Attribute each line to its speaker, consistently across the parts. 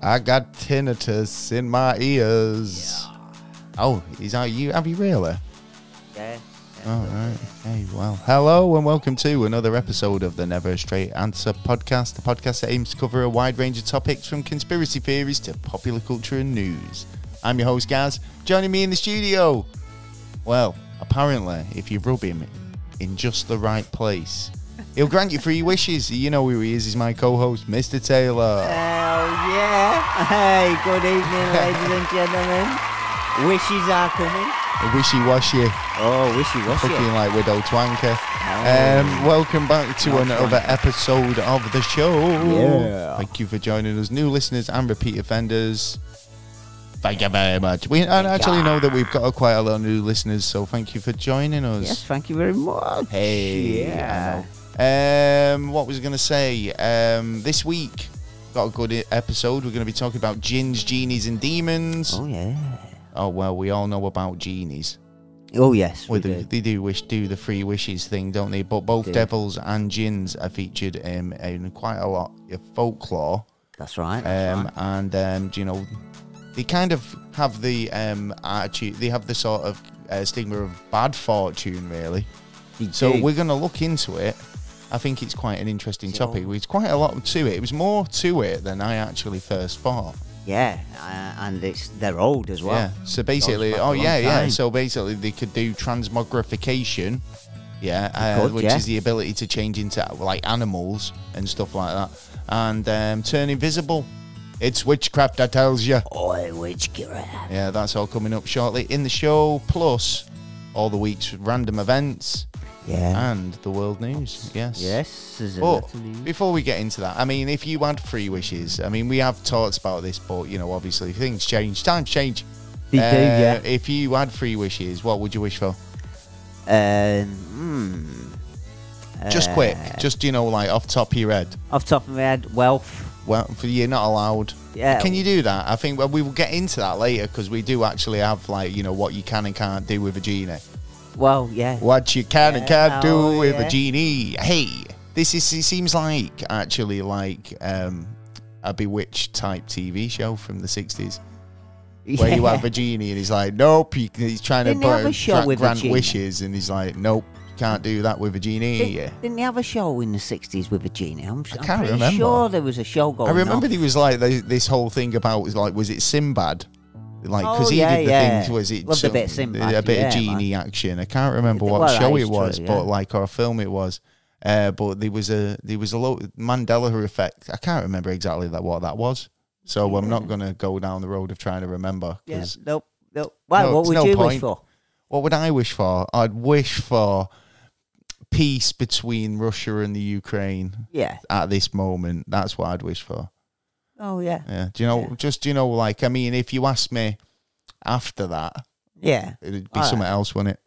Speaker 1: I got tinnitus in my ears. Oh, is that you? Have you really?
Speaker 2: Yeah. yeah.
Speaker 1: All right. Hey, well, hello and welcome to another episode of the Never a Straight Answer podcast, the podcast that aims to cover a wide range of topics from conspiracy theories to popular culture and news. I'm your host, Gaz. Joining me in the studio, well, apparently, if you rub him in just the right place, he'll grant you three wishes. You know who he is. He's my co-host, Mr. Taylor.
Speaker 2: Hell yeah. Hey, good evening, ladies and gentlemen. Wishes are coming.
Speaker 1: Wishy-washy,
Speaker 2: Oh, wishy washy.
Speaker 1: fucking like widow twanker. Um, welcome back to
Speaker 2: Nice
Speaker 1: another episode of the show.
Speaker 2: Yeah.
Speaker 1: Thank you for joining us, new listeners and repeat offenders. Thank you very much. We I actually know that we've got quite a lot of new listeners, so thank you for joining us.
Speaker 2: Yes, thank you very much.
Speaker 1: Hey,
Speaker 2: Yeah.
Speaker 1: I know. Um, what was I going to say? Um, this week got a good i- episode. We're going to be talking about gins, genies, and demons.
Speaker 2: Oh, yeah.
Speaker 1: Oh well, we all know about genies.
Speaker 2: Oh, yes.
Speaker 1: Well,
Speaker 2: we
Speaker 1: they,
Speaker 2: did.
Speaker 1: they do wish do the three wishes thing, don't they? But both
Speaker 2: They do.
Speaker 1: devils and gins are featured um, in quite a lot of folklore,
Speaker 2: That's right. That's
Speaker 1: um,
Speaker 2: right.
Speaker 1: and um, do you know, they kind of have the um, attitude. They have the sort of uh, stigma of bad fortune, really.
Speaker 2: They
Speaker 1: So
Speaker 2: do.
Speaker 1: we're going to look into it. I think it's quite an interesting
Speaker 2: So-
Speaker 1: topic. It's quite a lot to it. It was more to it than I actually first thought.
Speaker 2: Yeah, uh, and it's they're old as well.
Speaker 1: Yeah. So basically,
Speaker 2: back a
Speaker 1: oh
Speaker 2: long
Speaker 1: yeah, yeah.
Speaker 2: time.
Speaker 1: So basically, they could do transmogrification. Yeah, uh,
Speaker 2: could,
Speaker 1: which
Speaker 2: yeah.
Speaker 1: is the ability to change into like animals and stuff like that, and um, turn invisible. It's witchcraft, I tells you.
Speaker 2: Oi, witch giraffe.
Speaker 1: Yeah, that's all coming up shortly in the show. Plus, all the week's random events
Speaker 2: Yeah.
Speaker 1: and the world news. Yes.
Speaker 2: yes, there's a
Speaker 1: But
Speaker 2: lot of news.
Speaker 1: before we get into that, I mean, if you had three wishes, I mean, we have talked about this, but you know, obviously things change, times change.
Speaker 2: They do, yeah.
Speaker 1: Uh, If you had three wishes, what would you wish for?
Speaker 2: Um, hmm.
Speaker 1: just
Speaker 2: Uh,
Speaker 1: quick, just you know, like off the top of your head.
Speaker 2: Off the top of my head, wealth.
Speaker 1: Well, for- you're not allowed.
Speaker 2: Yeah.
Speaker 1: Can you do that? I think well, we will get into that later because we do actually have like you know what you can and can't do with a genie.
Speaker 2: Well, yeah.
Speaker 1: What you can and
Speaker 2: Yeah,
Speaker 1: can't
Speaker 2: oh,
Speaker 1: do with
Speaker 2: yeah.
Speaker 1: a genie. Hey, this is it seems like actually like um, a bewitched type TV show from the sixties. where you
Speaker 2: Yeah.
Speaker 1: have a genie and he's like, nope. You can, he's trying
Speaker 2: Didn't
Speaker 1: to
Speaker 2: they
Speaker 1: put
Speaker 2: have a show
Speaker 1: gra-
Speaker 2: with a
Speaker 1: grant
Speaker 2: genie?
Speaker 1: wishes and he's like, nope, can't do that with a genie.
Speaker 2: Did, Didn't they have a show in the 60s with a genie? I'm, I am
Speaker 1: can't
Speaker 2: pretty
Speaker 1: remember.
Speaker 2: sure there was a show going
Speaker 1: I
Speaker 2: on.
Speaker 1: remember there was like th this whole thing about like, was it Sinbad? Like, because
Speaker 2: Oh,
Speaker 1: he
Speaker 2: yeah,
Speaker 1: did the
Speaker 2: yeah.
Speaker 1: things, was it
Speaker 2: Loved a
Speaker 1: some-
Speaker 2: bit of Sinbad,
Speaker 1: a bit of
Speaker 2: yeah, man.
Speaker 1: genie action? I can't remember what
Speaker 2: Well, that
Speaker 1: show
Speaker 2: is
Speaker 1: it was,
Speaker 2: true, yeah.
Speaker 1: but like or film it was. Uh, but there was a there was a lo- Mandela effect. I can't remember exactly that what that was. So I'm not gonna go down the road of trying to remember
Speaker 2: Yeah,
Speaker 1: because
Speaker 2: nope, nope. Why,
Speaker 1: No,
Speaker 2: what
Speaker 1: it's
Speaker 2: would
Speaker 1: no
Speaker 2: you
Speaker 1: point.
Speaker 2: wish for?
Speaker 1: what would I wish for? I'd wish for peace between Russia and the Ukraine
Speaker 2: Yeah.
Speaker 1: at this moment. That's what I'd wish for.
Speaker 2: Oh, yeah.
Speaker 1: Yeah. Do you know?
Speaker 2: Yeah.
Speaker 1: Just do you know? Like, I mean, if you asked me after that,
Speaker 2: Yeah.
Speaker 1: it'd be
Speaker 2: Alright.
Speaker 1: something else, wouldn't it?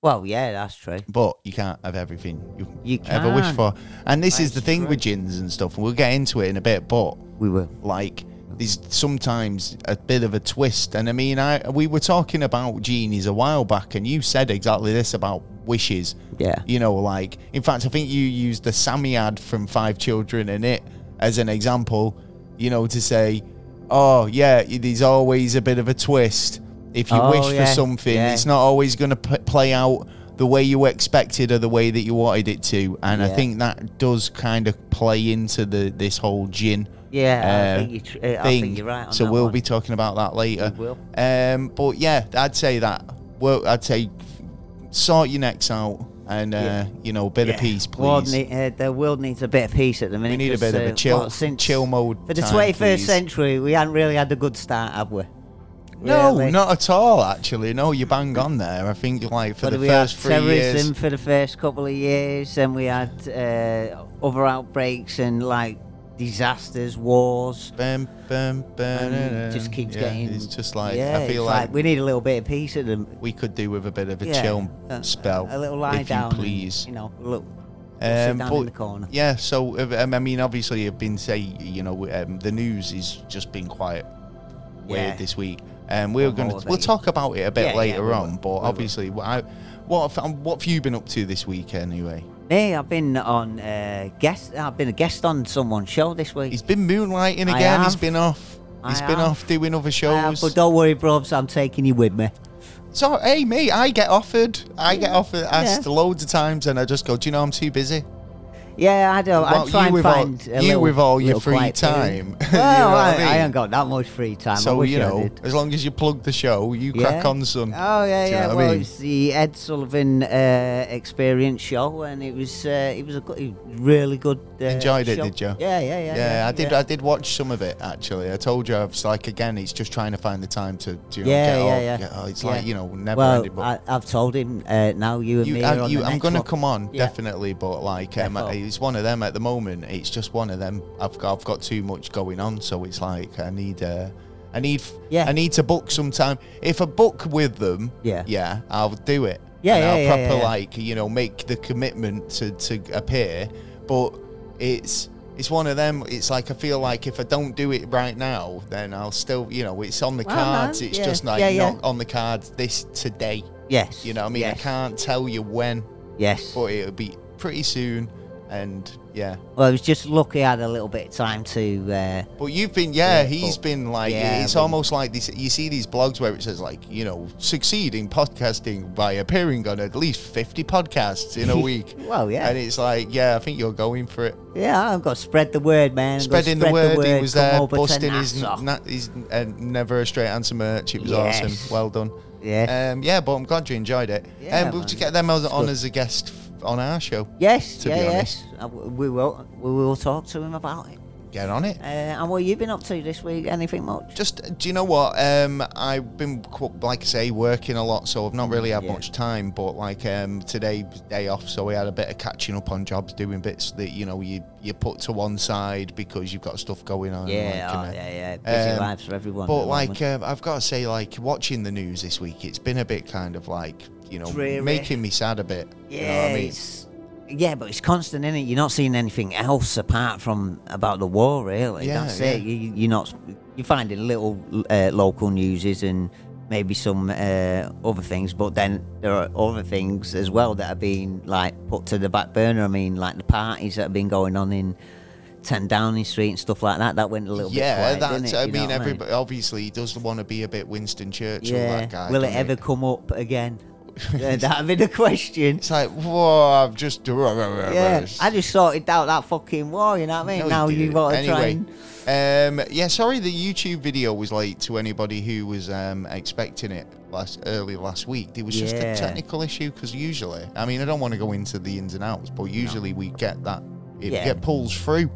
Speaker 2: Well, yeah, that's true.
Speaker 1: But you can't have everything you,
Speaker 2: You
Speaker 1: ever wish
Speaker 2: can.
Speaker 1: for. And this is
Speaker 2: That's
Speaker 1: the thing
Speaker 2: true.
Speaker 1: with gins and stuff, and we'll get into it in a bit. But
Speaker 2: We will.
Speaker 1: like there's sometimes a bit of a twist and i mean i we were talking about genies a while back and you said exactly this about wishes
Speaker 2: Yeah.
Speaker 1: you know like in fact i think you used the samiad from five children in it as an example you know to say oh yeah there's always a bit of a twist if you
Speaker 2: Oh,
Speaker 1: wish
Speaker 2: yeah,
Speaker 1: for something
Speaker 2: yeah.
Speaker 1: it's not always going to p- play out the way you expected or the way that you wanted it to and i
Speaker 2: Yeah.
Speaker 1: think that does kind of play into the this whole gin
Speaker 2: Yeah,
Speaker 1: uh,
Speaker 2: I, think you tr- uh, I
Speaker 1: thing.
Speaker 2: think you're right on
Speaker 1: so
Speaker 2: that
Speaker 1: we'll
Speaker 2: one.
Speaker 1: be talking about that later.
Speaker 2: We will.
Speaker 1: Um, but yeah, I'd say that. Well, I'd say sort your necks out and uh,
Speaker 2: Yeah.
Speaker 1: you know, a bit of
Speaker 2: Yeah.
Speaker 1: peace,
Speaker 2: World
Speaker 1: please.
Speaker 2: nee- uh, the world needs a bit of peace at the minute.
Speaker 1: we need a
Speaker 2: 'cause,
Speaker 1: bit of
Speaker 2: uh,
Speaker 1: a chill,
Speaker 2: what, since-
Speaker 1: chill mode
Speaker 2: For the
Speaker 1: time,
Speaker 2: 21st
Speaker 1: please.
Speaker 2: century, we haven't really had a good start, have we?
Speaker 1: No,
Speaker 2: Really?
Speaker 1: not at all. Actually, no, you bang on there. I think like for
Speaker 2: But
Speaker 1: the
Speaker 2: we had
Speaker 1: first three
Speaker 2: terrorism
Speaker 1: years,
Speaker 2: for the first couple of years, and we had uh, other outbreaks and like disasters, wars.
Speaker 1: bam, bam, bam,
Speaker 2: And just keeps
Speaker 1: yeah,
Speaker 2: getting.
Speaker 1: It's just like
Speaker 2: yeah,
Speaker 1: I feel
Speaker 2: it's
Speaker 1: like,
Speaker 2: we need a little bit of peace at them.
Speaker 1: we could do with a bit of a
Speaker 2: Yeah,
Speaker 1: chill
Speaker 2: a-
Speaker 1: spell,
Speaker 2: A little lie
Speaker 1: if
Speaker 2: down,
Speaker 1: you
Speaker 2: and,
Speaker 1: please.
Speaker 2: you know, look, sit down in the corner.
Speaker 1: Um, Yeah, so uh, um, I mean, obviously, I've been say you know um, the news has just been quite weird
Speaker 2: Yeah.
Speaker 1: this week, and we're
Speaker 2: Well,
Speaker 1: going to
Speaker 2: motivated.
Speaker 1: we'll talk about it a bit
Speaker 2: Yeah, yeah,
Speaker 1: later
Speaker 2: we
Speaker 1: on.
Speaker 2: will.
Speaker 1: But
Speaker 2: We will.
Speaker 1: obviously, what I, what have, um, what have you been up to this week anyway?
Speaker 2: Me, I've been on uh, guest. I've been a guest on someone's show this week.
Speaker 1: He's been moonlighting
Speaker 2: I
Speaker 1: again. He's
Speaker 2: have.
Speaker 1: been off. He's
Speaker 2: I
Speaker 1: been
Speaker 2: have.
Speaker 1: off doing other
Speaker 2: I have,
Speaker 1: shows.
Speaker 2: Uh, but don't worry, bruvs, I'm taking you with me.
Speaker 1: So hey, me, I get offered, I get offered, asked
Speaker 2: Yeah.
Speaker 1: loads of times, and I just go, do you know I'm too busy.
Speaker 2: Yeah, I don't.
Speaker 1: Well,
Speaker 2: I try
Speaker 1: you
Speaker 2: and
Speaker 1: with all-
Speaker 2: find a
Speaker 1: you
Speaker 2: little-
Speaker 1: with all your
Speaker 2: little
Speaker 1: free
Speaker 2: quiet period.
Speaker 1: time. You
Speaker 2: Well,
Speaker 1: know what
Speaker 2: I,
Speaker 1: I mean?
Speaker 2: I ain't got that much free time. I
Speaker 1: so
Speaker 2: wish
Speaker 1: you
Speaker 2: I
Speaker 1: know,
Speaker 2: did.
Speaker 1: as long as you plug the show, you crack on, son.
Speaker 2: Oh yeah,
Speaker 1: Do you know
Speaker 2: yeah.
Speaker 1: what I
Speaker 2: well,
Speaker 1: mean?
Speaker 2: it's the Ed Sullivan uh, Experience show, and it was uh, it was a good, it was really good. Uh,
Speaker 1: Enjoyed it,
Speaker 2: show.
Speaker 1: did you?
Speaker 2: Yeah, yeah, yeah.
Speaker 1: Yeah,
Speaker 2: yeah
Speaker 1: I did.
Speaker 2: Yeah,
Speaker 1: I did watch some of it actually. I told you, I was like, again, it's just trying to find the time to, do you know,
Speaker 2: Yeah,
Speaker 1: get
Speaker 2: yeah,
Speaker 1: all-
Speaker 2: yeah.
Speaker 1: get all- It's
Speaker 2: Yeah.
Speaker 1: like you know, never
Speaker 2: well,
Speaker 1: ended. But
Speaker 2: I, I've told him uh, now. You and
Speaker 1: you,
Speaker 2: me.
Speaker 1: I,
Speaker 2: are on
Speaker 1: you,
Speaker 2: the
Speaker 1: I'm
Speaker 2: next
Speaker 1: going to
Speaker 2: one.
Speaker 1: come on
Speaker 2: Yeah.
Speaker 1: definitely, but like, um,
Speaker 2: Defo.
Speaker 1: it's one of them at the moment. It's just one of them. I've got, I've got too much going on, so it's like I need, uh, I need,
Speaker 2: Yeah.
Speaker 1: I need to book sometime. If I book with them,
Speaker 2: Yeah.
Speaker 1: yeah, I'll do it.
Speaker 2: Yeah,
Speaker 1: and
Speaker 2: yeah,
Speaker 1: I'll
Speaker 2: yeah,
Speaker 1: proper
Speaker 2: yeah, yeah.
Speaker 1: like you know make the commitment to to appear, but it's. It's one of them. It's like I feel like if I don't do it right now, then I'll still, you know, it's on the
Speaker 2: Well,
Speaker 1: cards.
Speaker 2: man,
Speaker 1: It's
Speaker 2: yeah.
Speaker 1: just like
Speaker 2: Yeah, yeah.
Speaker 1: not on the cards this today.
Speaker 2: Yes.
Speaker 1: You know, what I mean,
Speaker 2: Yes.
Speaker 1: I can't tell you when
Speaker 2: Yes.
Speaker 1: but it'll be pretty soon. And yeah,
Speaker 2: Well, I was just lucky I had a little bit of time to. Uh,
Speaker 1: but you've been yeah,
Speaker 2: Yeah,
Speaker 1: he's
Speaker 2: but-
Speaker 1: been like
Speaker 2: yeah,
Speaker 1: it's
Speaker 2: but-
Speaker 1: almost like this. You see these blogs where it says like you know succeed in podcasting by appearing on at least fifty podcasts in a week.
Speaker 2: well, yeah.
Speaker 1: And it's like, yeah, I think you're going for it.
Speaker 2: Yeah, I've got to spread the word, man. I've got to
Speaker 1: Spreading the
Speaker 2: spread
Speaker 1: word, he was
Speaker 2: Come
Speaker 1: there,
Speaker 2: over to
Speaker 1: busting his,
Speaker 2: Nassau.
Speaker 1: na- his uh, never a straight answer merch. It was
Speaker 2: Yes.
Speaker 1: awesome. Well done.
Speaker 2: yeah.
Speaker 1: Um, yeah, but I'm glad you enjoyed it.
Speaker 2: Yeah,
Speaker 1: um, we'll
Speaker 2: man.
Speaker 1: just get them on
Speaker 2: good.
Speaker 1: as a guest f- on our show.
Speaker 2: yes,
Speaker 1: to
Speaker 2: yeah,
Speaker 1: be
Speaker 2: yes. I w- we will. We will talk to him about it.
Speaker 1: Get on it.
Speaker 2: Uh, and what have you been up to this week? Anything much?
Speaker 1: Just do you know what? Um, I've been qu- like I say working a lot, so I've not really had
Speaker 2: Yeah.
Speaker 1: much time. But like um, today was day off, so we had a bit of catching up on jobs, doing bits that you know you you put to one side because you've got stuff going on. like,
Speaker 2: Yeah, oh,
Speaker 1: and, uh,
Speaker 2: yeah, yeah. Busy
Speaker 1: um,
Speaker 2: lives for everyone. at
Speaker 1: But
Speaker 2: the
Speaker 1: like
Speaker 2: moment.
Speaker 1: um, I've got to say, like watching the news this week, it's been a bit kind of like you know
Speaker 2: Dreary.
Speaker 1: making me sad a bit.
Speaker 2: yeah,
Speaker 1: you know what I mean?
Speaker 2: it's, yeah, but it's constant, innit? You're not seeing anything else apart from about the war, really.
Speaker 1: Yeah,
Speaker 2: That's it.
Speaker 1: yeah.
Speaker 2: You, you're not. You're finding little uh, local newses and maybe some uh, other things, but then there are other things as well that are being like put to the back burner. I mean, like the parties that have been going on in. 10 Downing Street and stuff like that, that went a little
Speaker 1: yeah,
Speaker 2: bit quiet, didn't
Speaker 1: that's.
Speaker 2: it?
Speaker 1: I
Speaker 2: You know
Speaker 1: mean,
Speaker 2: what
Speaker 1: everybody obviously he does want to be a bit Winston Churchill.
Speaker 2: yeah.
Speaker 1: That guy.
Speaker 2: Will it
Speaker 1: doesn't
Speaker 2: ever
Speaker 1: he?
Speaker 2: come up again? Yeah, That'd be the question.
Speaker 1: It's like whoa! I've just
Speaker 2: Yeah, I just sorted out that fucking war, you know what I mean?
Speaker 1: No,
Speaker 2: now
Speaker 1: he
Speaker 2: you
Speaker 1: didn't.
Speaker 2: want to try
Speaker 1: anyway,
Speaker 2: and.
Speaker 1: Um, yeah, sorry the YouTube video was late to anybody who was um, expecting it last early last week. There was just a
Speaker 2: Yeah.
Speaker 1: technical issue because usually, I mean, I don't want to go into the ins and outs, but usually we get that it
Speaker 2: Yeah.
Speaker 1: get pulls through,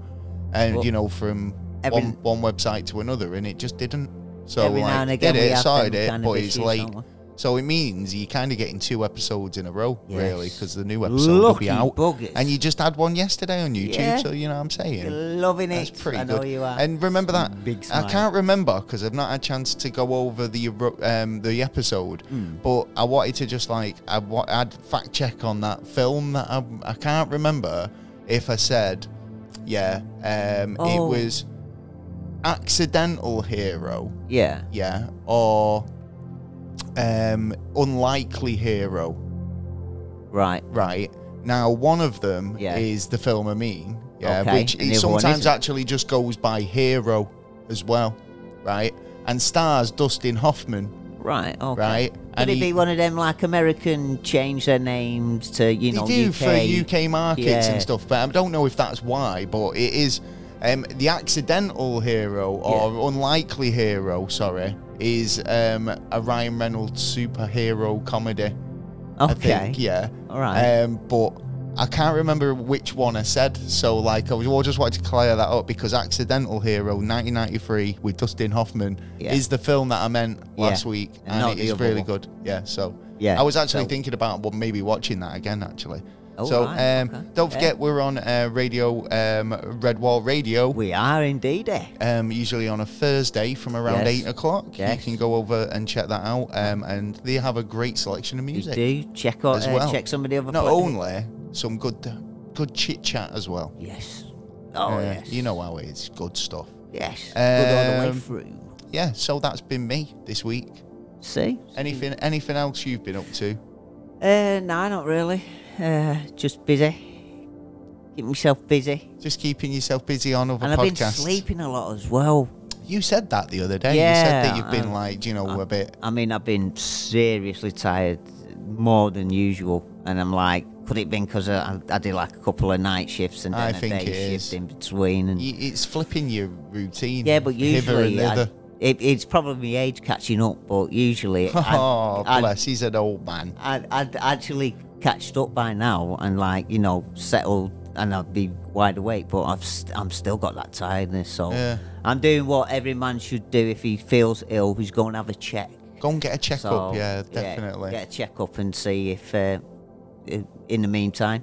Speaker 1: and
Speaker 2: Well,
Speaker 1: you know from
Speaker 2: every-
Speaker 1: one, one website to another, and it just didn't. So
Speaker 2: Every
Speaker 1: like,
Speaker 2: now and again,
Speaker 1: did
Speaker 2: we
Speaker 1: it,
Speaker 2: have
Speaker 1: sorted
Speaker 2: them
Speaker 1: it,
Speaker 2: kind of
Speaker 1: but it's
Speaker 2: issues,
Speaker 1: late.
Speaker 2: don't we?
Speaker 1: So it means you're kind of getting two episodes in a row, really,
Speaker 2: Yes.
Speaker 1: because the new episode will be
Speaker 2: Lucky
Speaker 1: out,
Speaker 2: buggers.
Speaker 1: and you just had one yesterday on YouTube.
Speaker 2: Yeah.
Speaker 1: So you know what I'm saying.
Speaker 2: You're loving it.
Speaker 1: That's pretty
Speaker 2: I
Speaker 1: good.
Speaker 2: know you are.
Speaker 1: And remember that
Speaker 2: Big
Speaker 1: I
Speaker 2: smile.
Speaker 1: can't remember because I've not had a chance to go over the ero- um, the episode.
Speaker 2: Hmm.
Speaker 1: But I wanted to just like I wa- I'd fact check on that film that I, I can't remember if I said yeah um,
Speaker 2: Oh.
Speaker 1: it was accidental hero
Speaker 2: yeah.
Speaker 1: yeah or um, unlikely hero
Speaker 2: Right.
Speaker 1: right? Now, one of them
Speaker 2: Yeah.
Speaker 1: is the film Amin, yeah,
Speaker 2: Okay,
Speaker 1: which
Speaker 2: and
Speaker 1: it
Speaker 2: the other one
Speaker 1: sometimes
Speaker 2: isn't.
Speaker 1: actually just goes by Hero as well, right? And stars Dustin Hoffman,
Speaker 2: Right. Okay.
Speaker 1: right?
Speaker 2: Could
Speaker 1: and
Speaker 2: it
Speaker 1: he-
Speaker 2: be one of them like American change their names to you
Speaker 1: they
Speaker 2: know
Speaker 1: do
Speaker 2: UK?
Speaker 1: for UK markets
Speaker 2: Yeah.
Speaker 1: and stuff, but I don't know if that's why, but it is. Um, the accidental hero or unlikely hero, sorry, is um, a Ryan Reynolds superhero comedy. I
Speaker 2: Okay.
Speaker 1: think, yeah.
Speaker 2: All right.
Speaker 1: Um, but I can't remember which one I said. So like, I was well, just wanted to clear that up because Accidental Hero 1993 with Dustin Hoffman
Speaker 2: Yeah.
Speaker 1: is the film that I meant
Speaker 2: Yeah.
Speaker 1: last week,
Speaker 2: And
Speaker 1: and,
Speaker 2: not
Speaker 1: it
Speaker 2: the
Speaker 1: is
Speaker 2: other
Speaker 1: really
Speaker 2: one.
Speaker 1: good. Yeah. So
Speaker 2: Yeah,
Speaker 1: I was actually
Speaker 2: so-
Speaker 1: thinking about well, maybe watching that again actually.
Speaker 2: Oh,
Speaker 1: so
Speaker 2: right,
Speaker 1: um,
Speaker 2: okay.
Speaker 1: don't
Speaker 2: Yeah.
Speaker 1: forget we're on uh, radio um, Redwall Radio
Speaker 2: we are indeed. Eh?
Speaker 1: um, usually on a Thursday from around
Speaker 2: Yes.
Speaker 1: eight o'clock.
Speaker 2: Yes.
Speaker 1: You can go over and check that out, um, and they have a great selection of
Speaker 2: You
Speaker 1: music
Speaker 2: do check out,
Speaker 1: as
Speaker 2: uh,
Speaker 1: well.
Speaker 2: check some of the other.
Speaker 1: Not
Speaker 2: pla-
Speaker 1: only some good, good chit chat as well.
Speaker 2: Yes. Oh
Speaker 1: Uh,
Speaker 2: yes.
Speaker 1: You know how it is. Good stuff.
Speaker 2: Yes. Good all the way
Speaker 1: Um,
Speaker 2: through.
Speaker 1: Yeah. So that's been me this week.
Speaker 2: See.
Speaker 1: Anything? Anything else you've been up to?
Speaker 2: Uh, no, not really. Uh, just busy. Keep myself busy.
Speaker 1: Just keeping yourself busy on other
Speaker 2: and I've been
Speaker 1: podcasts.
Speaker 2: sleeping a lot as well.
Speaker 1: you said that the other day. you said that
Speaker 2: Yeah,
Speaker 1: you've been
Speaker 2: I-
Speaker 1: like, you know, a bit.
Speaker 2: I mean, I've been seriously tired, more than usual, and I'm like, could it been because I, I did like a couple of night shifts and
Speaker 1: I
Speaker 2: then a
Speaker 1: think
Speaker 2: day
Speaker 1: it
Speaker 2: shift
Speaker 1: is.
Speaker 2: in between? And
Speaker 1: y- It's flipping your routine.
Speaker 2: yeah, but
Speaker 1: hither and
Speaker 2: usually I,
Speaker 1: thither.
Speaker 2: it, it's probably my age catching up. But usually, I-
Speaker 1: oh,
Speaker 2: I,
Speaker 1: bless. he's an old man.
Speaker 2: I'd, I'd actually catched up by now and like you know settled and I'd be wide awake but I've st- I'm still got that tiredness so
Speaker 1: Yeah.
Speaker 2: I'm doing what every man should do if he feels ill he's going to have a check
Speaker 1: Go and get a checkup.
Speaker 2: so
Speaker 1: yeah, definitely.
Speaker 2: get a check up and see if uh, i- in the meantime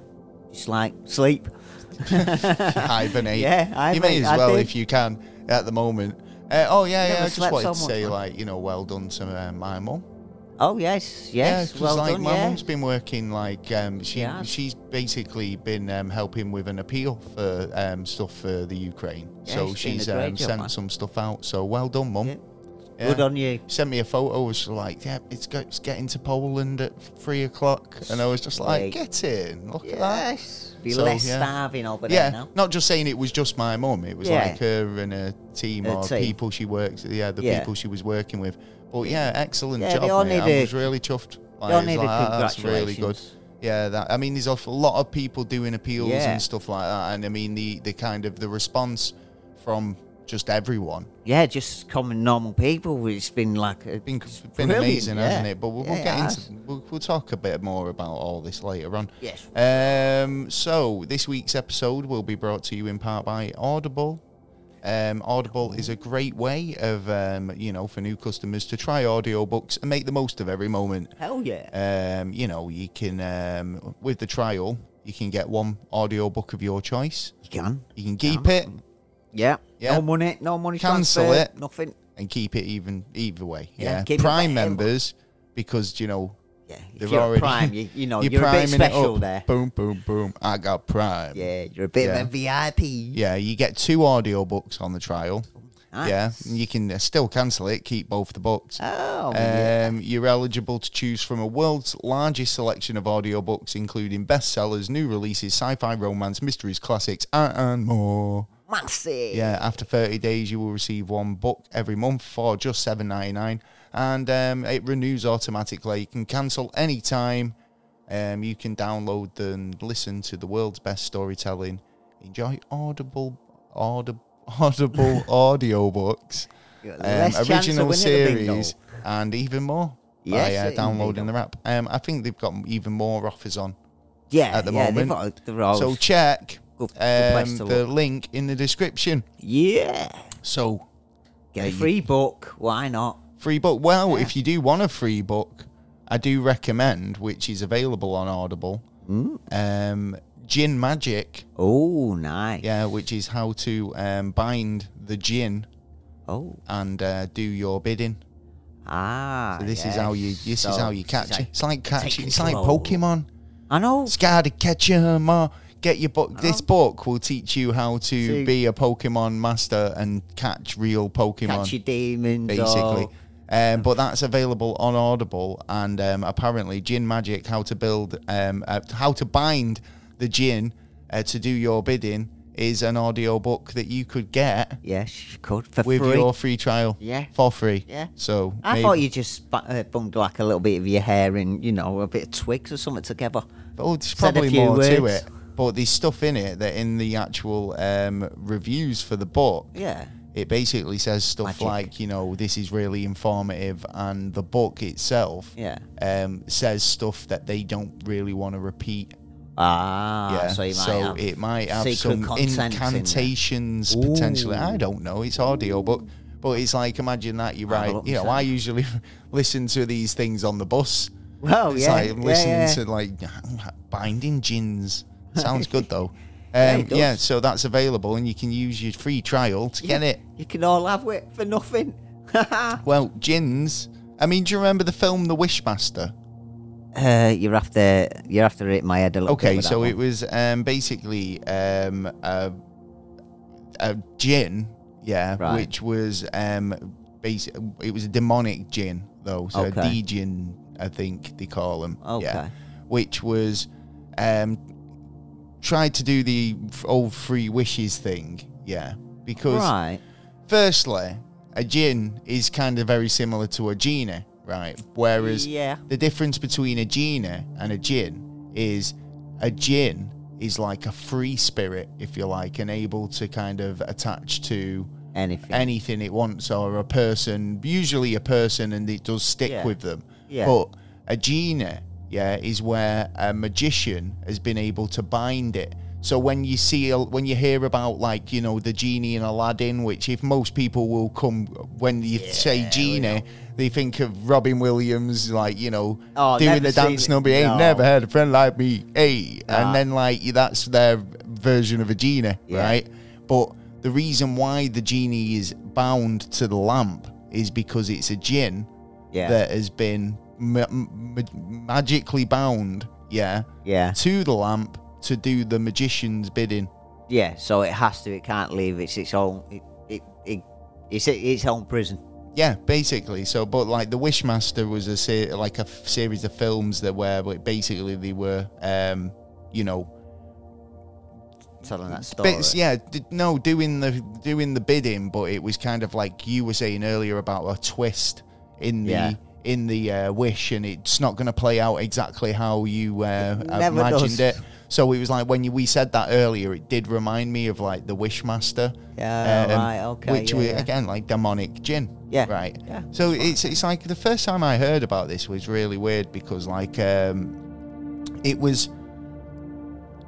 Speaker 2: just like sleep
Speaker 1: hibernate.
Speaker 2: Yeah,
Speaker 1: You may
Speaker 2: hibernate,
Speaker 1: as
Speaker 2: I
Speaker 1: well
Speaker 2: do.
Speaker 1: if you can at the moment. Uh, oh yeah, yeah.
Speaker 2: Never
Speaker 1: I just
Speaker 2: slept
Speaker 1: wanted
Speaker 2: so
Speaker 1: to say
Speaker 2: much.
Speaker 1: like you know, well done to uh, my mum.
Speaker 2: oh yes
Speaker 1: Yeah,
Speaker 2: yes
Speaker 1: 'cause
Speaker 2: well
Speaker 1: like
Speaker 2: done
Speaker 1: my
Speaker 2: yeah
Speaker 1: mum's been working like um, she
Speaker 2: Yeah.
Speaker 1: she's basically been um, helping with an appeal for um, stuff for the Ukraine.
Speaker 2: Yeah,
Speaker 1: so
Speaker 2: she's doing
Speaker 1: she's
Speaker 2: a great
Speaker 1: um,
Speaker 2: job,
Speaker 1: sent
Speaker 2: man.
Speaker 1: some stuff out. So well done, mum.
Speaker 2: Yeah. good
Speaker 1: Yeah.
Speaker 2: on you
Speaker 1: Sent me a photo. Was like, yeah, it's, go- it's getting to Poland at three o'clock, and I was just like, get in, look at that.
Speaker 2: yes be
Speaker 1: So,
Speaker 2: less
Speaker 1: yeah.
Speaker 2: starving over
Speaker 1: Yeah,
Speaker 2: there now
Speaker 1: not just saying it was just my mum. It was
Speaker 2: Yeah.
Speaker 1: like her and her team
Speaker 2: Her
Speaker 1: or
Speaker 2: team.
Speaker 1: people she works. Yeah, the
Speaker 2: Yeah.
Speaker 1: people she was working with. But yeah, excellent
Speaker 2: Yeah, they
Speaker 1: job.
Speaker 2: all
Speaker 1: mate.
Speaker 2: need
Speaker 1: I
Speaker 2: a-
Speaker 1: was really chuffed. Like,
Speaker 2: they all
Speaker 1: it's
Speaker 2: need a
Speaker 1: like, "Ah, That's really good.
Speaker 2: congratulations.
Speaker 1: Yeah, that, I mean, there's a f- lot of people doing appeals
Speaker 2: Yeah.
Speaker 1: and stuff like that, and I mean the the kind of the response from just everyone
Speaker 2: yeah, just common normal people. It's been like a,
Speaker 1: been
Speaker 2: it's
Speaker 1: been
Speaker 2: brilliant,
Speaker 1: amazing,
Speaker 2: yeah.
Speaker 1: hasn't it? But we'll,
Speaker 2: Yeah,
Speaker 1: we'll get
Speaker 2: it
Speaker 1: into
Speaker 2: has.
Speaker 1: we'll, we'll talk a bit more about all this later on.
Speaker 2: Yes.
Speaker 1: Um, so this week's episode will be brought to you in part by Audible. Um, Audible is a great way of um, you know for new customers to try audiobooks and make the most of every moment.
Speaker 2: Hell yeah.
Speaker 1: Um, you know you can um, with the trial you can get one audiobook of your choice.
Speaker 2: you can.
Speaker 1: You can keep it
Speaker 2: Yeah.
Speaker 1: Yeah.
Speaker 2: No money. No money.
Speaker 1: Cancel
Speaker 2: transfer,
Speaker 1: it.
Speaker 2: Nothing.
Speaker 1: and keep it even either way.
Speaker 2: Yeah,
Speaker 1: Yeah,
Speaker 2: keep it
Speaker 1: Prime
Speaker 2: forever.
Speaker 1: members because you know
Speaker 2: Yeah. If
Speaker 1: They're
Speaker 2: you're
Speaker 1: already-
Speaker 2: prime, you, you know, you're, a bit
Speaker 1: priming it
Speaker 2: special
Speaker 1: up.
Speaker 2: there.
Speaker 1: Boom, boom, boom. I got prime.
Speaker 2: Yeah, you're a bit
Speaker 1: Yeah.
Speaker 2: of a VIP. Yeah.
Speaker 1: Yeah, you get two audiobooks on the trial. Yeah,
Speaker 2: Nice.
Speaker 1: and you can uh, still cancel it, keep both the books.
Speaker 2: Oh, yeah.
Speaker 1: Um, you're eligible to choose from a world's largest selection of audiobooks, including bestsellers, new releases, sci fi romance, mysteries, classics, and, and more.
Speaker 2: massive.
Speaker 1: Yeah, after 30 days, you will receive one book every month for just seven ninety nine, and um, it renews automatically. You can cancel any time. Um, you can download and listen to the world's best storytelling. Enjoy Audible, Audible, Audible audiobooks,
Speaker 2: You've got
Speaker 1: um,
Speaker 2: less chance of
Speaker 1: original
Speaker 2: winning the bingo.
Speaker 1: series, and even more. by
Speaker 2: Yes,
Speaker 1: uh,
Speaker 2: it-
Speaker 1: downloading the app. Um, I think they've got even more offers on.
Speaker 2: Yeah.
Speaker 1: at the
Speaker 2: yeah, they've
Speaker 1: moment.
Speaker 2: got- they're all-
Speaker 1: So check
Speaker 2: Good- good place
Speaker 1: um,
Speaker 2: to
Speaker 1: the link in the description.
Speaker 2: yeah.
Speaker 1: So
Speaker 2: Get a free book. Why not?
Speaker 1: Free book. Well, if you do want a free book, I do recommend, which is available on Audible, um, Gin Magic.
Speaker 2: Oh, nice.
Speaker 1: Yeah, which is how to um, bind the gin
Speaker 2: Oh.
Speaker 1: and uh, do your bidding.
Speaker 2: Ah.
Speaker 1: This
Speaker 2: yes.
Speaker 1: is how you. This is
Speaker 2: So
Speaker 1: how you catch it. It's like catching.
Speaker 2: take
Speaker 1: It's like
Speaker 2: control.
Speaker 1: Pokemon.
Speaker 2: I know.
Speaker 1: Scared to catch 'em all. Get your book. This book will teach you how to
Speaker 2: See.
Speaker 1: be a Pokemon master and catch real Pokemon.
Speaker 2: Catch your demons.
Speaker 1: basically.
Speaker 2: or-
Speaker 1: Um, but that's available on Audible, and um, apparently, Gin Magic: How to Build, um, uh, How to Bind the Gin uh, to Do Your Bidding is an audio book that you could get
Speaker 2: Yes, you could for
Speaker 1: with
Speaker 2: free.
Speaker 1: your free trial,
Speaker 2: Yeah.
Speaker 1: for free.
Speaker 2: Yeah.
Speaker 1: So
Speaker 2: I
Speaker 1: maybe-
Speaker 2: thought you just bu- uh, bunged like a little bit of your hair and you know a bit of twigs or something together.
Speaker 1: Oh, there's
Speaker 2: Said a
Speaker 1: probably
Speaker 2: few
Speaker 1: more to
Speaker 2: words.
Speaker 1: it, but there's stuff in it that in the actual um, reviews for the book,
Speaker 2: Yeah.
Speaker 1: it basically says stuff
Speaker 2: Magic.
Speaker 1: like, you know, this is really informative, and the book itself,
Speaker 2: Yeah.
Speaker 1: um, says stuff that they don't really want to repeat.
Speaker 2: Ah.
Speaker 1: yeah,
Speaker 2: So you might have.
Speaker 1: it might have
Speaker 2: secret
Speaker 1: some
Speaker 2: contents in there.
Speaker 1: incantations potentially. I don't know. It's audio, but but it's like imagine that you
Speaker 2: Have a
Speaker 1: write.
Speaker 2: look
Speaker 1: You know,
Speaker 2: myself.
Speaker 1: I usually listen to these things on the bus.
Speaker 2: well,
Speaker 1: It's
Speaker 2: Oh, yeah.
Speaker 1: like I'm
Speaker 2: yeah,
Speaker 1: listening
Speaker 2: yeah.
Speaker 1: to like binding gins. Sounds good though.
Speaker 2: Yeah, it
Speaker 1: Um, yeah,
Speaker 2: does.
Speaker 1: so that's available, and you can use your free trial to get it.
Speaker 2: You can all have it for nothing. uh,
Speaker 1: Well, gins. I mean, do you remember the film The Wishmaster?
Speaker 2: Uh, you're after you're after it my head a little. bit
Speaker 1: Okay,
Speaker 2: with that
Speaker 1: so
Speaker 2: one.
Speaker 1: it was um, basically um, a, a gin, yeah,
Speaker 2: Right.
Speaker 1: which was um, basi- it was a demonic gin though, so a
Speaker 2: Okay.
Speaker 1: djinn, I think they call them.
Speaker 2: Okay.
Speaker 1: Yeah, which was um, tried to do the f- old free wishes thing, yeah, because
Speaker 2: right.
Speaker 1: firstly, a gin is kind of very similar to a gina, right? Whereas
Speaker 2: Yeah.
Speaker 1: the difference between a gina and a gin is a gin is like a free spirit, if you like, and able to kind of attach to
Speaker 2: Anything.
Speaker 1: anything it wants or a person, usually a person, and it does stick
Speaker 2: Yeah.
Speaker 1: with them.
Speaker 2: Yeah.
Speaker 1: But a genie, yeah, is where a magician has been able to bind it. So when you see, when you hear about like you know the genie in Aladdin, which if most people will come when you say genie, they think of Robin Williams, like you know
Speaker 2: Oh,
Speaker 1: doing
Speaker 2: never
Speaker 1: the dance
Speaker 2: seen it.
Speaker 1: number. Ain't
Speaker 2: No.
Speaker 1: never had a uh, friend like me, hey.
Speaker 2: Nah.
Speaker 1: And then like that's their version of a genie,
Speaker 2: Ah. Yeah.
Speaker 1: right? But the reason why the genie is bound to the lamp is because it's a gin
Speaker 2: Yeah.
Speaker 1: that has been ma- ma- magically bound, yeah,
Speaker 2: yeah.
Speaker 1: to the lamp to do the magician's bidding.
Speaker 2: Yeah. So it has to. It can't leave. It's its own. It. It. it it's its own prison.
Speaker 1: Yeah, basically. So, but like the Wishmaster was a se- like a f- series of films that were like, basically they were, um, you know,
Speaker 2: Telling that story.
Speaker 1: bits, yeah, d- no, doing the doing the bidding, but it was kind of like you were saying earlier about a twist in the
Speaker 2: Yeah.
Speaker 1: in the uh, wish, and it's not going to play out exactly how you uh,
Speaker 2: never
Speaker 1: imagined
Speaker 2: does.
Speaker 1: it. So it was like when you, we said that earlier, it did remind me of like the Wishmaster, Um,
Speaker 2: Yeah, oh, right, okay,
Speaker 1: which
Speaker 2: yeah,
Speaker 1: were
Speaker 2: yeah.
Speaker 1: again like demonic gin,
Speaker 2: Yeah,
Speaker 1: right.
Speaker 2: yeah,
Speaker 1: So it's it's like the first time I heard about this was really weird because like um, it was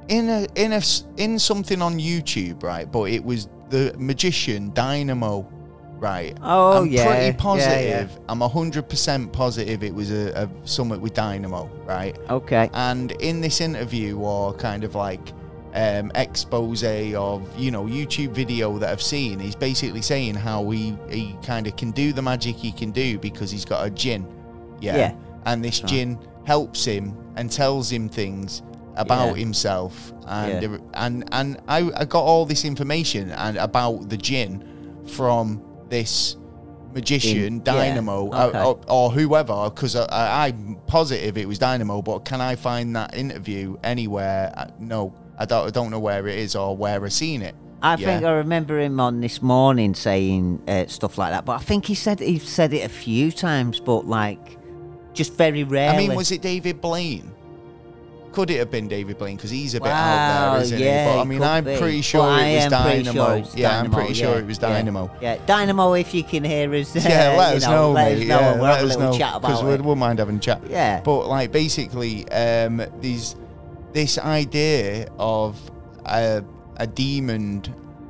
Speaker 1: in a in a s- in something on YouTube, right? But it was the magician Dynamo, right?
Speaker 2: Oh,
Speaker 1: I'm
Speaker 2: yeah, yeah, yeah.
Speaker 1: pretty positive. I'm hundred percent positive it was a, a summit with Dynamo, right?
Speaker 2: Okay.
Speaker 1: And in this interview or kind of like um, expose of you know YouTube video that I've seen, he's basically saying how he he kind of can do the magic he can do because he's got a gin, yeah.
Speaker 2: Yeah.
Speaker 1: And this
Speaker 2: Right.
Speaker 1: gin helps him and tells him things about
Speaker 2: Yeah.
Speaker 1: himself and
Speaker 2: Yeah.
Speaker 1: and and I, I got all this information and about the gin from this magician
Speaker 2: In- yeah,
Speaker 1: dynamo uh,
Speaker 2: okay.
Speaker 1: or, or whoever because I, I, i'm positive it was dynamo but can i find that interview anywhere Uh, no i don't, I don't know where it is or where i've seen it
Speaker 2: I
Speaker 1: Yeah.
Speaker 2: think I remember him on this morning saying uh, stuff like that, but I think he said he said it a few times, but like just very
Speaker 1: i
Speaker 2: rarely.
Speaker 1: mean was it david blaine could it have been David Blaine? Because he's a bit out
Speaker 2: Wow,
Speaker 1: there, isn't
Speaker 2: yeah,
Speaker 1: he? But I
Speaker 2: it
Speaker 1: mean,
Speaker 2: could
Speaker 1: I'm
Speaker 2: be.
Speaker 1: pretty sure
Speaker 2: But I
Speaker 1: it was
Speaker 2: am pretty
Speaker 1: Dynamo.
Speaker 2: sure it's
Speaker 1: yeah,
Speaker 2: Dynamo,
Speaker 1: I'm pretty sure
Speaker 2: yeah,
Speaker 1: it was
Speaker 2: yeah.
Speaker 1: Dynamo.
Speaker 2: Yeah, Dynamo, if you can hear us.
Speaker 1: Yeah,
Speaker 2: uh,
Speaker 1: let
Speaker 2: you
Speaker 1: us know,
Speaker 2: let
Speaker 1: mate.
Speaker 2: Us know
Speaker 1: yeah,
Speaker 2: and we'll
Speaker 1: let
Speaker 2: have a
Speaker 1: us
Speaker 2: little
Speaker 1: know
Speaker 2: chat about
Speaker 1: we'll,
Speaker 2: it.
Speaker 1: we'll mind having a chat.
Speaker 2: Yeah.
Speaker 1: but like basically, um, these this idea of a a demon,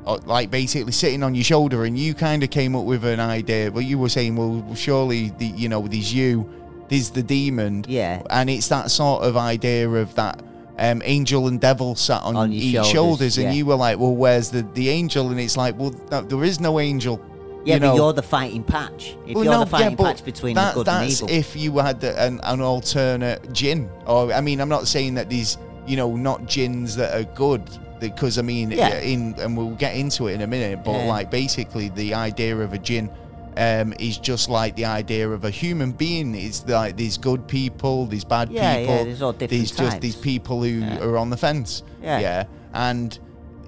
Speaker 1: or, like basically sitting on your shoulder, and you kind of came up with an idea. But you were saying, well, surely the you know there's you, there's the demon,
Speaker 2: Yeah.
Speaker 1: and it's that sort of idea of that. Um, angel and devil sat on,
Speaker 2: On your
Speaker 1: each shoulders,
Speaker 2: shoulders,
Speaker 1: and
Speaker 2: yeah.
Speaker 1: you were like, "Well, where's the, the angel?" And it's like, "Well, no, there is no angel."
Speaker 2: Yeah,
Speaker 1: you
Speaker 2: but
Speaker 1: know?
Speaker 2: you're the fighting patch. If you're the fighting patch between
Speaker 1: that-
Speaker 2: the good and
Speaker 1: that's
Speaker 2: evil.
Speaker 1: if you had an, an alternate gin. Or I mean, I'm not saying that these, you know, not gins that are good. Because I mean,
Speaker 2: Yeah.
Speaker 1: in and we'll get into it in a minute. But
Speaker 2: Yeah.
Speaker 1: like basically, the idea of a gin um, is just like the idea of a human being. It's like there's good people, there's bad
Speaker 2: Yeah, yeah,
Speaker 1: people.
Speaker 2: there's all different
Speaker 1: There's just these
Speaker 2: types.
Speaker 1: people who
Speaker 2: Yeah.
Speaker 1: are on the fence.
Speaker 2: Yeah.
Speaker 1: yeah. And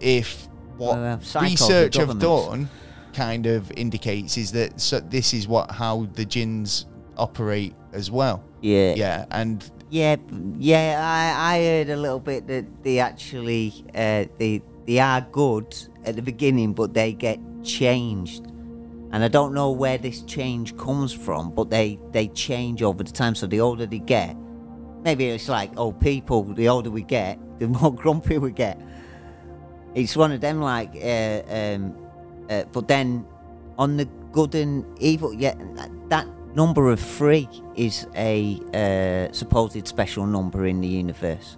Speaker 1: if what
Speaker 2: Well, uh, psychos are
Speaker 1: research have
Speaker 2: governments.
Speaker 1: done one kind of indicates is that so this is what how the gins operate as well.
Speaker 2: yeah.
Speaker 1: Yeah, and
Speaker 2: Yeah, b- yeah. I, I heard a little bit that they actually uh, they they are good at the beginning, but they get changed, and I don't know where this change comes from, but they they change over the time. So the older they get, maybe it's like oh, people. The older we get, the more grumpy we get. It's one of them like, uh, um, uh, but then on the good and evil, yeah, that- that number of three is a uh, supposed special number in the universe.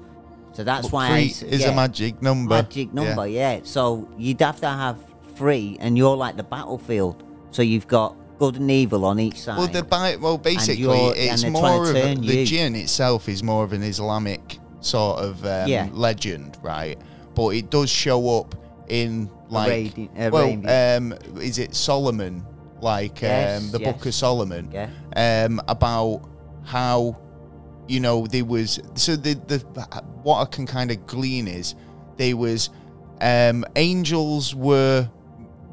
Speaker 2: So that's why I
Speaker 1: three
Speaker 2: s-
Speaker 1: is
Speaker 2: yeah,
Speaker 1: a magic number.
Speaker 2: magic number, yeah. So you'd have to have three, and you're like the battlefield. So you've got good and evil on each side.
Speaker 1: Well, the bi- well, basically,
Speaker 2: you're-
Speaker 1: it's
Speaker 2: and they're trying to
Speaker 1: more of a-
Speaker 2: turn
Speaker 1: the
Speaker 2: you.
Speaker 1: jinn itself is more of an Islamic sort of um,
Speaker 2: Yeah.
Speaker 1: legend, right? But it does show up in like,
Speaker 2: Arabi- Arabian.
Speaker 1: well, um, is it Solomon? Like
Speaker 2: Yes,
Speaker 1: um, the Book
Speaker 2: yes.
Speaker 1: of Solomon,
Speaker 2: Yeah.
Speaker 1: um, about how you know there was so the the what I can kind of glean is there was um, angels were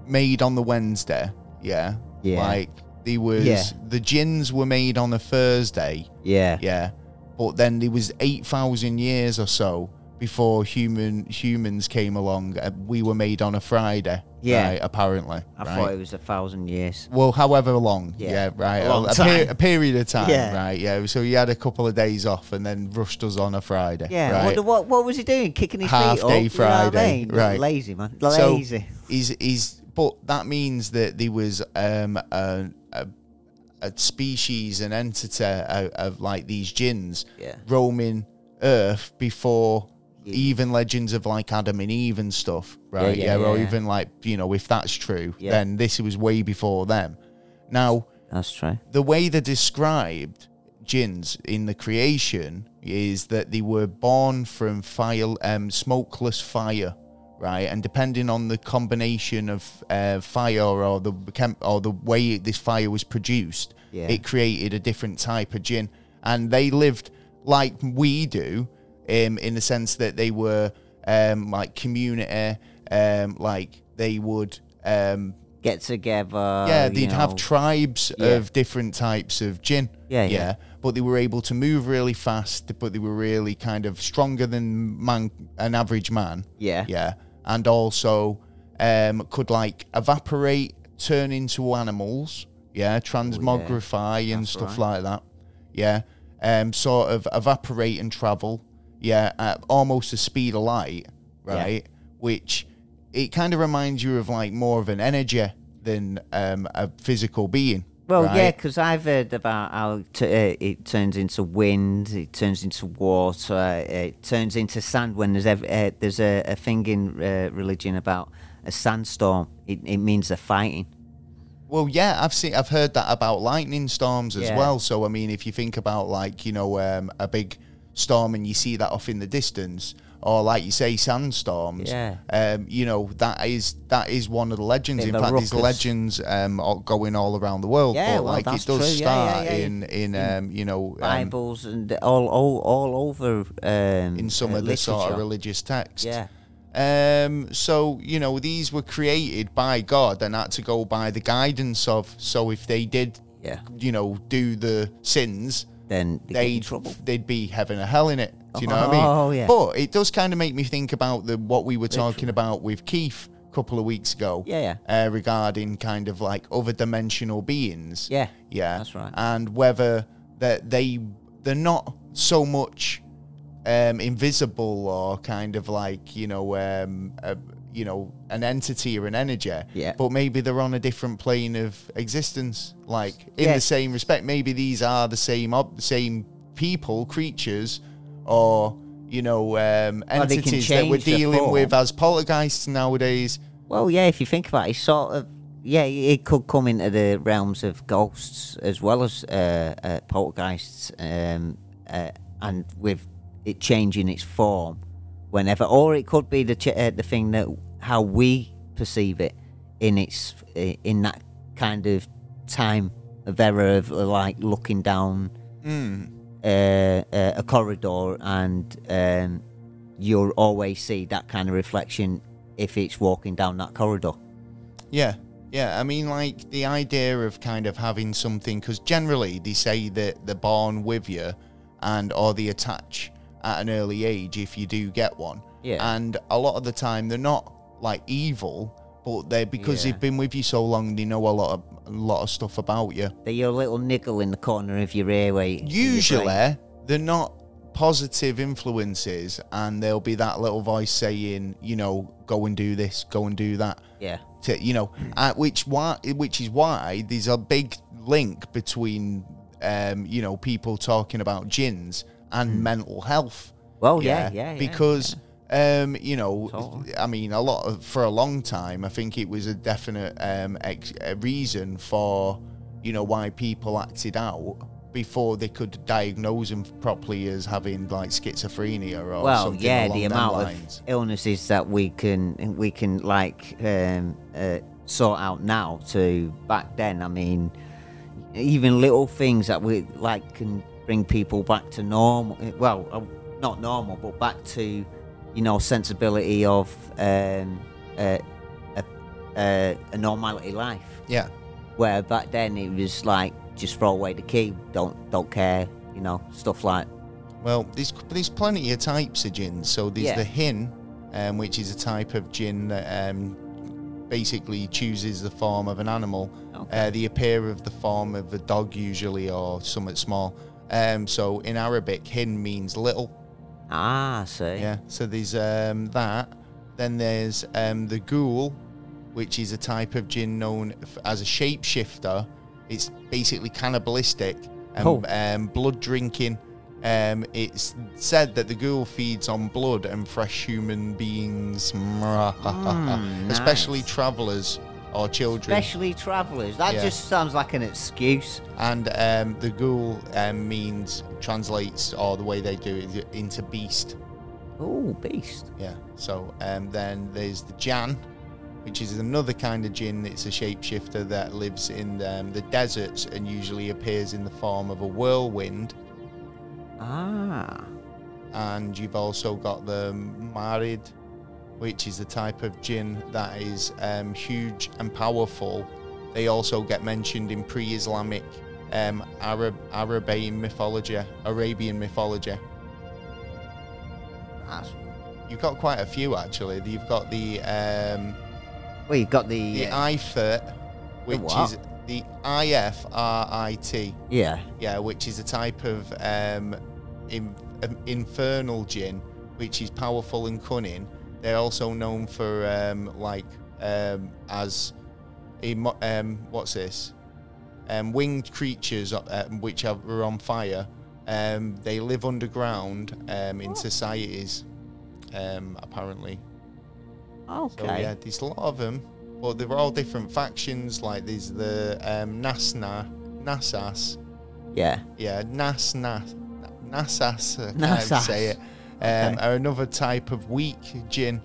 Speaker 1: made on the Wednesday, yeah,
Speaker 2: Yeah.
Speaker 1: Like they was
Speaker 2: Yeah.
Speaker 1: the gins were made on a Thursday.
Speaker 2: Yeah.
Speaker 1: Yeah. But then there was eight thousand years or so before human humans came along. Uh, we were made on a Friday.
Speaker 2: Yeah.
Speaker 1: right, apparently.
Speaker 2: I
Speaker 1: right?
Speaker 2: thought it was a thousand years.
Speaker 1: Well, however long. Yeah,
Speaker 2: Yeah.
Speaker 1: right.
Speaker 2: A long
Speaker 1: a, peri-
Speaker 2: time.
Speaker 1: a period of time.
Speaker 2: Yeah.
Speaker 1: Right. Yeah. So he had a couple of days off and then rushed us on a Friday.
Speaker 2: Yeah.
Speaker 1: Right.
Speaker 2: What, what what was he doing? Kicking his
Speaker 1: Half
Speaker 2: feet up.
Speaker 1: day
Speaker 2: you know what I
Speaker 1: Friday,
Speaker 2: mean?
Speaker 1: right.
Speaker 2: Lazy man.
Speaker 1: So-
Speaker 2: Lazy.
Speaker 1: He's he's but that means that there was um a a, a species an entity of, of like these gins
Speaker 2: Yeah.
Speaker 1: roaming Earth before.
Speaker 2: Yeah.
Speaker 1: Even legends of like Adam and Eve and stuff, right?
Speaker 2: yeah,
Speaker 1: or
Speaker 2: yeah.
Speaker 1: even like you know, if that's true,
Speaker 2: Yeah.
Speaker 1: then this was way before them. Now,
Speaker 2: That's true.
Speaker 1: the way they're described gins in the creation is that they were born from fire, um, smokeless fire, right? And depending on the combination of uh, fire or the chem- or the way this fire was produced,
Speaker 2: Yeah.
Speaker 1: it created a different type of gin. And they lived like we do, um, in the sense that they were um, like community, um, like they would. Um,
Speaker 2: Get together.
Speaker 1: yeah,
Speaker 2: you
Speaker 1: they'd have
Speaker 2: know.
Speaker 1: tribes
Speaker 2: Yeah.
Speaker 1: of different types of gin.
Speaker 2: Yeah, yeah.
Speaker 1: But they were able to move really fast, but they were really kind of stronger than man, an average man.
Speaker 2: Yeah.
Speaker 1: Yeah. And also um, could like evaporate, turn into animals.
Speaker 2: Oh,
Speaker 1: Yeah. Transmogrify and
Speaker 2: That's
Speaker 1: stuff
Speaker 2: right.
Speaker 1: like that. Yeah. Um, sort of evaporate and travel. Yeah. At almost the speed of light. Right. Which it kind of reminds you of like more of an energy than um, a physical being.
Speaker 2: Well, yeah, yeah,
Speaker 1: right?
Speaker 2: because I've heard about how t- uh, it turns into wind, it turns into water, it turns into sand. When there's ev- uh, there's a, a thing in uh, religion about a sandstorm, it, it means they're fighting.
Speaker 1: Well, yeah, I've seen, I've heard that about lightning storms as
Speaker 2: Yeah.
Speaker 1: well. So, I mean, if you think about like you know um, a big storm and you see that off in the distance, or like you say sandstorms,
Speaker 2: Yeah.
Speaker 1: um, you know that is that is one of the legends.
Speaker 2: Bit
Speaker 1: in
Speaker 2: of a
Speaker 1: fact, there's
Speaker 2: ruckus.
Speaker 1: legends um, all- going all around the world.
Speaker 2: Yeah,
Speaker 1: but
Speaker 2: well,
Speaker 1: like
Speaker 2: that's
Speaker 1: it does
Speaker 2: true. Yeah, yeah,
Speaker 1: start
Speaker 2: yeah, yeah.
Speaker 1: in in um, you know um,
Speaker 2: Bibles and all all, all over. Um,
Speaker 1: in some
Speaker 2: uh,
Speaker 1: of the sort of
Speaker 2: literature.
Speaker 1: religious texts.
Speaker 2: Yeah.
Speaker 1: Um, so you know these were created by God and had to go by the guidance of. So if they did,
Speaker 2: Yeah.
Speaker 1: you know, do the sins,
Speaker 2: Then they get in
Speaker 1: they'd
Speaker 2: trouble.
Speaker 1: they'd be heaven or hell in it. Do you know what I mean?
Speaker 2: Oh, yeah.
Speaker 1: But it does kind of make me think about the what we were talking about with Keith a couple of weeks ago.
Speaker 2: Yeah,
Speaker 1: Uh, regarding kind of like other dimensional beings.
Speaker 2: Yeah,
Speaker 1: Yeah.
Speaker 2: that's right.
Speaker 1: And whether that they they're not so much um, invisible or kind of like you know um, a, you know an entity or an energy.
Speaker 2: Yeah.
Speaker 1: But maybe they're on a different plane of existence. Like in
Speaker 2: Yeah.
Speaker 1: the same respect, maybe these are the same ob- same people, creatures, or you know um,
Speaker 2: Well, they can
Speaker 1: entities that we're
Speaker 2: change their
Speaker 1: dealing with
Speaker 2: form.
Speaker 1: as poltergeists nowadays.
Speaker 2: Well, yeah, if you think about it, it's sort of, yeah, it could come into the realms of ghosts as well as uh, uh, poltergeists, um, uh, and with it changing its form whenever, or it could be the ch- uh, the thing that how we perceive it in its i- in that kind of time of error of uh, like looking down
Speaker 1: Hmm.
Speaker 2: uh, uh, a corridor and um, you'll always see that kind of reflection if it's walking down that corridor.
Speaker 1: Yeah, yeah. I mean, like the idea of kind of having something because generally they say that they're born with you, and or they attach at an early age if you do get one.
Speaker 2: Yeah.
Speaker 1: And a lot of the time they're not like evil, but they're because
Speaker 2: Yeah.
Speaker 1: they've been with you so long, they know a lot of a lot of stuff about you.
Speaker 2: They're your little niggle in the corner of your airway. in your brain.
Speaker 1: Usually they're not positive influences, and there'll be that little voice saying, you know, go and do this, go and do that
Speaker 2: Yeah.
Speaker 1: to you know,
Speaker 2: Hmm.
Speaker 1: uh, which why which is why there's a big link between um, you know people talking about gins and mental health.
Speaker 2: Hmm. Well, yeah, yeah, yeah,
Speaker 1: because. Um, you know,
Speaker 2: Totally.
Speaker 1: I mean, a lot of, for a long time, I think it was a definite um, ex- a reason for, you know, why people acted out before they could diagnose them properly as having like schizophrenia or
Speaker 2: Well,
Speaker 1: Oh, something
Speaker 2: yeah,
Speaker 1: along
Speaker 2: the
Speaker 1: them
Speaker 2: amount
Speaker 1: lines.
Speaker 2: of illnesses that we can we can like um, uh, sort out now to back then. I mean, even little things that we like can bring people back to normal. Well, uh, not normal, but back to you know sensibility of um, uh, a, uh, a normality life.
Speaker 1: yeah,
Speaker 2: Where back then it was like just throw away the key, don't don't care, you know, stuff like
Speaker 1: Well, there's there's plenty of types of gin. So there's
Speaker 2: Yeah.
Speaker 1: the hin, um, which is a type of gin that um, basically chooses the form of an animal.
Speaker 2: Okay.
Speaker 1: Uh, they appear of the form of a dog usually or something small. Um, so in Arabic, hin means little.
Speaker 2: ah, see,
Speaker 1: Yeah. So there's um, that. Then there's um, the ghoul, which is a type of gin known f- as a shapeshifter. It's basically cannibalistic and
Speaker 2: Oh.
Speaker 1: um, blood drinking. Um, it's said that the ghoul feeds on blood and fresh human beings,
Speaker 2: Mm,
Speaker 1: especially
Speaker 2: nice.
Speaker 1: travelers or children.
Speaker 2: especially travellers. That
Speaker 1: Yeah.
Speaker 2: just sounds like an excuse.
Speaker 1: and um, the ghoul um, means translates, or the way they do it, into beast.
Speaker 2: Oh, beast.
Speaker 1: Yeah. So um, then there's the Jan, which is another kind of jinn. It's a shapeshifter that lives in um, the deserts and usually appears in the form of a whirlwind.
Speaker 2: Ah,
Speaker 1: And you've also got the Marid, which is the type of jinn that is um, huge and powerful. They also get mentioned in pre-Islamic um, Arab Arabian mythology, Arabian mythology.
Speaker 2: that's,
Speaker 1: You've got quite a few actually. You've got the um,
Speaker 2: well, you got the,
Speaker 1: The
Speaker 2: uh,
Speaker 1: IFIT, which
Speaker 2: what?
Speaker 1: is the IFRIT,
Speaker 2: yeah,
Speaker 1: yeah, which is a type of um, in, um, infernal gin, which is powerful and cunning. They're also known for um, like um, as emo- um, what's this? Um, winged creatures uh, um, which are, are on fire. Um, they live underground um, in societies, um, apparently.
Speaker 2: okay,
Speaker 1: So yeah, there's a lot of them, but they're all different factions. Like there's the um, Nasna, Nasas,
Speaker 2: yeah.
Speaker 1: yeah, Nas Nas Nasas. I
Speaker 2: Nasas.
Speaker 1: can't say it. Um,
Speaker 2: Okay.
Speaker 1: Are another type of weak gin,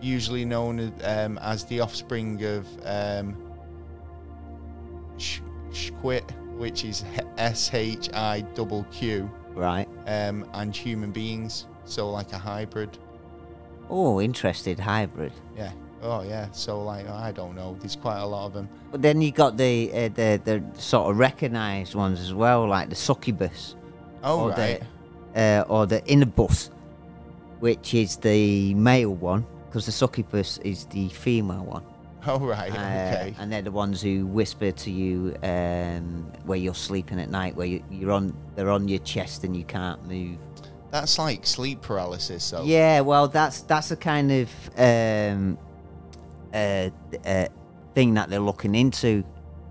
Speaker 1: usually known as, um, as the offspring of um, sh- Shquit, which is S H I double Q,
Speaker 2: Right.
Speaker 1: um, and human beings. So like a hybrid.
Speaker 2: Oh, interested hybrid.
Speaker 1: Yeah. Oh yeah. So like I don't know. There's quite a lot of them.
Speaker 2: But then you got the uh, the the sort of recognised ones as well, like the succubus
Speaker 1: Oh
Speaker 2: or
Speaker 1: right.
Speaker 2: the uh, or the innobus, which is the male one, because the succubus is the female one.
Speaker 1: Oh right. okay.
Speaker 2: Uh, and they're the ones who whisper to you um, where you're sleeping at night, where you, you're on they're on your chest and you can't move.
Speaker 1: That's like sleep paralysis, though.
Speaker 2: Yeah, well, that's that's the kind of um, uh, uh, thing that they're looking into.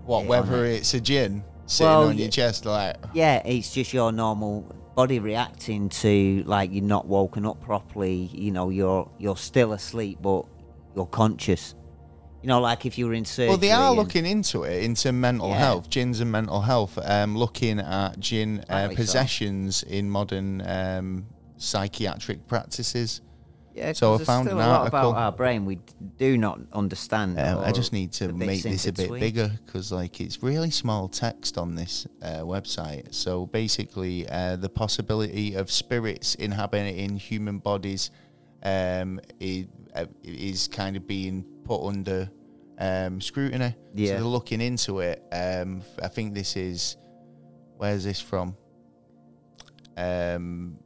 Speaker 1: What?
Speaker 2: Yeah,
Speaker 1: whether it's a gin sitting
Speaker 2: Well,
Speaker 1: on your
Speaker 2: y-
Speaker 1: chest, like
Speaker 2: Yeah, it's just your normal body reacting to like you're not woken up properly. You know, you're you're still asleep, but you're conscious. You know, like if you were in surgery.
Speaker 1: Well, they are
Speaker 2: and-
Speaker 1: looking into it, into mental
Speaker 2: Yeah.
Speaker 1: health, gins and mental health. Um, looking at gin uh,
Speaker 2: Rightly so.
Speaker 1: possessions in modern um, psychiatric practices.
Speaker 2: Yeah,
Speaker 1: So
Speaker 2: 'cause
Speaker 1: I
Speaker 2: there's
Speaker 1: found
Speaker 2: still
Speaker 1: an
Speaker 2: a lot
Speaker 1: article-
Speaker 2: about our brain we d- do not understand.
Speaker 1: Um, I
Speaker 2: or
Speaker 1: just need to
Speaker 2: the
Speaker 1: make
Speaker 2: bits in
Speaker 1: this a bit
Speaker 2: between.
Speaker 1: bigger because, like, it's really small text on this uh, website. So basically, uh, the possibility of spirits inhabiting human bodies um, is, uh, is kind of being put under um, scrutiny. So
Speaker 2: Yeah.
Speaker 1: they're looking into it. Um, I think this is where's this from? Um,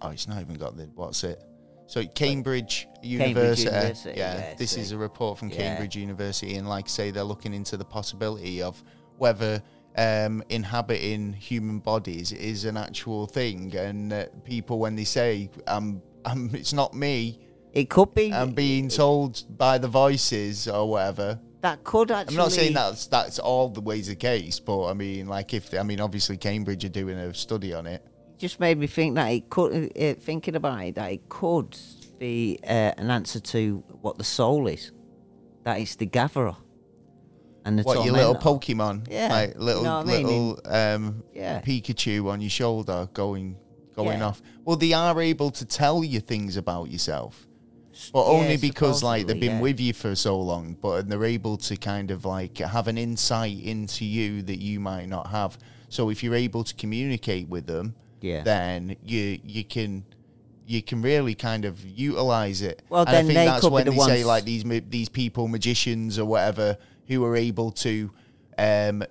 Speaker 1: oh, it's not even got the what's it? So Cambridge University.
Speaker 2: University,
Speaker 1: yeah,
Speaker 2: yeah,
Speaker 1: this
Speaker 2: so-
Speaker 1: is a report from
Speaker 2: yeah.
Speaker 1: Cambridge University, and like I say, they're looking into the possibility of whether um, inhabiting human bodies is an actual thing, and uh, people when they say um, um, it's not me,
Speaker 2: It could be.
Speaker 1: I'm being told by the voices or whatever.
Speaker 2: that could actually.
Speaker 1: I'm not saying that's that's all the ways the case, but I mean, like if I mean, obviously Cambridge are doing a study on it.
Speaker 2: Just made me think that it could. Uh, thinking about it, that it could be uh, an answer to what the soul is. That it's the gatherer. And the
Speaker 1: What your little
Speaker 2: tormentor.
Speaker 1: Pokemon,
Speaker 2: Yeah,
Speaker 1: like
Speaker 2: you
Speaker 1: little
Speaker 2: know what I mean?
Speaker 1: little um,
Speaker 2: Yeah.
Speaker 1: Pikachu on your shoulder going going
Speaker 2: Yeah.
Speaker 1: off. Well, they are able to tell you things about yourself, but
Speaker 2: Yeah,
Speaker 1: only because like they've
Speaker 2: supposedly,
Speaker 1: been
Speaker 2: yeah.
Speaker 1: with you for so long. But and they're able to kind of like have an insight into you that you might not have. So if you're able to communicate with them,
Speaker 2: Yeah.
Speaker 1: then you you can. You can really kind of utilize it.
Speaker 2: Well,
Speaker 1: and I
Speaker 2: then
Speaker 1: think
Speaker 2: they
Speaker 1: that's
Speaker 2: could be
Speaker 1: when
Speaker 2: the
Speaker 1: they say
Speaker 2: ones-
Speaker 1: like these ma- these people, magicians or whatever, who are able to um,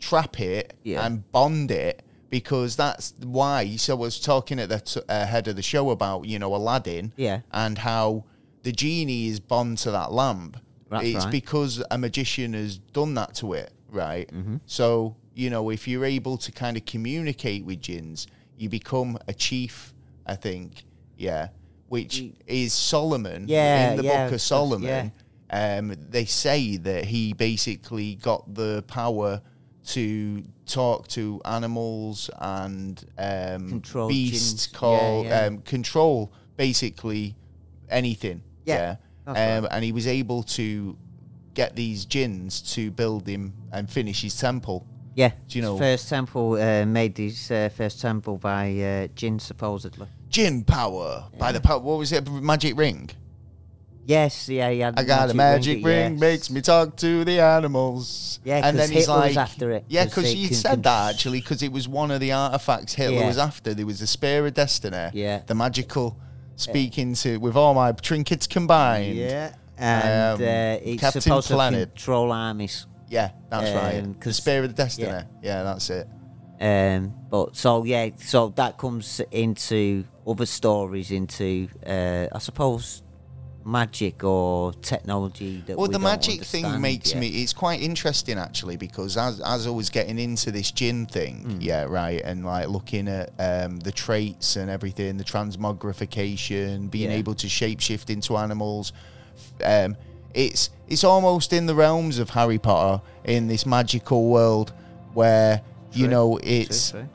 Speaker 1: trap it
Speaker 2: Yeah.
Speaker 1: and bond it because that's why. So I was talking at the t- uh, head of the show about you know Aladdin,
Speaker 2: Yeah.
Speaker 1: and how the genie is bond to that lamp.
Speaker 2: That's
Speaker 1: it's
Speaker 2: right.
Speaker 1: because a magician has done that to it, right?
Speaker 2: Mm-hmm.
Speaker 1: So you know if you're able to kind of communicate with jinns, you become a chief. I think, yeah. Which is Solomon
Speaker 2: Yeah,
Speaker 1: in the
Speaker 2: yeah,
Speaker 1: Book of
Speaker 2: that's-
Speaker 1: Solomon
Speaker 2: yeah.
Speaker 1: um, they say that he basically got the power to talk to animals and um,
Speaker 2: Control
Speaker 1: beasts,
Speaker 2: gins- yeah,
Speaker 1: call
Speaker 2: yeah.
Speaker 1: Um, control basically anything.
Speaker 2: Yeah, that's
Speaker 1: Um, and he was able to get these jinns to build him and finish his temple.
Speaker 2: Yeah.
Speaker 1: Do you know-
Speaker 2: First temple uh, made his uh, first temple by uh, Jin, supposedly.
Speaker 1: Jinn power by the power. What was it? Magic ring.
Speaker 2: Yes, yeah, he had
Speaker 1: I got a magic ring, makes me talk to the animals.
Speaker 2: Yeah, 'cause Hitler was after it,
Speaker 1: Yeah,
Speaker 2: 'cause
Speaker 1: because
Speaker 2: they
Speaker 1: he
Speaker 2: can-
Speaker 1: said that actually, because it was one of the artifacts Hitler
Speaker 2: Yeah.
Speaker 1: was after. There was the Spear of Destiny.
Speaker 2: Yeah.
Speaker 1: The magical speaking to with all my trinkets combined.
Speaker 2: Yeah. And
Speaker 1: Um,
Speaker 2: uh, it's
Speaker 1: Captain
Speaker 2: supposed to
Speaker 1: Planet.
Speaker 2: control armies.
Speaker 1: Yeah, that's
Speaker 2: Um,
Speaker 1: right. The
Speaker 2: 'cause-
Speaker 1: Spear of Destiny.
Speaker 2: yeah.
Speaker 1: Yeah. that's it.
Speaker 2: Um, but so yeah, so that comes into other stories, into uh, I suppose magic or technology that.
Speaker 1: Well,
Speaker 2: we
Speaker 1: the
Speaker 2: don't
Speaker 1: magic thing
Speaker 2: understand
Speaker 1: makes
Speaker 2: yet.
Speaker 1: me. It's quite interesting actually because as as I was getting into this gin thing,
Speaker 2: Hmm.
Speaker 1: yeah, right, and like looking at um, the traits and everything, the transmogrification, being
Speaker 2: Yeah.
Speaker 1: able to shapeshift into animals, f- um, it's it's almost in the realms of Harry Potter in this magical world where you
Speaker 2: True.
Speaker 1: know
Speaker 2: True,
Speaker 1: it's
Speaker 2: true.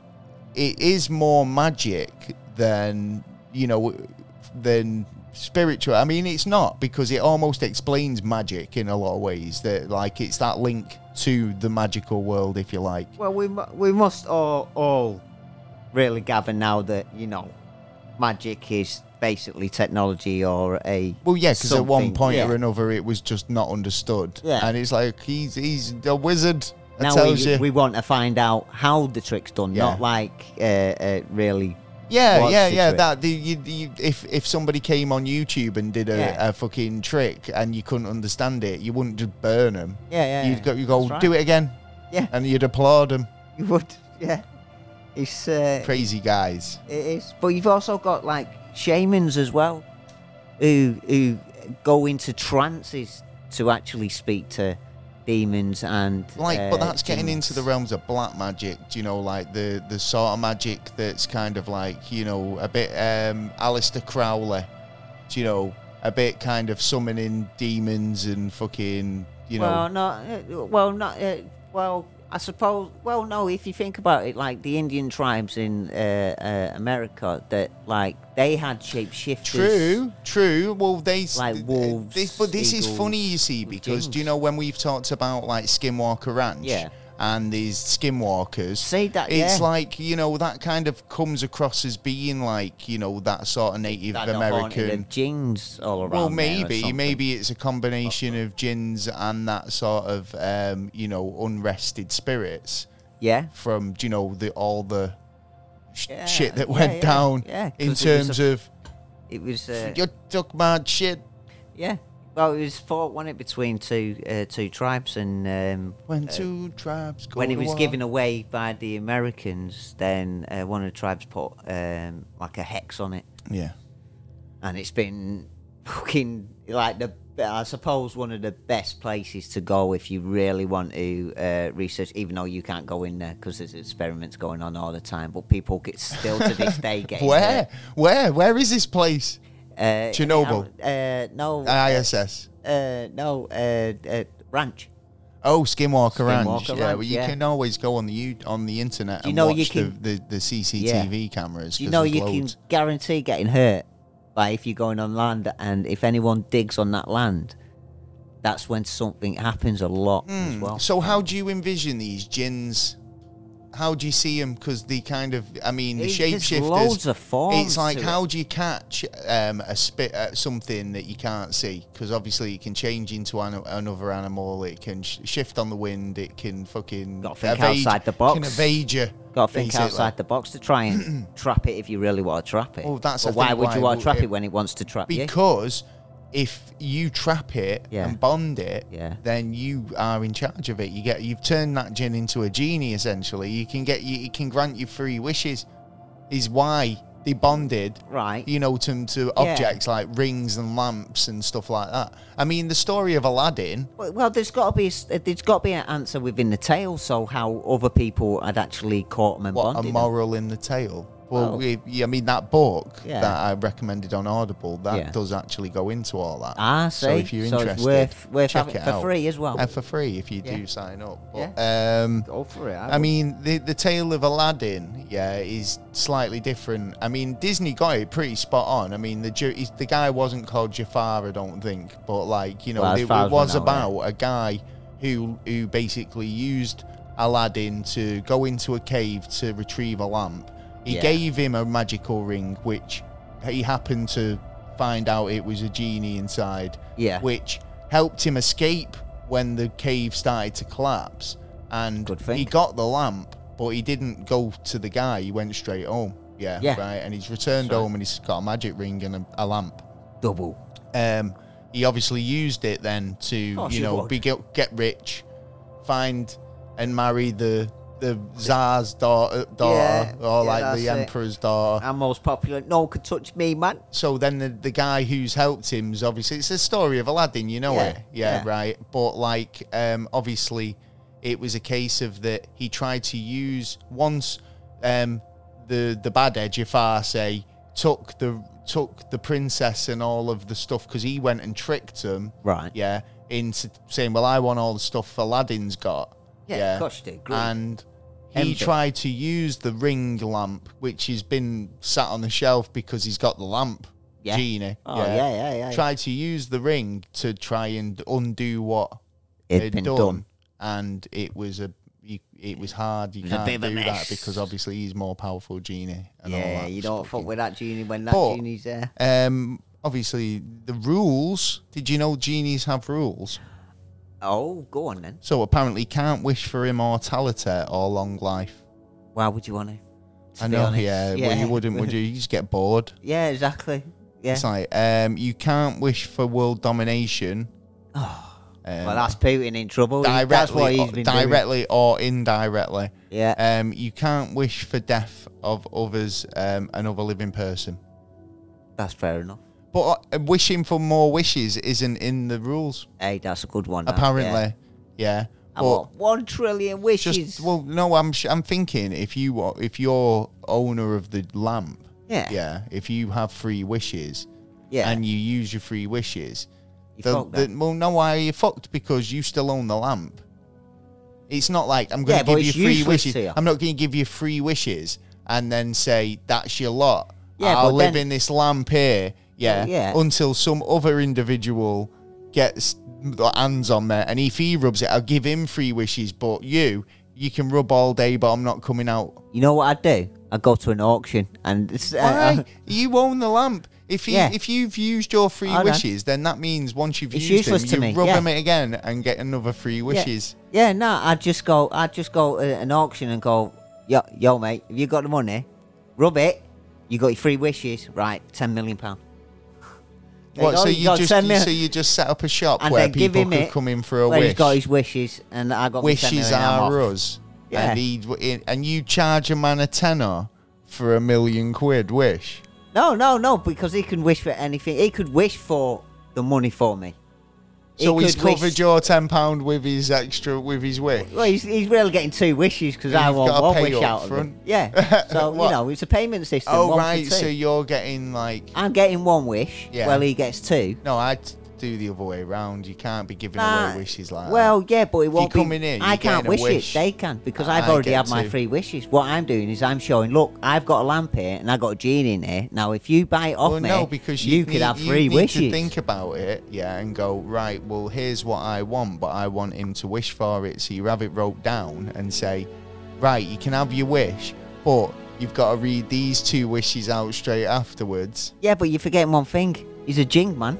Speaker 1: it is more magic than you know than spiritual i mean it's not because it almost explains magic in a lot of ways that like it's that link to the magical world if you like
Speaker 2: Well, we mu- we must all all really gather now that you know magic is basically technology or a
Speaker 1: well yeah because at one
Speaker 2: something,
Speaker 1: point
Speaker 2: yeah.
Speaker 1: or another it was just not understood
Speaker 2: Yeah.
Speaker 1: and it's like he's he's a wizard I
Speaker 2: now
Speaker 1: tells
Speaker 2: we,
Speaker 1: you
Speaker 2: we want to find out how the trick's done,
Speaker 1: Yeah.
Speaker 2: not like uh, uh, really.
Speaker 1: Yeah,
Speaker 2: What's
Speaker 1: yeah,
Speaker 2: the
Speaker 1: yeah.
Speaker 2: trick?
Speaker 1: That the, you, you, if if somebody came on YouTube and did a,
Speaker 2: Yeah.
Speaker 1: a fucking trick and you couldn't understand it, you wouldn't just burn them.
Speaker 2: Yeah, yeah,
Speaker 1: You'd
Speaker 2: yeah.
Speaker 1: go, you go,
Speaker 2: That's right.
Speaker 1: do it again,
Speaker 2: Yeah,
Speaker 1: and you'd applaud them.
Speaker 2: you would. Yeah, it's uh,
Speaker 1: Crazy guys.
Speaker 2: It is. But you've also got like shamans as well, who who go into trances to actually speak to demons and
Speaker 1: Like,
Speaker 2: uh,
Speaker 1: but that's getting
Speaker 2: demons.
Speaker 1: into the realms of black magic. Do you know, like the the sort of magic that's kind of like you know a bit um Alistair Crowley. Do you know a bit kind of summoning demons and fucking you know.
Speaker 2: well, no, uh, well, not uh, well. I suppose. Well, no. If you think about it, like the Indian tribes in uh, uh, America, that like they had shapeshifters.
Speaker 1: True, true. Well, they
Speaker 2: Like
Speaker 1: th-
Speaker 2: wolves,
Speaker 1: This, but this is funny, you see,
Speaker 2: eagles,
Speaker 1: because do you
Speaker 2: pigeons.
Speaker 1: know when we've talked about like Skinwalker Ranch?
Speaker 2: Yeah.
Speaker 1: And these skinwalkers.
Speaker 2: See, that-
Speaker 1: It's
Speaker 2: yeah.
Speaker 1: like you know that kind of comes across as being like you know that sort of Native
Speaker 2: That are haunted
Speaker 1: American.
Speaker 2: of jinns all around.
Speaker 1: Well,
Speaker 2: there or
Speaker 1: maybe
Speaker 2: something.
Speaker 1: maybe it's a combination of gins and that sort of um, you know unrested spirits
Speaker 2: Yeah.
Speaker 1: from you know the all the sh-
Speaker 2: Yeah,
Speaker 1: shit that
Speaker 2: yeah,
Speaker 1: went
Speaker 2: yeah,
Speaker 1: down
Speaker 2: yeah,
Speaker 1: in
Speaker 2: 'cause it was
Speaker 1: terms
Speaker 2: a-
Speaker 1: of
Speaker 2: It was. Uh,
Speaker 1: you took my shit.
Speaker 2: Yeah. Well, it was fought, wasn't it, between two uh, two tribes, and um,
Speaker 1: When two tribes go
Speaker 2: when it
Speaker 1: to
Speaker 2: was
Speaker 1: war.
Speaker 2: given away by the Americans, then uh, one of the tribes put um, like a hex on it,
Speaker 1: yeah,
Speaker 2: and it's been fucking like the I suppose one of the best places to go if you really want to uh, research, even though you can't go in there because there's experiments going on all the time. But people get still to this day get in
Speaker 1: where, where, where is this place?
Speaker 2: there. uh,
Speaker 1: Chernobyl? Ah.
Speaker 2: Uh, no,
Speaker 1: ISS.
Speaker 2: uh, no, uh, uh, ranch.
Speaker 1: Oh, Skinwalker, Ranch.
Speaker 2: Skinwalker
Speaker 1: Yeah,
Speaker 2: Ranch,
Speaker 1: well, you
Speaker 2: yeah.
Speaker 1: can always go on the U- on the internet
Speaker 2: Do you
Speaker 1: and
Speaker 2: know
Speaker 1: watch
Speaker 2: you can-
Speaker 1: the, the, the CCTV cameras.
Speaker 2: Do you
Speaker 1: 'cause
Speaker 2: know
Speaker 1: there's
Speaker 2: you can
Speaker 1: loads.
Speaker 2: guarantee getting hurt by if you're going on land, and if anyone digs on that land, that's when something happens a lot as well.
Speaker 1: Hmm. So, how do you envision these gins? How do you see them? Because they kind of, I mean, the
Speaker 2: There's
Speaker 1: shapeshifters.
Speaker 2: loads of forms
Speaker 1: It's like
Speaker 2: to
Speaker 1: how do you catch um, a spit uh, something that you can't see? Because obviously it can change into an, another animal. It can sh- shift on the wind. It can fucking
Speaker 2: Gotta think outside the box.
Speaker 1: Can evade you.
Speaker 2: Got to think
Speaker 1: basically.
Speaker 2: outside the box to try and trap it if you really want to trap it.
Speaker 1: Well, that's
Speaker 2: but
Speaker 1: the
Speaker 2: why
Speaker 1: thing,
Speaker 2: would
Speaker 1: why
Speaker 2: you
Speaker 1: w-
Speaker 2: want to trap
Speaker 1: it-
Speaker 2: it when it wants to trap you?
Speaker 1: because if you trap it
Speaker 2: Yeah.
Speaker 1: and bond it,
Speaker 2: Yeah.
Speaker 1: then you are in charge of it. You get you've turned that gin into a genie essentially. You can get you it can grant you three wishes. Is why they bonded,
Speaker 2: Right.
Speaker 1: You know, to to objects like rings and lamps and stuff like that. I mean, the story of Aladdin.
Speaker 2: Well, well, there's got to be a s- uh, there's got to be an answer within the tale. So how other people had actually caught them and
Speaker 1: What
Speaker 2: bonded
Speaker 1: a
Speaker 2: 'em.
Speaker 1: moral in the tale. Well,
Speaker 2: Well-
Speaker 1: we, yeah, I mean that book
Speaker 2: Yeah.
Speaker 1: that I recommended on Audible that
Speaker 2: Yeah.
Speaker 1: does actually go into all that.
Speaker 2: Ah, see.
Speaker 1: so if you're
Speaker 2: So it's
Speaker 1: interested,
Speaker 2: worth- worth
Speaker 1: check
Speaker 2: having-
Speaker 1: it
Speaker 2: for
Speaker 1: out.
Speaker 2: free as well.
Speaker 1: and for free if you
Speaker 2: Yeah.
Speaker 1: do sign up. But, yeah. um,
Speaker 2: Go for it.
Speaker 1: I mean, the the tale of Aladdin, yeah, is slightly different. I mean, Disney got it pretty spot on. I mean, the Ju- he's- the guy wasn't called Jafar, I don't think, but like you know,
Speaker 2: Well, as
Speaker 1: it,
Speaker 2: far
Speaker 1: it
Speaker 2: as we
Speaker 1: was
Speaker 2: know, yeah.
Speaker 1: about a guy who who basically used Aladdin to go into a cave to retrieve a lamp. He
Speaker 2: Yeah.
Speaker 1: gave him a magical ring, which he happened to find out it was a genie inside
Speaker 2: Yeah.
Speaker 1: which helped him escape when the cave started to collapse. And
Speaker 2: Good
Speaker 1: he
Speaker 2: thing.
Speaker 1: got the lamp, but he didn't go to the guy. He went straight home. Yeah,
Speaker 2: Yeah.
Speaker 1: right. And he's returned
Speaker 2: Sorry.
Speaker 1: home and he's got a magic ring and a, a lamp.
Speaker 2: double.
Speaker 1: Um, he obviously used it then to,
Speaker 2: course
Speaker 1: you
Speaker 2: he
Speaker 1: know,
Speaker 2: would.
Speaker 1: be, get, get rich, find and marry the the Tsar's daughter, daughter
Speaker 2: Yeah,
Speaker 1: or
Speaker 2: yeah,
Speaker 1: like the
Speaker 2: that's it.
Speaker 1: Emperor's daughter
Speaker 2: I'm most popular. No one could touch me, man.
Speaker 1: so then the, the guy who's helped him's obviously it's the story of Aladdin, you know
Speaker 2: Yeah,
Speaker 1: it, yeah,
Speaker 2: yeah.
Speaker 1: right. But like, um, obviously, it was a case of that he tried to use once um, the the bad edge, Jafar say, took the took the princess and all of the stuff because he went and tricked him,
Speaker 2: Right.
Speaker 1: yeah, into saying, well, I want all the stuff Aladdin's got,
Speaker 2: Yeah, of course they agree.
Speaker 1: and he
Speaker 2: Envy.
Speaker 1: tried to use the ring lamp, which has been sat on the shelf because he's got the lamp
Speaker 2: Yeah.
Speaker 1: genie.
Speaker 2: Oh, yeah, yeah, yeah, yeah.
Speaker 1: Tried to use the ring to try and undo what
Speaker 2: It'd
Speaker 1: they'd
Speaker 2: been
Speaker 1: done,
Speaker 2: done.
Speaker 1: and it was a you, it was hard. You
Speaker 2: It's a
Speaker 1: can't
Speaker 2: bit of a
Speaker 1: do that
Speaker 2: mess.
Speaker 1: because obviously he's more powerful genie. And all
Speaker 2: Yeah,
Speaker 1: that
Speaker 2: you don't
Speaker 1: fucking-
Speaker 2: fuck with that genie when that
Speaker 1: But-
Speaker 2: genie's there.
Speaker 1: Um, obviously the rules. Did you know genies have rules?
Speaker 2: Oh, go on then.
Speaker 1: So apparently, can't wish for immortality or long life.
Speaker 2: Why would you want to?
Speaker 1: I know, yeah. Well, you wouldn't, would you? You just get bored.
Speaker 2: Yeah, exactly. Yeah.
Speaker 1: It's like um, you can't wish for world domination. um,
Speaker 2: Oh, well, that's Putin in trouble. He- that's what
Speaker 1: directly,
Speaker 2: he's
Speaker 1: or,
Speaker 2: been doing.
Speaker 1: directly or indirectly.
Speaker 2: Yeah.
Speaker 1: Um, you can't wish for death of others, um, another living person.
Speaker 2: That's fair enough.
Speaker 1: But uh, wishing for more wishes isn't in the rules,
Speaker 2: Hey, that's a good one. that, Yeah.
Speaker 1: apparently. Yeah.
Speaker 2: I
Speaker 1: But
Speaker 2: want one trillion wishes.
Speaker 1: just well, no, I'm sh- I'm thinking if you wa- if you're owner of the lamp,
Speaker 2: Yeah.
Speaker 1: yeah, if you have three wishes,
Speaker 2: yeah.
Speaker 1: and you use your free wishes.
Speaker 2: You
Speaker 1: the-
Speaker 2: fucked then.
Speaker 1: the- well, no, why are you fucked? Because you still own the lamp. It's not like I'm going
Speaker 2: Yeah,
Speaker 1: to
Speaker 2: but
Speaker 1: give
Speaker 2: it's
Speaker 1: you free
Speaker 2: useless
Speaker 1: wishes.
Speaker 2: to you.
Speaker 1: I'm not going to give you free wishes and then say that's your lot.
Speaker 2: Yeah,
Speaker 1: I'll
Speaker 2: but
Speaker 1: live
Speaker 2: then-
Speaker 1: in this lamp here. Yeah,
Speaker 2: yeah.
Speaker 1: Until some other individual gets the hands on there, and if he rubs it, I'll give him free wishes. But you, you can rub all day, but I'm not coming out.
Speaker 2: You know what I'd do? I'd go to an auction and. s- uh,
Speaker 1: Why?
Speaker 2: uh,
Speaker 1: you own the lamp. If you
Speaker 2: Yeah.
Speaker 1: if you've used your free
Speaker 2: Hold on.
Speaker 1: wishes, then that means once you've
Speaker 2: It's
Speaker 1: used them,
Speaker 2: useless to
Speaker 1: you
Speaker 2: me,
Speaker 1: rub
Speaker 2: yeah.
Speaker 1: them it again and get another free wishes.
Speaker 2: Yeah, yeah no, I'd just go. I'd just go to an auction and go, yo, yo, mate, have you got the money? Rub it. You got your three wishes, right? Ten million pound. There
Speaker 1: What?
Speaker 2: go,
Speaker 1: So
Speaker 2: you
Speaker 1: you
Speaker 2: got
Speaker 1: just
Speaker 2: 10 million.
Speaker 1: so you just set up a shop
Speaker 2: and
Speaker 1: where
Speaker 2: then give
Speaker 1: people
Speaker 2: him
Speaker 1: could
Speaker 2: it.
Speaker 1: come in for a
Speaker 2: where
Speaker 1: wish.
Speaker 2: He's got his wishes, and I got my 10
Speaker 1: wishes
Speaker 2: million, I'm
Speaker 1: are
Speaker 2: off.
Speaker 1: us.
Speaker 2: Yeah.
Speaker 1: And he'd, and you charge a man a tenner for a million quid wish.
Speaker 2: No, no, no, because he can wish for anything. He could wish for the money for me. He
Speaker 1: So he's
Speaker 2: could wish-
Speaker 1: covered your ten pound with his extra with his wish.
Speaker 2: Well, he's, he's really getting two wishes because
Speaker 1: And
Speaker 2: I
Speaker 1: you've
Speaker 2: want
Speaker 1: gotta
Speaker 2: one
Speaker 1: pay
Speaker 2: wish
Speaker 1: up
Speaker 2: out of
Speaker 1: front.
Speaker 2: him. Yeah. So
Speaker 1: What?
Speaker 2: you know, it's a payment system.
Speaker 1: oh
Speaker 2: one for
Speaker 1: right,
Speaker 2: two.
Speaker 1: so you're getting like
Speaker 2: I'm getting one wish.
Speaker 1: Yeah.
Speaker 2: Well, he gets two.
Speaker 1: no, I'd do the other way round. You can't be giving
Speaker 2: Nah,
Speaker 1: away wishes like that.
Speaker 2: well, yeah, but it won't
Speaker 1: come
Speaker 2: be.
Speaker 1: in here, you're
Speaker 2: I can't
Speaker 1: getting a
Speaker 2: wish,
Speaker 1: wish.
Speaker 2: it. They can because
Speaker 1: I
Speaker 2: I've already
Speaker 1: get
Speaker 2: had my
Speaker 1: to.
Speaker 2: three wishes. What I'm doing is I'm showing. Look, I've got a lamp here and I got a genie in here. Now, if you buy it off
Speaker 1: Well,
Speaker 2: me,
Speaker 1: no, because
Speaker 2: you
Speaker 1: you
Speaker 2: could
Speaker 1: need-
Speaker 2: have
Speaker 1: you
Speaker 2: three
Speaker 1: need
Speaker 2: wishes.
Speaker 1: To think about it, yeah, and go right. Well, here's what I want, but I want him to wish for it. So you have it wrote down and say, right, you can have your wish, but you've got to read these two wishes out straight afterwards.
Speaker 2: Yeah, but you're forgetting one thing. He's a jing man.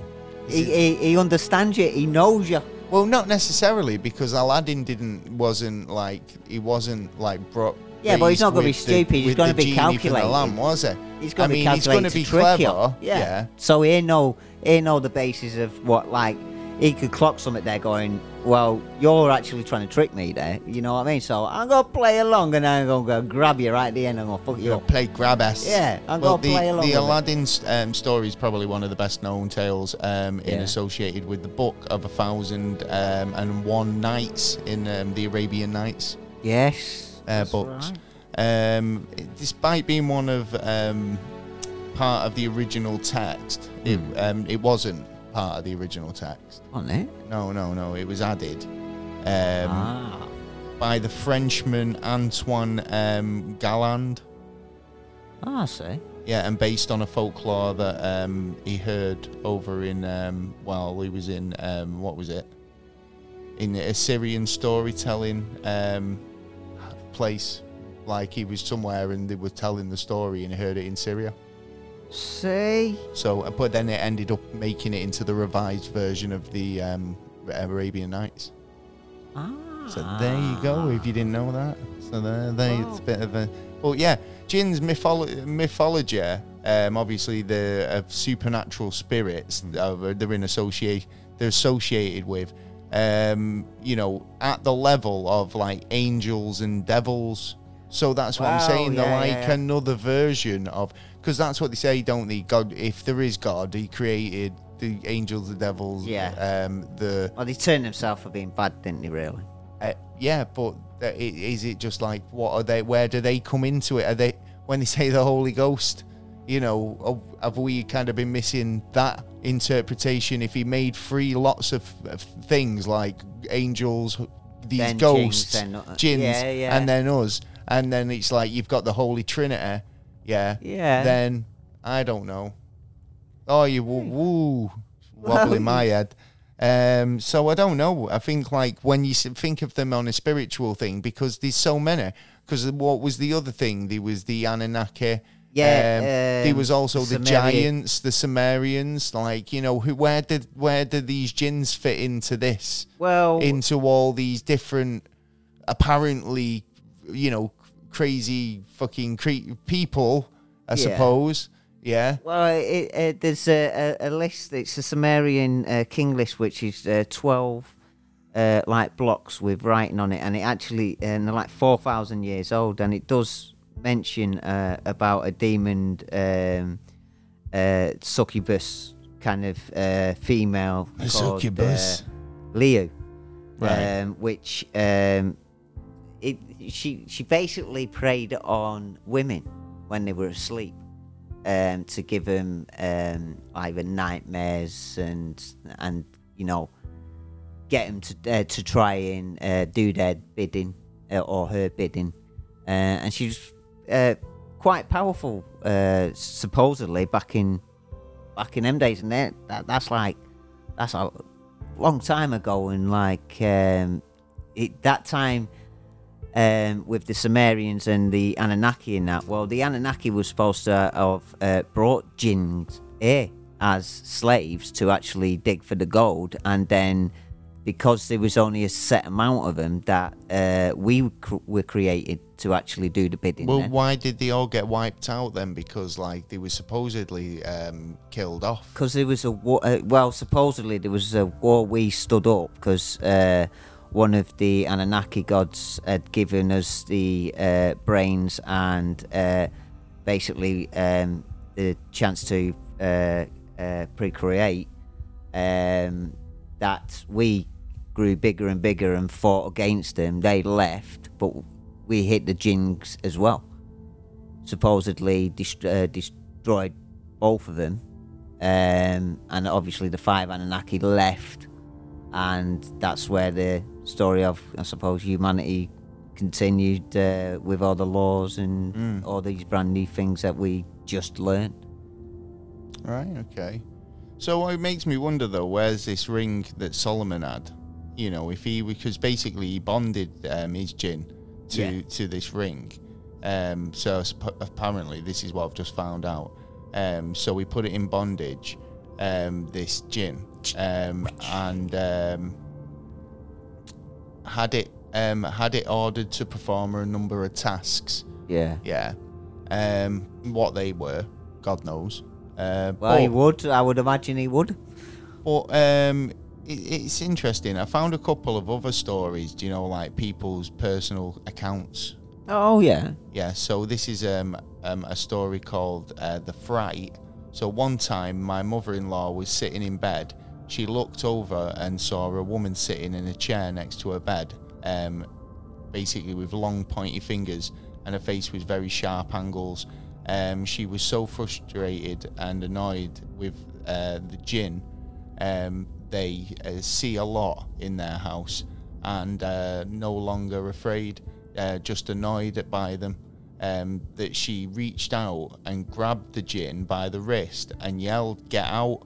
Speaker 2: He,
Speaker 1: Is
Speaker 2: he, he understands you. He knows you.
Speaker 1: Well, not necessarily because Aladdin didn't wasn't like he wasn't like brought
Speaker 2: Yeah, but he's not gonna be
Speaker 1: pleased with
Speaker 2: stupid, he's
Speaker 1: with
Speaker 2: gonna
Speaker 1: the
Speaker 2: be
Speaker 1: genie from the
Speaker 2: calculated.
Speaker 1: lamb, was he?
Speaker 2: He's
Speaker 1: I
Speaker 2: gonna
Speaker 1: mean,
Speaker 2: be
Speaker 1: he's gonna
Speaker 2: calculated
Speaker 1: be
Speaker 2: to trick you.
Speaker 1: clever.
Speaker 2: Yeah.
Speaker 1: yeah.
Speaker 2: So he know he know the basis of what like he could clock something there going, Well, you're actually trying to trick me there. You know what I mean? So I'm gonna play along and I'm gonna go grab you right at the end and I'm gonna fuck you
Speaker 1: You'll
Speaker 2: up.
Speaker 1: play grab ass.
Speaker 2: Yeah, I'm
Speaker 1: well,
Speaker 2: gonna
Speaker 1: the,
Speaker 2: play along
Speaker 1: The
Speaker 2: with it.
Speaker 1: Aladdin um, story is probably one of the best known tales um, in
Speaker 2: Yeah.
Speaker 1: associated with the book of a thousand um, and one nights in um, the Arabian Nights
Speaker 2: Yes.
Speaker 1: uh,
Speaker 2: that's
Speaker 1: books.
Speaker 2: right.
Speaker 1: Um, it- despite being one of um, part of the original text, it,
Speaker 2: Hmm.
Speaker 1: um, it wasn't part of the original text.
Speaker 2: Wasn't it?
Speaker 1: No, no, no. It was added um,
Speaker 2: ah.
Speaker 1: by the Frenchman Antoine um, Galland.
Speaker 2: Ah, I see.
Speaker 1: Yeah, and based on a folklore that um, he heard over in, um, well, he was in, um, what was it? In the Assyrian storytelling um, place. Like he was somewhere and they were telling the story and he heard it in Syria.
Speaker 2: See?
Speaker 1: So, but then it ended up making it into the revised version of the um, Arabian Nights.
Speaker 2: Ah.
Speaker 1: So there you go. If you didn't know that, so there, there it's a bit of a. But yeah, Jin's mytholo- mythology. Um, obviously, the uh, supernatural spirits uh, they're in associate they're associated with. Um, you know, at the level of like angels and devils. So that's what I'm
Speaker 2: Wow,
Speaker 1: saying. they're
Speaker 2: yeah,
Speaker 1: like
Speaker 2: yeah, yeah.
Speaker 1: another version of because that's what they say, don't they? God, if there is God, He created the angels, the devils,
Speaker 2: Yeah.
Speaker 1: um, the
Speaker 2: Well, they turned themselves for being bad, didn't they, really?
Speaker 1: uh, yeah, but uh, i- is it just like what are they? Where do they come into it? Are they when they say the Holy Ghost? You know, have- have we kind of been missing that interpretation? If he made three lots of, of things like angels, these
Speaker 2: Then jinns,
Speaker 1: ghosts,
Speaker 2: then not-
Speaker 1: jinns,
Speaker 2: yeah, yeah.
Speaker 1: and then us, and then it's like you've got the Holy Trinity, yeah,
Speaker 2: Yeah.
Speaker 1: Then I don't know. Oh, you
Speaker 2: Hmm.
Speaker 1: woo, woo wobbling my head. Um, so I don't know. I think like when you s- think of them on a spiritual thing, because there's so many. Because what was the other thing? There was the Anunnaki.
Speaker 2: Yeah,
Speaker 1: Um,
Speaker 2: um,
Speaker 1: there was also the
Speaker 2: Sumerian.
Speaker 1: giants, the Sumerians. Like you know, who, where did where did these jinns fit into this?
Speaker 2: Well,
Speaker 1: into all these different, apparently, you know, crazy fucking cre- people. I
Speaker 2: Yeah.
Speaker 1: suppose. Yeah.
Speaker 2: Well, it, it, there's a, a, a list. It's a Sumerian uh, king list, which is uh, twelve uh, like blocks with writing on it, and it actually and they're like four thousand years old, and it does mention uh, about a demon um, uh, succubus kind of uh, female
Speaker 1: A
Speaker 2: called,
Speaker 1: succubus?
Speaker 2: uh, Leo,
Speaker 1: Right.
Speaker 2: Um, which um, it she she basically preyed on women when they were asleep um, to give them um, either nightmares and and you know get them to uh, to try and uh, do their bidding uh, or her bidding, uh, and she was uh, quite powerful uh, supposedly back in back in them days, and that, that that's like that's a long time ago, and like um, it, that time um, with the Sumerians and the Anunnaki and that. Well, the Anunnaki was supposed to have uh, brought jinns here as slaves to actually dig for the gold, and then because there was only a set amount of them that uh, we cr- were created to actually do the bidding.
Speaker 1: Well,
Speaker 2: then.
Speaker 1: why did they all get wiped out then? Because like they were supposedly um, killed off.
Speaker 2: because there was a war. Uh, well, supposedly there was a war we stood up because uh, one of the Anunnaki gods had given us the uh, brains and uh, basically um, the chance to uh, uh, pre-create. Um, that we grew bigger and bigger and fought against them. They left, but we hit the jinx as well supposedly dest- uh, destroyed both of them. Um, and obviously, the five Anunnaki left, and that's where the story of, I suppose, humanity continued uh, with all the laws and
Speaker 1: Mm.
Speaker 2: all these brand new things that we just learned.
Speaker 1: Right. Okay. So it makes me wonder though, where's this ring that Solomon had? You know, if he because basically he bonded um, his gin to
Speaker 2: Yeah.
Speaker 1: to this ring. Um, so sp- apparently this is what I've just found out. Um, so we put it in bondage. Um, this gin um, and um, had it um, had it ordered to perform a number of tasks.
Speaker 2: Yeah.
Speaker 1: Yeah. Um, what they were, God knows. Uh,
Speaker 2: Well, he
Speaker 1: but-
Speaker 2: would. I would imagine he would.
Speaker 1: But um, it, it's interesting. I found a couple of other stories, do you know, like people's personal accounts.
Speaker 2: Oh yeah.
Speaker 1: Yeah, so this is um, um, a story called uh, The Fright. So one time, my mother in law was sitting in bed. She looked over and saw a woman sitting in a chair next to her bed, um, basically with long, pointy fingers, and her face was very sharp angles. Um, she was so frustrated and annoyed with uh, the gin. Um, they uh, see a lot in their house and uh, no longer afraid, uh, just annoyed at- by them. Um, that she reached out and grabbed the gin by the wrist and yelled, "Get out!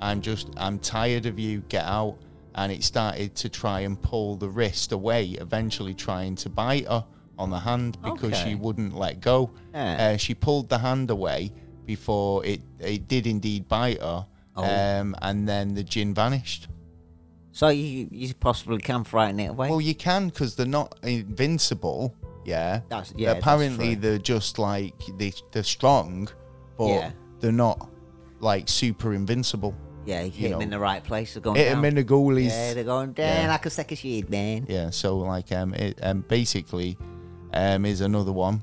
Speaker 1: I'm just, I'm tired of you. Get out!" And it started to try and pull the wrist away, eventually trying to bite her on the hand because
Speaker 2: Okay.
Speaker 1: she wouldn't let go.
Speaker 2: Yeah.
Speaker 1: Uh, she pulled the hand away before it, it did indeed bite her.
Speaker 2: Oh.
Speaker 1: Um, and then the gin vanished.
Speaker 2: So you you possibly can frighten it away.
Speaker 1: Well, you can because they're not invincible. Yeah.
Speaker 2: That's- yeah, that's
Speaker 1: Apparently,
Speaker 2: true.
Speaker 1: they're just like they they're strong, but
Speaker 2: Yeah.
Speaker 1: they're not like super invincible.
Speaker 2: yeah, you hit
Speaker 1: you
Speaker 2: him in
Speaker 1: know,
Speaker 2: the right place. They're going
Speaker 1: Hit
Speaker 2: down.
Speaker 1: them in the goalies.
Speaker 2: Oh, yeah, they're going down
Speaker 1: Yeah.
Speaker 2: like a sack of shit, man.
Speaker 1: Yeah, so like um, it, um basically, um is another one,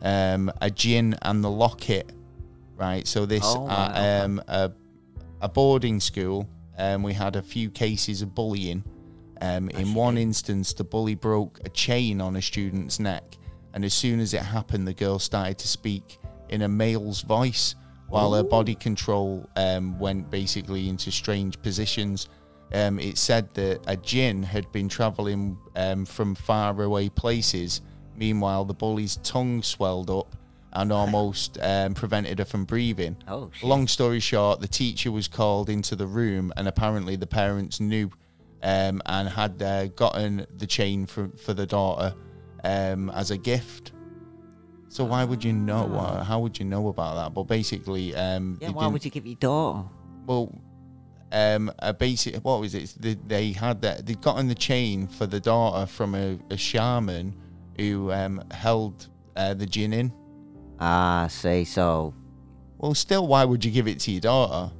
Speaker 1: um a gin and the locket, right? So this
Speaker 2: Oh, right,
Speaker 1: uh,
Speaker 2: okay.
Speaker 1: um a, a boarding school, um we had a few cases of bullying. Um, in one instance, the bully broke a chain on a student's neck, and as soon as it happened, the girl started to speak in a male's voice, while her body control um, went basically into strange positions. Um, it said that a jinn had been traveling um, from faraway places. Meanwhile, the bully's tongue swelled up and almost um, prevented her from breathing.
Speaker 2: Oh, shit.
Speaker 1: Long story short, the teacher was called into the room, and apparently the parents knew um, and had uh, gotten the chain for, for the daughter um, as a gift. So why would you know? Uh, How would you know about that? But basically, um,
Speaker 2: Hmm. Yeah,
Speaker 1: they
Speaker 2: why
Speaker 1: didn't-
Speaker 2: would you give your daughter?
Speaker 1: well, um, a basic what was it? They, they had that they'd gotten the chain for the daughter from a, a shaman who um, held uh, the gin in.
Speaker 2: Ah, see, so
Speaker 1: Well, still, why would you give it to your daughter?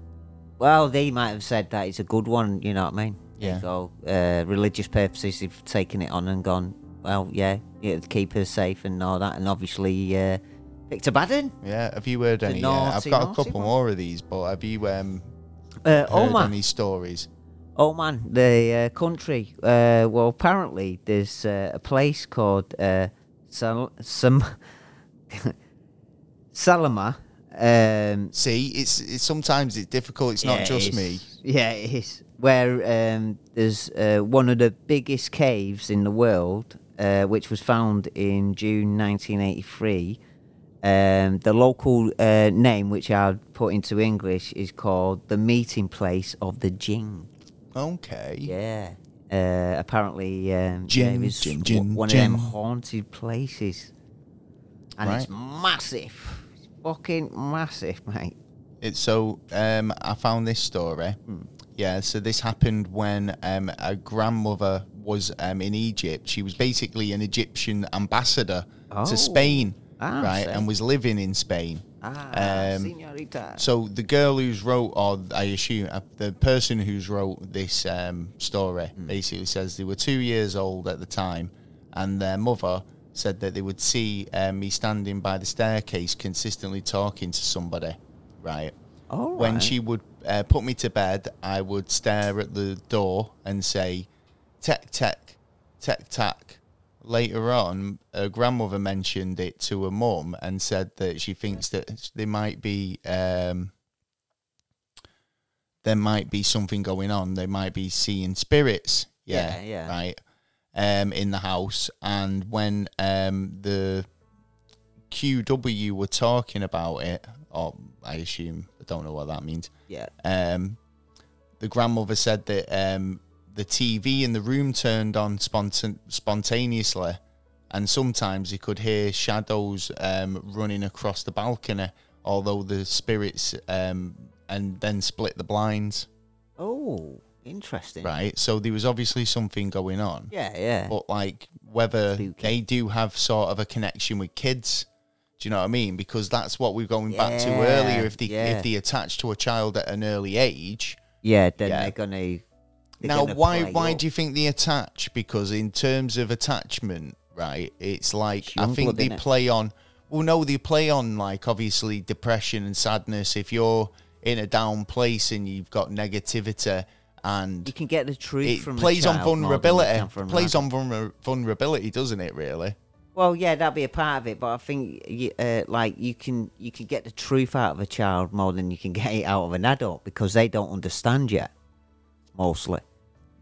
Speaker 2: well they might have said that it's a good one. You know what I mean? There you
Speaker 1: Yeah.
Speaker 2: go. uh, religious purposes, they've taken it on and gone. Well, yeah, yeah, keep her safe and all that, and obviously uh, picked a bad one.
Speaker 1: Yeah, have you heard any? Uh, I've
Speaker 2: naughty,
Speaker 1: got a
Speaker 2: naughty
Speaker 1: couple
Speaker 2: one.
Speaker 1: more of these, but have you um,
Speaker 2: Uh,
Speaker 1: heard
Speaker 2: oh man,
Speaker 1: any stories?
Speaker 2: Oh man, the uh, country. Uh, well, apparently there's uh, a place called uh, Sal- Sam- Salama. Um,
Speaker 1: See, it's, it's sometimes it's difficult. It's
Speaker 2: yeah,
Speaker 1: not just
Speaker 2: it's-
Speaker 1: me.
Speaker 2: Yeah, it is. Where um, there's uh, one of the biggest caves in the world, uh, which was found in June 1983. Um, the local uh, name, which i will put into English, is called the Meeting Place of the Jing.
Speaker 1: Okay.
Speaker 2: Yeah. Uh, apparently, um, yeah, it
Speaker 1: Gin,
Speaker 2: was
Speaker 1: gin,
Speaker 2: w-
Speaker 1: gin,
Speaker 2: one of them
Speaker 1: gin.
Speaker 2: haunted places, and it's massive, it's fucking massive, mate.
Speaker 1: It, so um, I found this story.
Speaker 2: Hmm.
Speaker 1: Yeah, so this happened when um, a grandmother was um, in Egypt. She was basically an Egyptian ambassador
Speaker 2: Oh.
Speaker 1: to Spain,
Speaker 2: Ah,
Speaker 1: right,
Speaker 2: see.
Speaker 1: and was living in Spain.
Speaker 2: Ah,
Speaker 1: Um,
Speaker 2: senorita.
Speaker 1: So the girl who's wrote, or I assume uh, the person who's wrote this um, story, basically says they were two years old at the time, and their mother said that they would see um, me standing by the staircase consistently talking to somebody, right?
Speaker 2: All right.
Speaker 1: When she would uh, put me to bed, I would stare at the door and say, "Tech, tech, tech, tack." Later on, her grandmother mentioned it to her mum and said that she thinks that they might be um, there might be something going on. They might be seeing spirits. Yeah,
Speaker 2: Yeah, yeah.
Speaker 1: right. Um, in the house, and when um, the QW were talking about it, or I assume I don't know what that means.
Speaker 2: yeah,
Speaker 1: Um, the grandmother said that um, the TV in the room turned on spontan- spontaneously, and sometimes you could hear shadows um, running across the balcony, although the spirits um, and then split the blinds.
Speaker 2: oh, Interesting.
Speaker 1: right? So there was obviously something going on.
Speaker 2: Yeah, yeah.
Speaker 1: But like whether
Speaker 2: Spooky.
Speaker 1: they do have sort of a connection with kids. Do you know what I mean? Because that's what we're going back to
Speaker 2: Yeah,
Speaker 1: earlier. If they
Speaker 2: yeah.
Speaker 1: if they attach to a child at an early age,
Speaker 2: yeah, then
Speaker 1: yeah.
Speaker 2: they're gonna. they're
Speaker 1: now
Speaker 2: gonna
Speaker 1: why
Speaker 2: play
Speaker 1: why
Speaker 2: up.
Speaker 1: do you think they attach? Because in terms of attachment, right, it's like
Speaker 2: It's
Speaker 1: I
Speaker 2: young
Speaker 1: think
Speaker 2: blood,
Speaker 1: they
Speaker 2: innit?
Speaker 1: play on. Well, no, they play on like obviously depression and sadness. If you're in a down place and you've got negativity and
Speaker 2: you can get the truth
Speaker 1: it
Speaker 2: from a
Speaker 1: plays on
Speaker 2: child more than you
Speaker 1: vulnerability.
Speaker 2: can from an
Speaker 1: Plays on vulner- vulnerability, doesn't it? Really?
Speaker 2: Well, yeah, that'd be a part of it, but I think you, uh, like you can you can get the truth out of a child more than you can get it out of an adult because they don't understand yet, mostly.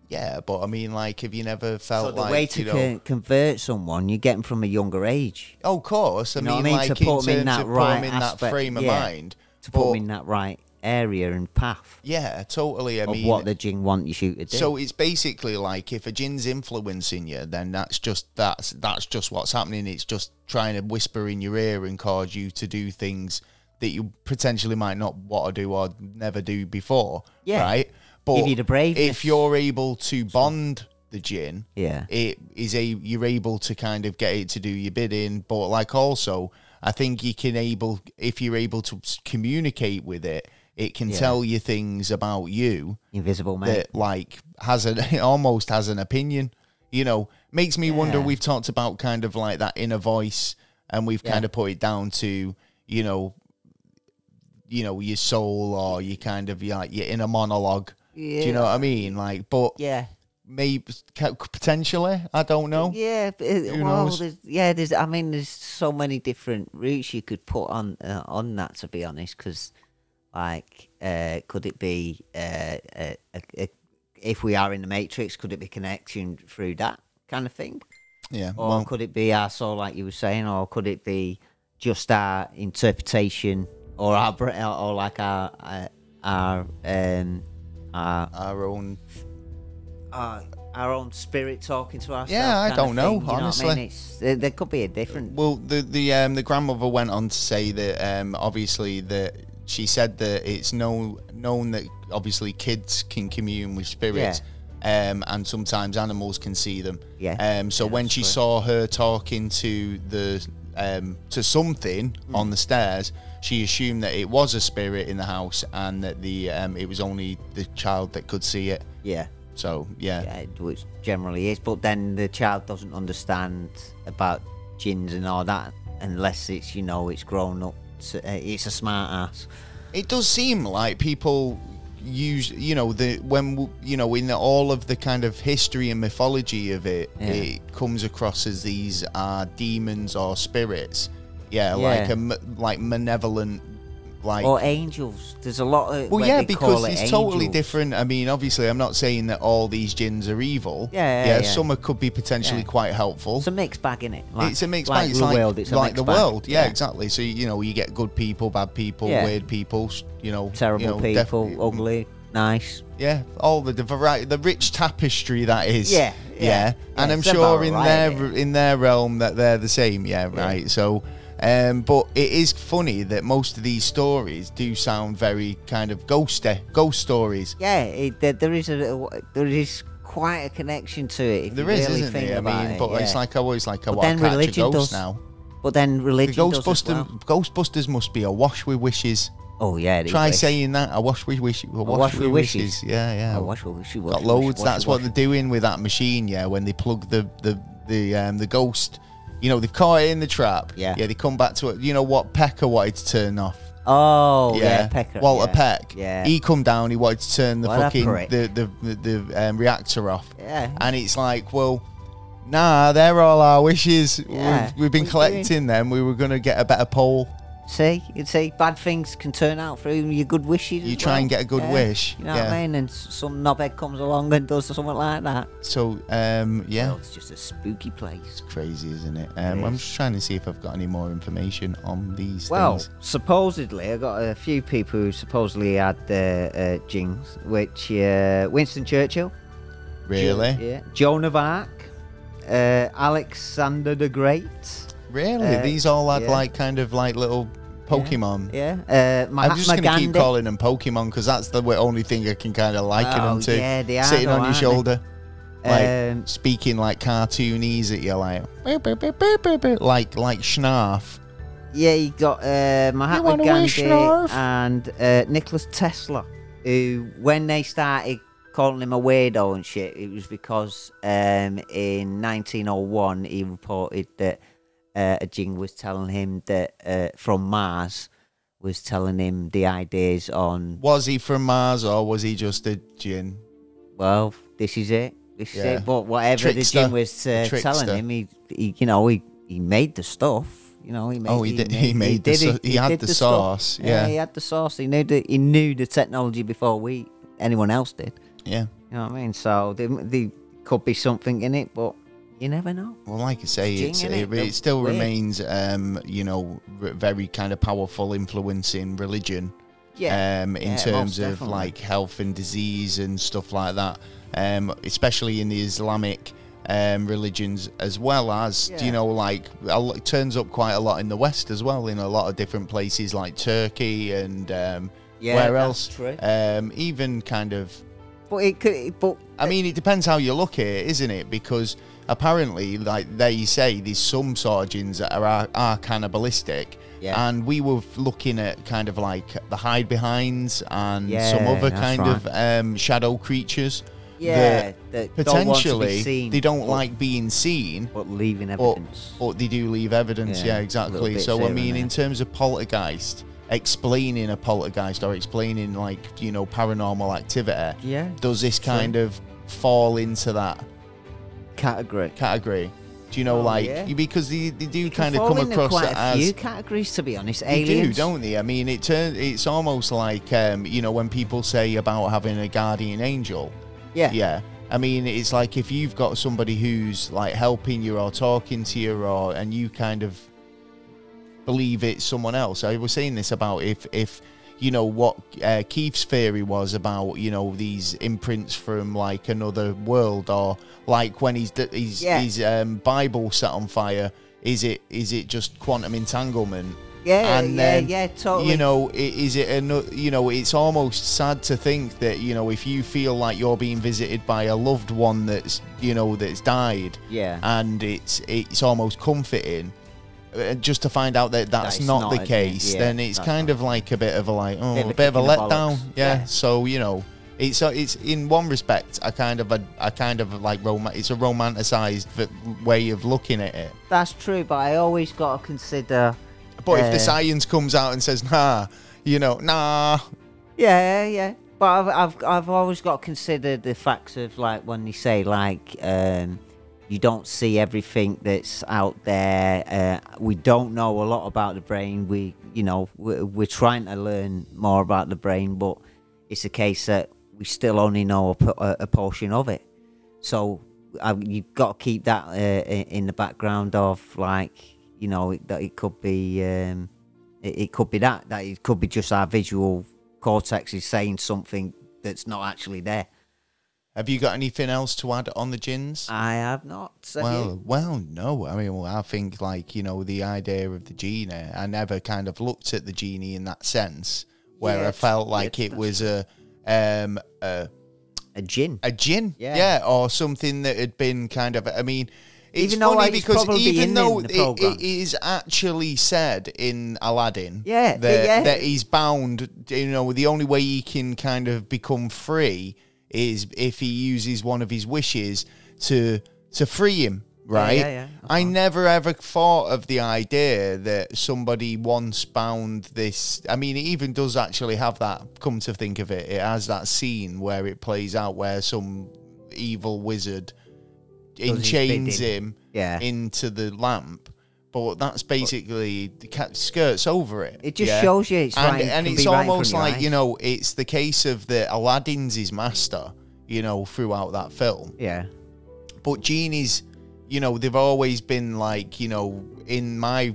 Speaker 1: Yeah, but I mean, like, have you never
Speaker 2: So
Speaker 1: felt
Speaker 2: the
Speaker 1: like
Speaker 2: way to
Speaker 1: you know?
Speaker 2: con- convert someone, you get them from a younger age
Speaker 1: oh, of course. I
Speaker 2: You
Speaker 1: mean,
Speaker 2: know what I mean?
Speaker 1: like
Speaker 2: To
Speaker 1: in
Speaker 2: put 'em
Speaker 1: terms
Speaker 2: in
Speaker 1: of
Speaker 2: that
Speaker 1: putting
Speaker 2: right
Speaker 1: in that
Speaker 2: aspect,
Speaker 1: frame of
Speaker 2: yeah,
Speaker 1: mind.
Speaker 2: to
Speaker 1: but,
Speaker 2: put them in that right area and path
Speaker 1: yeah, totally. I
Speaker 2: of
Speaker 1: mean,
Speaker 2: what the jing want you to do.
Speaker 1: so it's basically like if a gin's influencing you, then that's just that's that's just what's happening. It's just trying to whisper in your ear and cause you to do things that you potentially might not want to do or never do before.
Speaker 2: Yeah.
Speaker 1: Right. But
Speaker 2: you the braveness.
Speaker 1: if you're able to bond the gin,
Speaker 2: yeah,
Speaker 1: it is a you're able to kind of get it to do your bidding but like also i think you can able if you're able to s- communicate with it it can
Speaker 2: Yeah.
Speaker 1: tell you things about you
Speaker 2: invisible man.
Speaker 1: that like has an it almost has an opinion you know makes me wonder
Speaker 2: Yeah.
Speaker 1: we've talked about kind of like that inner voice and we've
Speaker 2: Yeah.
Speaker 1: kind of put it down to you know you know your soul or your kind of your, your inner monologue do you know what i mean like but
Speaker 2: yeah.
Speaker 1: maybe potentially. I don't know.
Speaker 2: Yeah, but it-
Speaker 1: Who
Speaker 2: well,
Speaker 1: knows?
Speaker 2: there's, yeah. There's, I mean, there's so many different routes you could put on uh, on that. To be honest, because like, uh, could it be uh, a, a, a, if we are in the matrix? Could it be connection through that kind of thing,
Speaker 1: Yeah.
Speaker 2: or
Speaker 1: Well,
Speaker 2: could it be our soul, like you were saying, or could it be just our interpretation, or our, br- or or like our uh, our um, our,
Speaker 1: our own.
Speaker 2: our uh, our own spirit talking to ourselves?
Speaker 1: Yeah, I
Speaker 2: kind of
Speaker 1: don't know,
Speaker 2: thing, you what I mean?
Speaker 1: honestly.
Speaker 2: It's- there- there could be a different
Speaker 1: Well, the the um, the grandmother went on to say that um, obviously that she said that it's no known that obviously kids can commune with spirits. Um, and sometimes animals can see them.
Speaker 2: Yeah.
Speaker 1: Um. So
Speaker 2: Yeah,
Speaker 1: when
Speaker 2: that's
Speaker 1: she
Speaker 2: true.
Speaker 1: saw her talking to the um to something
Speaker 2: Hmm.
Speaker 1: on the stairs, she assumed that it was a spirit in the house and that the um it was only the child that could see it.
Speaker 2: Yeah,
Speaker 1: So yeah.
Speaker 2: yeah, it- which generally is. But then the child doesn't understand about gins and all that unless it's you know it's grown up. To, uh, it's a smart ass.
Speaker 1: It does seem like people use, you know, the when w- you know in all of the kind of history and mythology of it,
Speaker 2: Yeah.
Speaker 1: it comes across as these are demons or spirits. Yeah, like
Speaker 2: Yeah.
Speaker 1: a m- like malevolent, like.
Speaker 2: Or angels. There's a lot of.
Speaker 1: well,
Speaker 2: where
Speaker 1: yeah,
Speaker 2: they call
Speaker 1: because
Speaker 2: it
Speaker 1: it's totally
Speaker 2: angels.
Speaker 1: different. I mean, obviously, I'm not saying that all these gins are evil.
Speaker 2: Yeah, yeah, yeah.
Speaker 1: some are, could be potentially
Speaker 2: Yeah.
Speaker 1: quite helpful
Speaker 2: It's a mixed bag, isn't it?
Speaker 1: it's a mixed
Speaker 2: like
Speaker 1: bag. It's
Speaker 2: the
Speaker 1: like,
Speaker 2: world. It's a
Speaker 1: like
Speaker 2: mixed
Speaker 1: the
Speaker 2: bag.
Speaker 1: world. Yeah, exactly. So you know, you get good people, bad people,
Speaker 2: Yeah.
Speaker 1: weird people. s- You know,
Speaker 2: Terrible
Speaker 1: you know, def-
Speaker 2: people, ugly, nice.
Speaker 1: Yeah, all the, the variety, the rich tapestry that is.
Speaker 2: Yeah,
Speaker 1: yeah.
Speaker 2: yeah.
Speaker 1: And
Speaker 2: Yeah,
Speaker 1: I'm
Speaker 2: it's
Speaker 1: sure
Speaker 2: about
Speaker 1: in
Speaker 2: right,
Speaker 1: their in their realm that they're the same. Yeah,
Speaker 2: Yeah.
Speaker 1: right. So, um, but it is funny that most of these stories do sound very kind of ghosty, ghost stories.
Speaker 2: Yeah, it, there, there is a there is quite a connection to it. If
Speaker 1: There
Speaker 2: you
Speaker 1: is,
Speaker 2: really
Speaker 1: isn't
Speaker 2: think
Speaker 1: there? I
Speaker 2: about
Speaker 1: mean,
Speaker 2: it,
Speaker 1: but it's
Speaker 2: yeah.
Speaker 1: like I always like I
Speaker 2: But
Speaker 1: want
Speaker 2: then
Speaker 1: to catch a
Speaker 2: religion
Speaker 1: ghost
Speaker 2: does-
Speaker 1: now.
Speaker 2: But then
Speaker 1: The
Speaker 2: religion does as
Speaker 1: Ghostbusters,
Speaker 2: well.
Speaker 1: Ghostbusters must be awash with wishes.
Speaker 2: Oh yeah, they
Speaker 1: Try
Speaker 2: wish.
Speaker 1: saying that. I wash we wish. I wash,
Speaker 2: wash
Speaker 1: we
Speaker 2: we
Speaker 1: wishes.
Speaker 2: wishes.
Speaker 1: Yeah, yeah.
Speaker 2: Oh, wash, wash, wash,
Speaker 1: Got
Speaker 2: wash,
Speaker 1: loads.
Speaker 2: wash,
Speaker 1: That's
Speaker 2: wash.
Speaker 1: what they're doing with that machine. Yeah, when they plug the the the um the ghost, you know, they've caught it in the trap.
Speaker 2: Yeah.
Speaker 1: yeah. They come back to it. You know what? Pecker wanted to turn off.
Speaker 2: Oh yeah, Pecker.
Speaker 1: Walter
Speaker 2: yeah.
Speaker 1: Peck.
Speaker 2: Yeah.
Speaker 1: he come down. He wanted to turn the
Speaker 2: What a
Speaker 1: fucking
Speaker 2: prick.
Speaker 1: the the the, the um, reactor off.
Speaker 2: Yeah.
Speaker 1: And it's like, well, nah, they're all our wishes.
Speaker 2: Yeah.
Speaker 1: We've, we've been
Speaker 2: What are you doing?
Speaker 1: collecting them. We were gonna get a better poll.
Speaker 2: see, you see, bad things can turn out through your good wishes.
Speaker 1: You
Speaker 2: as
Speaker 1: try
Speaker 2: well.
Speaker 1: and get a good
Speaker 2: Yeah,
Speaker 1: wish,
Speaker 2: You know what
Speaker 1: yeah.
Speaker 2: I mean? And s- some knobhead comes along and does something like that.
Speaker 1: So um, yeah.
Speaker 2: Well, it's just a spooky place.
Speaker 1: It's crazy, isn't it? Um, I'm
Speaker 2: is.
Speaker 1: just trying to see if I've got any more information on these
Speaker 2: Well,
Speaker 1: things.
Speaker 2: supposedly, I got a few people who supposedly had uh, uh, jings, which uh, Winston Churchill,
Speaker 1: Really?
Speaker 2: yeah, Joan of Arc, uh, Alexander the Great.
Speaker 1: Really?
Speaker 2: Uh,
Speaker 1: these all had
Speaker 2: yeah.
Speaker 1: like kind of like little Pokemon.
Speaker 2: Yeah. Uh, Mahatma
Speaker 1: I'm just going to
Speaker 2: Gandhi.
Speaker 1: keep calling them Pokemon because that's the wa- only thing I can kind of liken
Speaker 2: Oh,
Speaker 1: them to.
Speaker 2: yeah, they are
Speaker 1: Sitting
Speaker 2: though,
Speaker 1: on your
Speaker 2: aren't they?
Speaker 1: shoulder, like
Speaker 2: Um,
Speaker 1: speaking like cartoonies at you, like "Boop, boop, boop, boop, boop, boop," like like Schnarf.
Speaker 2: Yeah, you got uh, Mahatma
Speaker 1: wanna wish,
Speaker 2: Gandhi
Speaker 1: Norv?
Speaker 2: and uh, Nicholas Tesla, who, when they started calling him a weirdo and shit, it was because um, in 1901 he reported that uh, a jing was telling him that uh, from Mars was telling him the ideas on.
Speaker 1: Was he from Mars or was he just a djinn?
Speaker 2: Well, this is it. This
Speaker 1: Yeah.
Speaker 2: is it. But whatever
Speaker 1: Trickster.
Speaker 2: the jing was
Speaker 1: A
Speaker 2: uh,
Speaker 1: trickster.
Speaker 2: telling him, he, he, you know, he, he made the stuff. You know, he made.
Speaker 1: Oh, he did- he made the
Speaker 2: did
Speaker 1: sau-
Speaker 2: it.
Speaker 1: he had
Speaker 2: did
Speaker 1: the
Speaker 2: stuff.
Speaker 1: sauce, yeah.
Speaker 2: he had the sauce. He knew the he knew the technology before we anyone else did.
Speaker 1: Yeah.
Speaker 2: You know what I mean? So there, there could be something in it, but you never know.
Speaker 1: Well, like I say,
Speaker 2: Jing,
Speaker 1: it's,
Speaker 2: innit?
Speaker 1: it,
Speaker 2: They're
Speaker 1: it still
Speaker 2: weird.
Speaker 1: remains, um, you know, r- very kind of powerful influence in religion.
Speaker 2: Yeah,
Speaker 1: um, in
Speaker 2: yeah, most
Speaker 1: terms of
Speaker 2: definitely.
Speaker 1: like health and disease and stuff like that, um, especially in the Islamic um, religions, as well as do you
Speaker 2: Yeah.
Speaker 1: know, like a lo- it turns up quite a lot in the West as well, in a lot of different places like Turkey and um,
Speaker 2: Yeah,
Speaker 1: where
Speaker 2: that's
Speaker 1: else,
Speaker 2: true.
Speaker 1: Um, even kind of
Speaker 2: Uh, but it could. But
Speaker 1: I mean, it depends how you look at it, isn't it? Because apparently, like they say, there's some sort of gins that are, are, are cannibalistic.
Speaker 2: Yeah.
Speaker 1: And we were looking at kind of like the hide behinds and some
Speaker 2: Yeah,
Speaker 1: other
Speaker 2: that's
Speaker 1: kind of um, shadow creatures.
Speaker 2: yeah,
Speaker 1: that
Speaker 2: that don't want to be
Speaker 1: potentially
Speaker 2: seen,
Speaker 1: they don't
Speaker 2: but-
Speaker 1: like being seen.
Speaker 2: but leaving
Speaker 1: But,
Speaker 2: evidence.
Speaker 1: but they do leave evidence,
Speaker 2: Yeah,
Speaker 1: yeah,
Speaker 2: little
Speaker 1: exactly.
Speaker 2: bits
Speaker 1: So
Speaker 2: here
Speaker 1: I
Speaker 2: and
Speaker 1: mean, in
Speaker 2: there.
Speaker 1: terms of poltergeist, explaining a poltergeist or explaining like you know paranormal activity,
Speaker 2: yeah,
Speaker 1: does this
Speaker 2: True.
Speaker 1: kind of fall into that
Speaker 2: category.
Speaker 1: category? Do you know,
Speaker 2: Oh,
Speaker 1: like,
Speaker 2: yeah.
Speaker 1: because they, they do
Speaker 2: Can
Speaker 1: kind of
Speaker 2: fall
Speaker 1: come
Speaker 2: into
Speaker 1: across
Speaker 2: quite
Speaker 1: it
Speaker 2: a
Speaker 1: as
Speaker 2: few categories, to be honest.
Speaker 1: they
Speaker 2: Aliens,
Speaker 1: do, don't they? I mean, it turns. It's almost like um, you know when people say about having a guardian angel.
Speaker 2: Yeah.
Speaker 1: Yeah. I mean, it's like if you've got somebody who's like helping you or talking to you, or and you kind of believe it's someone else. I was saying this about if if you know what uh, Keith's theory was about you know these imprints from like another world, or like when he's d- he's
Speaker 2: Yeah.
Speaker 1: his um, Bible set on fire. Is it is it just quantum entanglement?
Speaker 2: Yeah,
Speaker 1: and
Speaker 2: yeah,
Speaker 1: then,
Speaker 2: yeah, totally.
Speaker 1: You know, i- is it another? You know, it's almost sad to think that you know if you feel like you're being visited by a loved one that's you know that's died,
Speaker 2: Yeah.
Speaker 1: and it's it's almost comforting. uh, Just to find out that that's
Speaker 2: it's
Speaker 1: not,
Speaker 2: not,
Speaker 1: the
Speaker 2: isn't it?
Speaker 1: case,
Speaker 2: Yeah,
Speaker 1: then it's
Speaker 2: that's
Speaker 1: kind of like a bit of a like oh
Speaker 2: Bit
Speaker 1: a
Speaker 2: of a
Speaker 1: bit of a
Speaker 2: kick in the
Speaker 1: letdown,
Speaker 2: bollocks.
Speaker 1: yeah.
Speaker 2: Yeah.
Speaker 1: So you know, it's uh, it's in one respect, I kind of a, I kind of like rom- It's a romanticized v- way of looking at it.
Speaker 2: That's true, but I always got to consider.
Speaker 1: But if the
Speaker 2: uh,
Speaker 1: science comes out and says, nah, you know, nah,
Speaker 2: Yeah, yeah, yeah. But I've, I've, I've always got to consider the facts of like when they say like um, you don't see everything that's out there. Uh, we don't know a lot about the brain. We, you know, we're, we're trying to learn more about the brain, but it's a case that we still only know a, po- a, a portion of it. So I, you've got to keep that uh, i- in the background of like you know it, that it could be um, it, it could be that that it could be just our visual cortex is saying something that's not actually there.
Speaker 1: have you got anything else to add on the gins?
Speaker 2: I have not. Have
Speaker 1: well,
Speaker 2: Ah, you?
Speaker 1: well, no. I mean, well, I think like you know the idea of the genie. I never kind of looked at the genie in that sense, where
Speaker 2: Yeah,
Speaker 1: I felt like it was a um a,
Speaker 2: a gin.
Speaker 1: a gin,
Speaker 2: Yeah.
Speaker 1: or something that had been kind of. I mean, it's
Speaker 2: Even though,
Speaker 1: funny
Speaker 2: like, it's
Speaker 1: because
Speaker 2: probably
Speaker 1: even
Speaker 2: in-
Speaker 1: though
Speaker 2: in the
Speaker 1: it,
Speaker 2: programme.
Speaker 1: it is actually said in Aladdin,
Speaker 2: Yeah, yeah,
Speaker 1: that,
Speaker 2: yeah.
Speaker 1: that he's bound. You know, the only way he can kind of become free is if he uses one of his wishes to to free him. Right.
Speaker 2: yeah, yeah.
Speaker 1: I never ever thought of the idea that somebody once bound this. I mean, it even does actually have that. Come to think of it, it has that scene where it plays out where some evil wizard
Speaker 2: his
Speaker 1: enchains
Speaker 2: bidding.
Speaker 1: him
Speaker 2: Yeah.
Speaker 1: into the lamp. But that's basically the cat skirts over it.
Speaker 2: It just shows you it's
Speaker 1: and,
Speaker 2: right-
Speaker 1: and
Speaker 2: can
Speaker 1: it's
Speaker 2: be right in front
Speaker 1: almost
Speaker 2: of your
Speaker 1: like
Speaker 2: eyes.
Speaker 1: you know, it's the case of the Aladdin's his master. You know, throughout that film,
Speaker 2: yeah.
Speaker 1: but genies, you know, they've always been like, you know, in my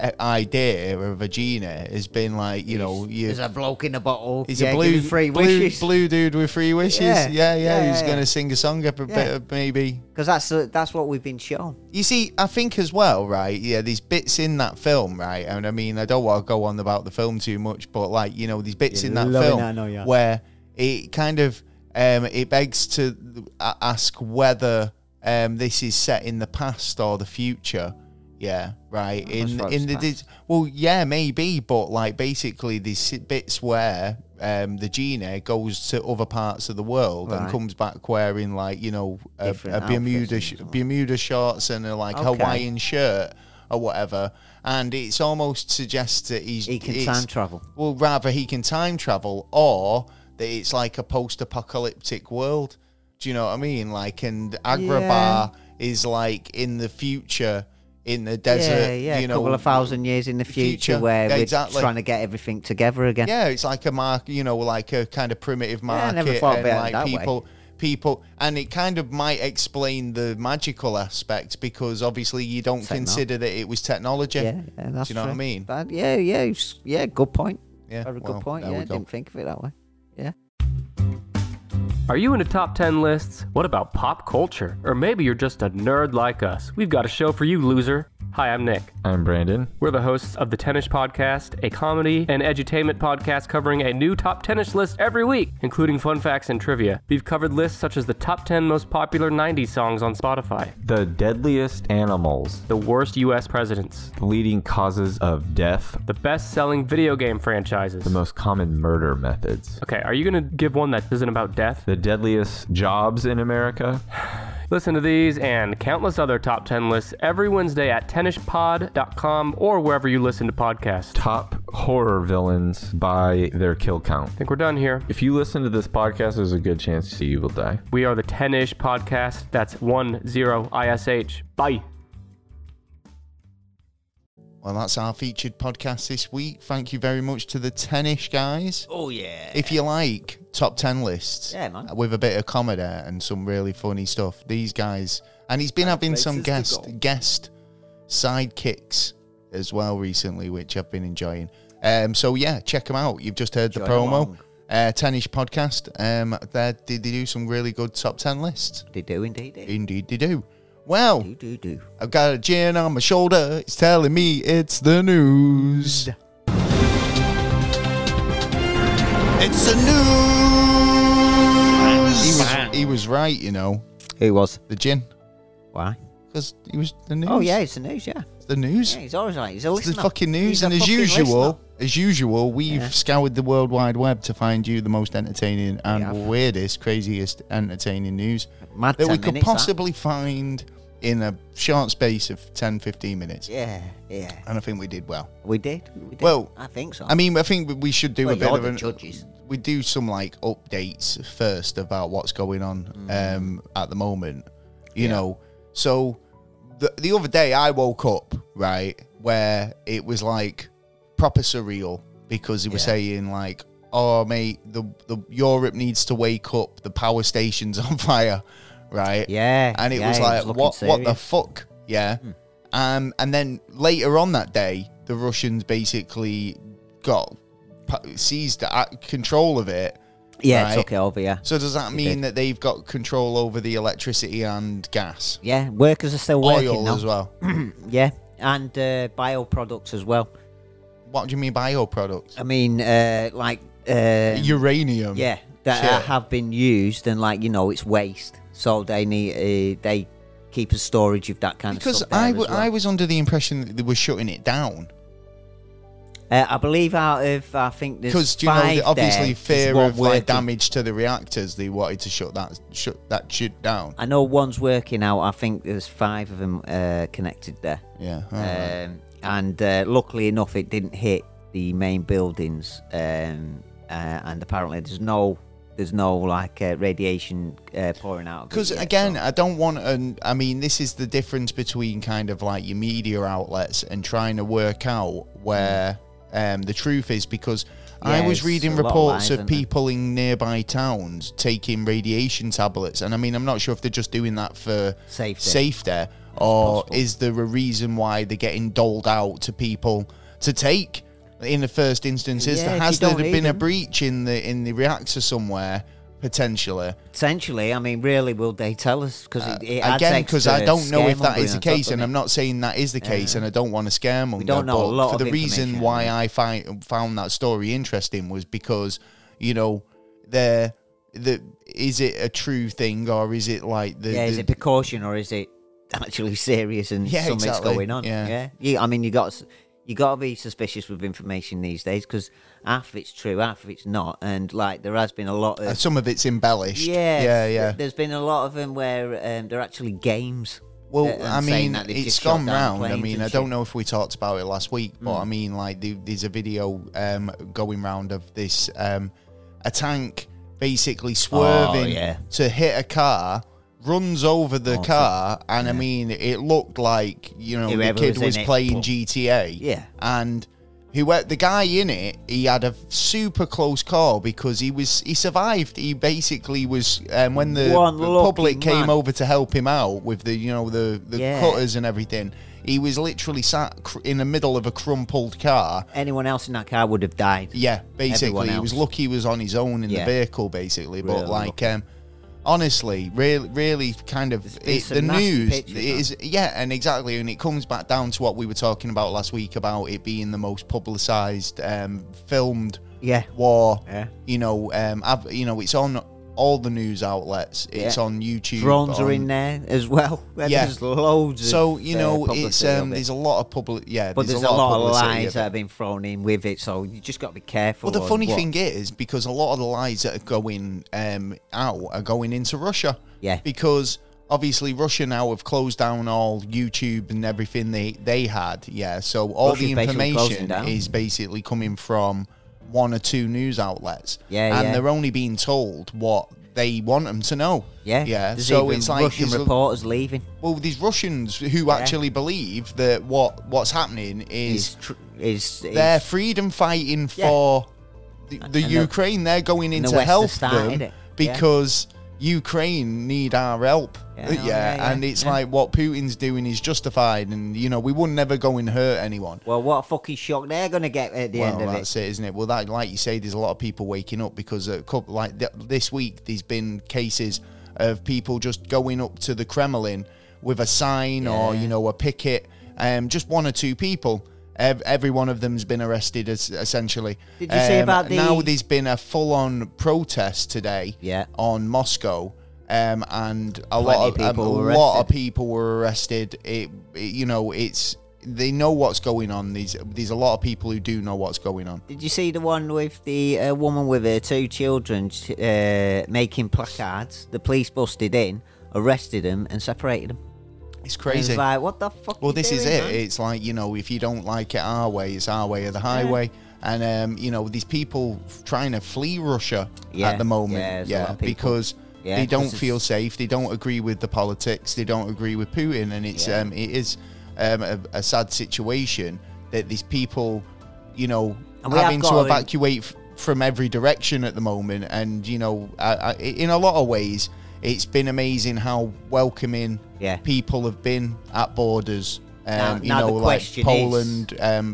Speaker 1: uh, idea of a Gina has been like, you know, you,
Speaker 2: There's a bloke in a bottle.
Speaker 1: He's
Speaker 2: yeah,
Speaker 1: a
Speaker 2: give
Speaker 1: blue,
Speaker 2: him three
Speaker 1: blue,
Speaker 2: wishes.
Speaker 1: blue dude with three wishes. Yeah,
Speaker 2: Yeah.
Speaker 1: yeah,
Speaker 2: Yeah,
Speaker 1: who's
Speaker 2: yeah,
Speaker 1: going to
Speaker 2: yeah.
Speaker 1: sing a song up a
Speaker 2: Yeah.
Speaker 1: bit, of maybe.
Speaker 2: Because that's the- that's what we've been shown.
Speaker 1: You see, I think as well, right? Yeah, there's bits in that film, right? And I mean, I don't want to go on about the film too much, but like, you know, there's bits
Speaker 3: Yeah,
Speaker 1: in that
Speaker 3: loving
Speaker 1: film
Speaker 3: that, no, yeah.
Speaker 1: where it kind of um, it begs to a- ask whether um, this is set in the past or the future. Yeah, right. In
Speaker 2: far
Speaker 1: in
Speaker 2: as
Speaker 1: the
Speaker 2: past.
Speaker 1: dis- well, yeah, maybe, but like basically, there's bits where um, the Gina goes to other parts of the world and
Speaker 2: Right.
Speaker 1: comes back wearing like you know a,
Speaker 2: Different
Speaker 1: a
Speaker 2: outfits
Speaker 1: Bermuda
Speaker 2: and
Speaker 1: sh-
Speaker 2: stuff.
Speaker 1: Bermuda shorts and a like
Speaker 2: Okay.
Speaker 1: Hawaiian shirt or whatever, and it's almost suggests that he's
Speaker 2: He can
Speaker 1: it's-
Speaker 2: time travel.
Speaker 1: Well, rather he can time travel, or that it's like a post-apocalyptic world. Do you know what I mean? Like, and Agrabah is like in the future in the desert.
Speaker 2: yeah, yeah.
Speaker 1: you
Speaker 2: a
Speaker 1: know,
Speaker 2: couple of thousand years in the future,
Speaker 1: future.
Speaker 2: where
Speaker 1: Yeah,
Speaker 2: we're
Speaker 1: exactly.
Speaker 2: trying to get everything together again.
Speaker 1: Yeah, it's like a mark, you know, like a kind of primitive
Speaker 2: I
Speaker 1: market,
Speaker 2: never thought
Speaker 1: and
Speaker 2: about it
Speaker 1: like
Speaker 2: that way.
Speaker 1: people, people, and it kind of might explain the magical aspect because obviously you don't
Speaker 2: Techno-
Speaker 1: consider that it was technology.
Speaker 2: Yeah, yeah, that's
Speaker 1: Do you know what I
Speaker 2: true.
Speaker 1: mean?
Speaker 2: That- yeah, yeah, you s- yeah. Good point.
Speaker 1: Yeah,
Speaker 2: Very
Speaker 1: well,
Speaker 2: good point.
Speaker 1: there
Speaker 2: Yeah,
Speaker 1: we
Speaker 2: I
Speaker 1: go.
Speaker 2: didn't think of it that way. Yeah.
Speaker 4: Are you into top 10 lists? What about pop culture? Or maybe you're just a nerd like us. We've got a show for you, loser. Hi, I'm Nick.
Speaker 5: I'm Brandon.
Speaker 4: We're the hosts of the Tennis Podcast, a comedy and edutainment podcast covering a new top 10ish list every week, including fun facts and trivia. We've covered lists such as the top 10 most popular 90s songs on Spotify,
Speaker 5: The deadliest animals,
Speaker 4: the worst US presidents,
Speaker 5: the leading causes of death,
Speaker 4: the best selling video game franchises.
Speaker 5: the most common murder methods,
Speaker 4: Okay, are you gonna give one that isn't about death?
Speaker 5: the deadliest jobs in America,
Speaker 4: Listen to these and countless other top 10 lists every Wednesday at tennispod.com or wherever you listen to podcasts.
Speaker 5: top horror villains by their kill count.
Speaker 4: I think we're done here.
Speaker 5: If you listen to this podcast, there's a good chance you will die.
Speaker 4: We are the 10 ish podcast. That's 10 ISH. Bye.
Speaker 1: Well, that's our featured podcast this week. Thank you very much to the Tennish guys.
Speaker 2: Oh yeah.
Speaker 1: If you like top 10 lists
Speaker 2: Yeah, man.
Speaker 1: with a bit of comedy and some really funny stuff, these guys, and he's been having some
Speaker 3: places to go.
Speaker 1: guest guest sidekicks as well recently, which I've been enjoying. Um, so yeah, check them out. You've just heard the
Speaker 2: Enjoy
Speaker 1: promo.
Speaker 2: along.
Speaker 1: Uh, Tennish podcast. Um, they, they do some really good top 10 lists.
Speaker 2: They do indeed. They
Speaker 1: Indeed, they do. Well,
Speaker 2: do do do.
Speaker 1: I've got a gin on my shoulder. It's telling me it's the news. It's the news. He was, he was right, you know.
Speaker 2: Who was?
Speaker 1: The gin,
Speaker 2: Why?
Speaker 1: because he was the news.
Speaker 2: Oh yeah, it's the news. Yeah.
Speaker 1: It's the news.
Speaker 2: Yeah, he's always like he's a
Speaker 1: It's
Speaker 2: listener.
Speaker 1: the fucking news,
Speaker 2: He's a
Speaker 1: and as
Speaker 2: fucking
Speaker 1: usual,
Speaker 2: listener.
Speaker 1: as usual, we've
Speaker 2: Yeah.
Speaker 1: scoured the world wide web to find you the most entertaining and
Speaker 2: have.
Speaker 1: weirdest, craziest, entertaining news
Speaker 2: Mad
Speaker 1: that
Speaker 2: 10
Speaker 1: we could
Speaker 2: minutes, that.
Speaker 1: possibly find in a short space of 10, 15 minutes.
Speaker 2: Yeah, yeah.
Speaker 1: And I think we did well.
Speaker 2: We did. We did.
Speaker 1: Well,
Speaker 2: I think so.
Speaker 1: I mean, I think we should do
Speaker 2: Well,
Speaker 1: a bit
Speaker 2: you're
Speaker 1: of
Speaker 2: the
Speaker 1: an,
Speaker 2: judges.
Speaker 1: we do some like updates first about what's going on
Speaker 2: Mm.
Speaker 1: um, at the moment. You know, so the the other day I woke up right where it was like proper surreal because he was
Speaker 2: Yeah.
Speaker 1: saying like, "Oh mate, the the Europe needs to wake up. The power station's on fire." Right?
Speaker 2: Yeah,
Speaker 1: And it
Speaker 2: yeah,
Speaker 1: was
Speaker 2: it was
Speaker 1: like,
Speaker 2: looking
Speaker 1: "What? What the
Speaker 2: serious. Hmm.
Speaker 1: fuck?" Yeah. Um, and then later on that day, the Russians basically got p- seized uh, control of it.
Speaker 2: yeah,
Speaker 1: right?
Speaker 2: took it over. Yeah,
Speaker 1: So does that mean that they've got control over the electricity and gas,
Speaker 2: yeah. Workers are still working
Speaker 1: oil
Speaker 2: now.
Speaker 1: as well?
Speaker 2: Yeah, and uh, bioproducts as well.
Speaker 1: What do you mean by oil products?
Speaker 2: I mean, uh, like uh,
Speaker 1: Uranium.
Speaker 2: yeah, that
Speaker 1: Shit.
Speaker 2: uh, have been used and like you know it's waste, so they need uh, they keep a storage of that kind
Speaker 1: Because
Speaker 2: of stuff. there
Speaker 1: I,
Speaker 2: as
Speaker 1: w-
Speaker 2: well.
Speaker 1: I was under the impression that they were shutting it down.
Speaker 2: Uh, I believe out of I think there's
Speaker 1: Because you know,
Speaker 2: five
Speaker 1: the- obviously,
Speaker 2: there, there's
Speaker 1: fear
Speaker 2: one
Speaker 1: of like
Speaker 2: working.
Speaker 1: damage to the reactors, they wanted to shut that shut that shit down.
Speaker 2: I know one's working out. I think there's five of them uh, connected there,
Speaker 1: Yeah. alright.
Speaker 2: um, and uh, luckily enough, it didn't hit the main buildings. Um, uh, and apparently, there's no there's no like uh, radiation uh, pouring out. of it
Speaker 1: Because
Speaker 2: yet,
Speaker 1: again,
Speaker 2: so-
Speaker 1: I don't want an. I mean, this is the difference between kind of like your media outlets and trying to work out where um, the truth is. Because I
Speaker 2: Mm. Yeah,
Speaker 1: was
Speaker 2: it's
Speaker 1: reading
Speaker 2: a lot of
Speaker 1: reports
Speaker 2: lies,
Speaker 1: of
Speaker 2: isn't it?
Speaker 1: people in nearby towns taking radiation tablets, and I mean, I'm not sure if they're just doing that for
Speaker 2: Safety.
Speaker 1: safety, or
Speaker 2: possible.
Speaker 1: is there a reason why they're getting doled out to people to take? In the first instance, is
Speaker 2: Yeah,
Speaker 1: there,
Speaker 2: if
Speaker 1: has
Speaker 2: you
Speaker 1: there
Speaker 2: don't
Speaker 1: been
Speaker 2: need
Speaker 1: a
Speaker 2: them.
Speaker 1: breach in the in the reactor somewhere potentially?
Speaker 2: Potentially, I mean, really, will they tell us? Because it, it adds
Speaker 1: Uh, Again, because I
Speaker 2: extra
Speaker 1: don't know if that
Speaker 2: scaremongering
Speaker 1: is the
Speaker 2: on top
Speaker 1: case,
Speaker 2: of
Speaker 1: and
Speaker 2: it.
Speaker 1: I'm not saying that is the case, and I don't want to scaremonger.
Speaker 2: don't know a
Speaker 1: but
Speaker 2: lot
Speaker 1: for
Speaker 2: of
Speaker 1: the reason
Speaker 2: information,
Speaker 1: why I find found that story interesting was because you know there the is it a true thing or is it like the,
Speaker 2: Yeah,
Speaker 1: the
Speaker 2: is it precaution or is it actually serious and
Speaker 1: Yeah,
Speaker 2: something's
Speaker 1: exactly.
Speaker 2: going on?
Speaker 1: Yeah.
Speaker 2: yeah. You- I mean, you got s- you got to be suspicious with information these days because half of it's true, half of it's not, and like there has been a lot
Speaker 1: uh,
Speaker 2: of
Speaker 1: some of it's embellished?
Speaker 2: yeah,
Speaker 1: yeah,
Speaker 2: th-
Speaker 1: yeah.
Speaker 2: There's been a lot of them where um, they're actually games.
Speaker 1: Well,
Speaker 2: uh, and
Speaker 1: I
Speaker 2: saying
Speaker 1: mean,
Speaker 2: that they've
Speaker 1: it's
Speaker 2: just shot
Speaker 1: gone
Speaker 2: down
Speaker 1: round. I
Speaker 2: planes
Speaker 1: mean,
Speaker 2: and
Speaker 1: I
Speaker 2: shit. Hmm.
Speaker 1: don't know if we talked about it last week, but I mean, like, the, there's a video um, going round of this um, a tank basically swerving
Speaker 2: Oh, yeah. Oh,
Speaker 1: to hit a car, runs over the car, and I mean, it looked like you know
Speaker 2: Whoever
Speaker 1: the kid
Speaker 2: was in
Speaker 1: was,
Speaker 2: it,
Speaker 1: playing
Speaker 2: boom.
Speaker 1: GTA.
Speaker 2: Yeah.
Speaker 1: and. Who the guy in it? He had a super close call because he was he survived. He basically was um, when the
Speaker 2: One lucky
Speaker 1: public came
Speaker 2: man.
Speaker 1: over over to help him out with the you know the the
Speaker 2: Yeah.
Speaker 1: cutters and everything. He was literally sat cr- in the middle of a crumpled car.
Speaker 2: Anyone else in that car would have died.
Speaker 1: Yeah,
Speaker 2: Everyone
Speaker 1: basically, he was
Speaker 2: else.
Speaker 1: lucky he was on his own in the
Speaker 2: Yeah.
Speaker 1: vehicle, basically. but
Speaker 2: Really
Speaker 1: like, um, honestly, really, really, kind of
Speaker 2: been
Speaker 1: it,
Speaker 2: some
Speaker 1: the
Speaker 2: nasty
Speaker 1: news
Speaker 2: pictures,
Speaker 1: is yeah, and exactly, and it comes back down to what we were talking about last week about it being the most publicized, um, filmed
Speaker 2: Yeah.
Speaker 1: war.
Speaker 2: Yeah.
Speaker 1: You know, um, I've, you know, it's on all the news outlets. It's
Speaker 2: Yeah.
Speaker 1: on YouTube.
Speaker 2: Drones are
Speaker 1: on-
Speaker 2: in there as well.
Speaker 1: Yeah.
Speaker 2: There's loads.
Speaker 1: so
Speaker 2: of,
Speaker 1: you
Speaker 2: uh,
Speaker 1: know, it's
Speaker 2: publicity of
Speaker 1: um,
Speaker 2: it.
Speaker 1: there's a lot of public, yeah.
Speaker 2: But there's, a lot, of
Speaker 1: publicity
Speaker 2: lies
Speaker 1: it.
Speaker 2: that have been thrown in with it, so you just got to be careful.
Speaker 1: Well, the
Speaker 2: on
Speaker 1: funny
Speaker 2: what-
Speaker 1: thing is, because a lot of the lies that are going um, out are going into Russia.
Speaker 2: Yeah.
Speaker 1: Because obviously Russia now have closed down all YouTube and everything they they had. Yeah. So all
Speaker 2: Russia's
Speaker 1: the
Speaker 2: basically
Speaker 1: information
Speaker 2: closing down.
Speaker 1: is basically coming from one or two news outlets.
Speaker 2: Yeah,
Speaker 1: And
Speaker 2: yeah.
Speaker 1: they're only being told what they want them to know.
Speaker 2: yeah,
Speaker 1: Yeah.
Speaker 2: There's
Speaker 1: so
Speaker 2: even
Speaker 1: it's like
Speaker 2: Russian
Speaker 1: there's a-
Speaker 2: reporters leaving
Speaker 1: well, these Russians who actually believe that what what's happening is
Speaker 2: is tr- is, is
Speaker 1: they're freedom fighting
Speaker 2: Yeah.
Speaker 1: for the, the
Speaker 2: And the-
Speaker 1: Ukraine. they're going in
Speaker 2: the
Speaker 1: to
Speaker 2: West
Speaker 1: help
Speaker 2: has started
Speaker 1: them
Speaker 2: it. Yeah.
Speaker 1: because Ukraine need our help. Uh,
Speaker 2: Yeah.
Speaker 1: Yeah,
Speaker 2: Oh, yeah,
Speaker 1: and
Speaker 2: yeah,
Speaker 1: it's
Speaker 2: yeah.
Speaker 1: like what Putin's doing is justified, and you know we would never go and hurt anyone.
Speaker 2: well, what a fucking shock they're gonna get at the
Speaker 1: well,
Speaker 2: end of it.
Speaker 1: that's it, isn't it? Well, that like you say, there's a lot of people waking up because a couple like th- this week, there's been cases of people just going up to the Kremlin with a sign or you know a picket. Um, just one or two people. Ev- every one of them's been arrested, es- essentially. Um,
Speaker 2: Did you say about the-
Speaker 1: now? There's been a full-on protest today.
Speaker 2: Yeah.
Speaker 1: on Moscow. Um, and a
Speaker 2: Plenty
Speaker 1: lot
Speaker 2: of
Speaker 1: of, um,
Speaker 2: people were
Speaker 1: a lot of
Speaker 2: arrested.
Speaker 1: people were arrested. It, it- you know, it's they know what's going on. There's there's a lot of people who do know what's going on.
Speaker 2: Did you see the one with the uh, woman with her two children uh, making placards? The police busted in, arrested them, and separated them.
Speaker 1: It's
Speaker 2: It was
Speaker 1: crazy.
Speaker 2: like, what the fuck?
Speaker 1: well,
Speaker 2: you
Speaker 1: this is
Speaker 2: doing,
Speaker 1: it.
Speaker 2: man?
Speaker 1: It's like you know, if you don't like it our way, it's our way or the highway. And um, you know, these people f- trying to flee Russia
Speaker 2: Yeah,
Speaker 1: at the moment,
Speaker 2: yeah, there's a lot of people.
Speaker 1: because
Speaker 2: Yeah,
Speaker 1: they
Speaker 2: 'cause
Speaker 1: don't
Speaker 2: it's-
Speaker 1: feel safe. They don't agree with the politics. They don't agree with Putin, and it's
Speaker 2: Yeah.
Speaker 1: um, it is um, a, a sad situation that these people, you know,
Speaker 2: And we have
Speaker 1: having to
Speaker 2: got to-
Speaker 1: evacuate f- from every direction at the moment. And you know, I, I, in a lot of ways, it's been amazing how welcoming
Speaker 2: Yeah.
Speaker 1: people have been at borders. Um,
Speaker 2: Now-
Speaker 1: you
Speaker 2: now the
Speaker 1: know, like
Speaker 2: question
Speaker 1: Poland, um,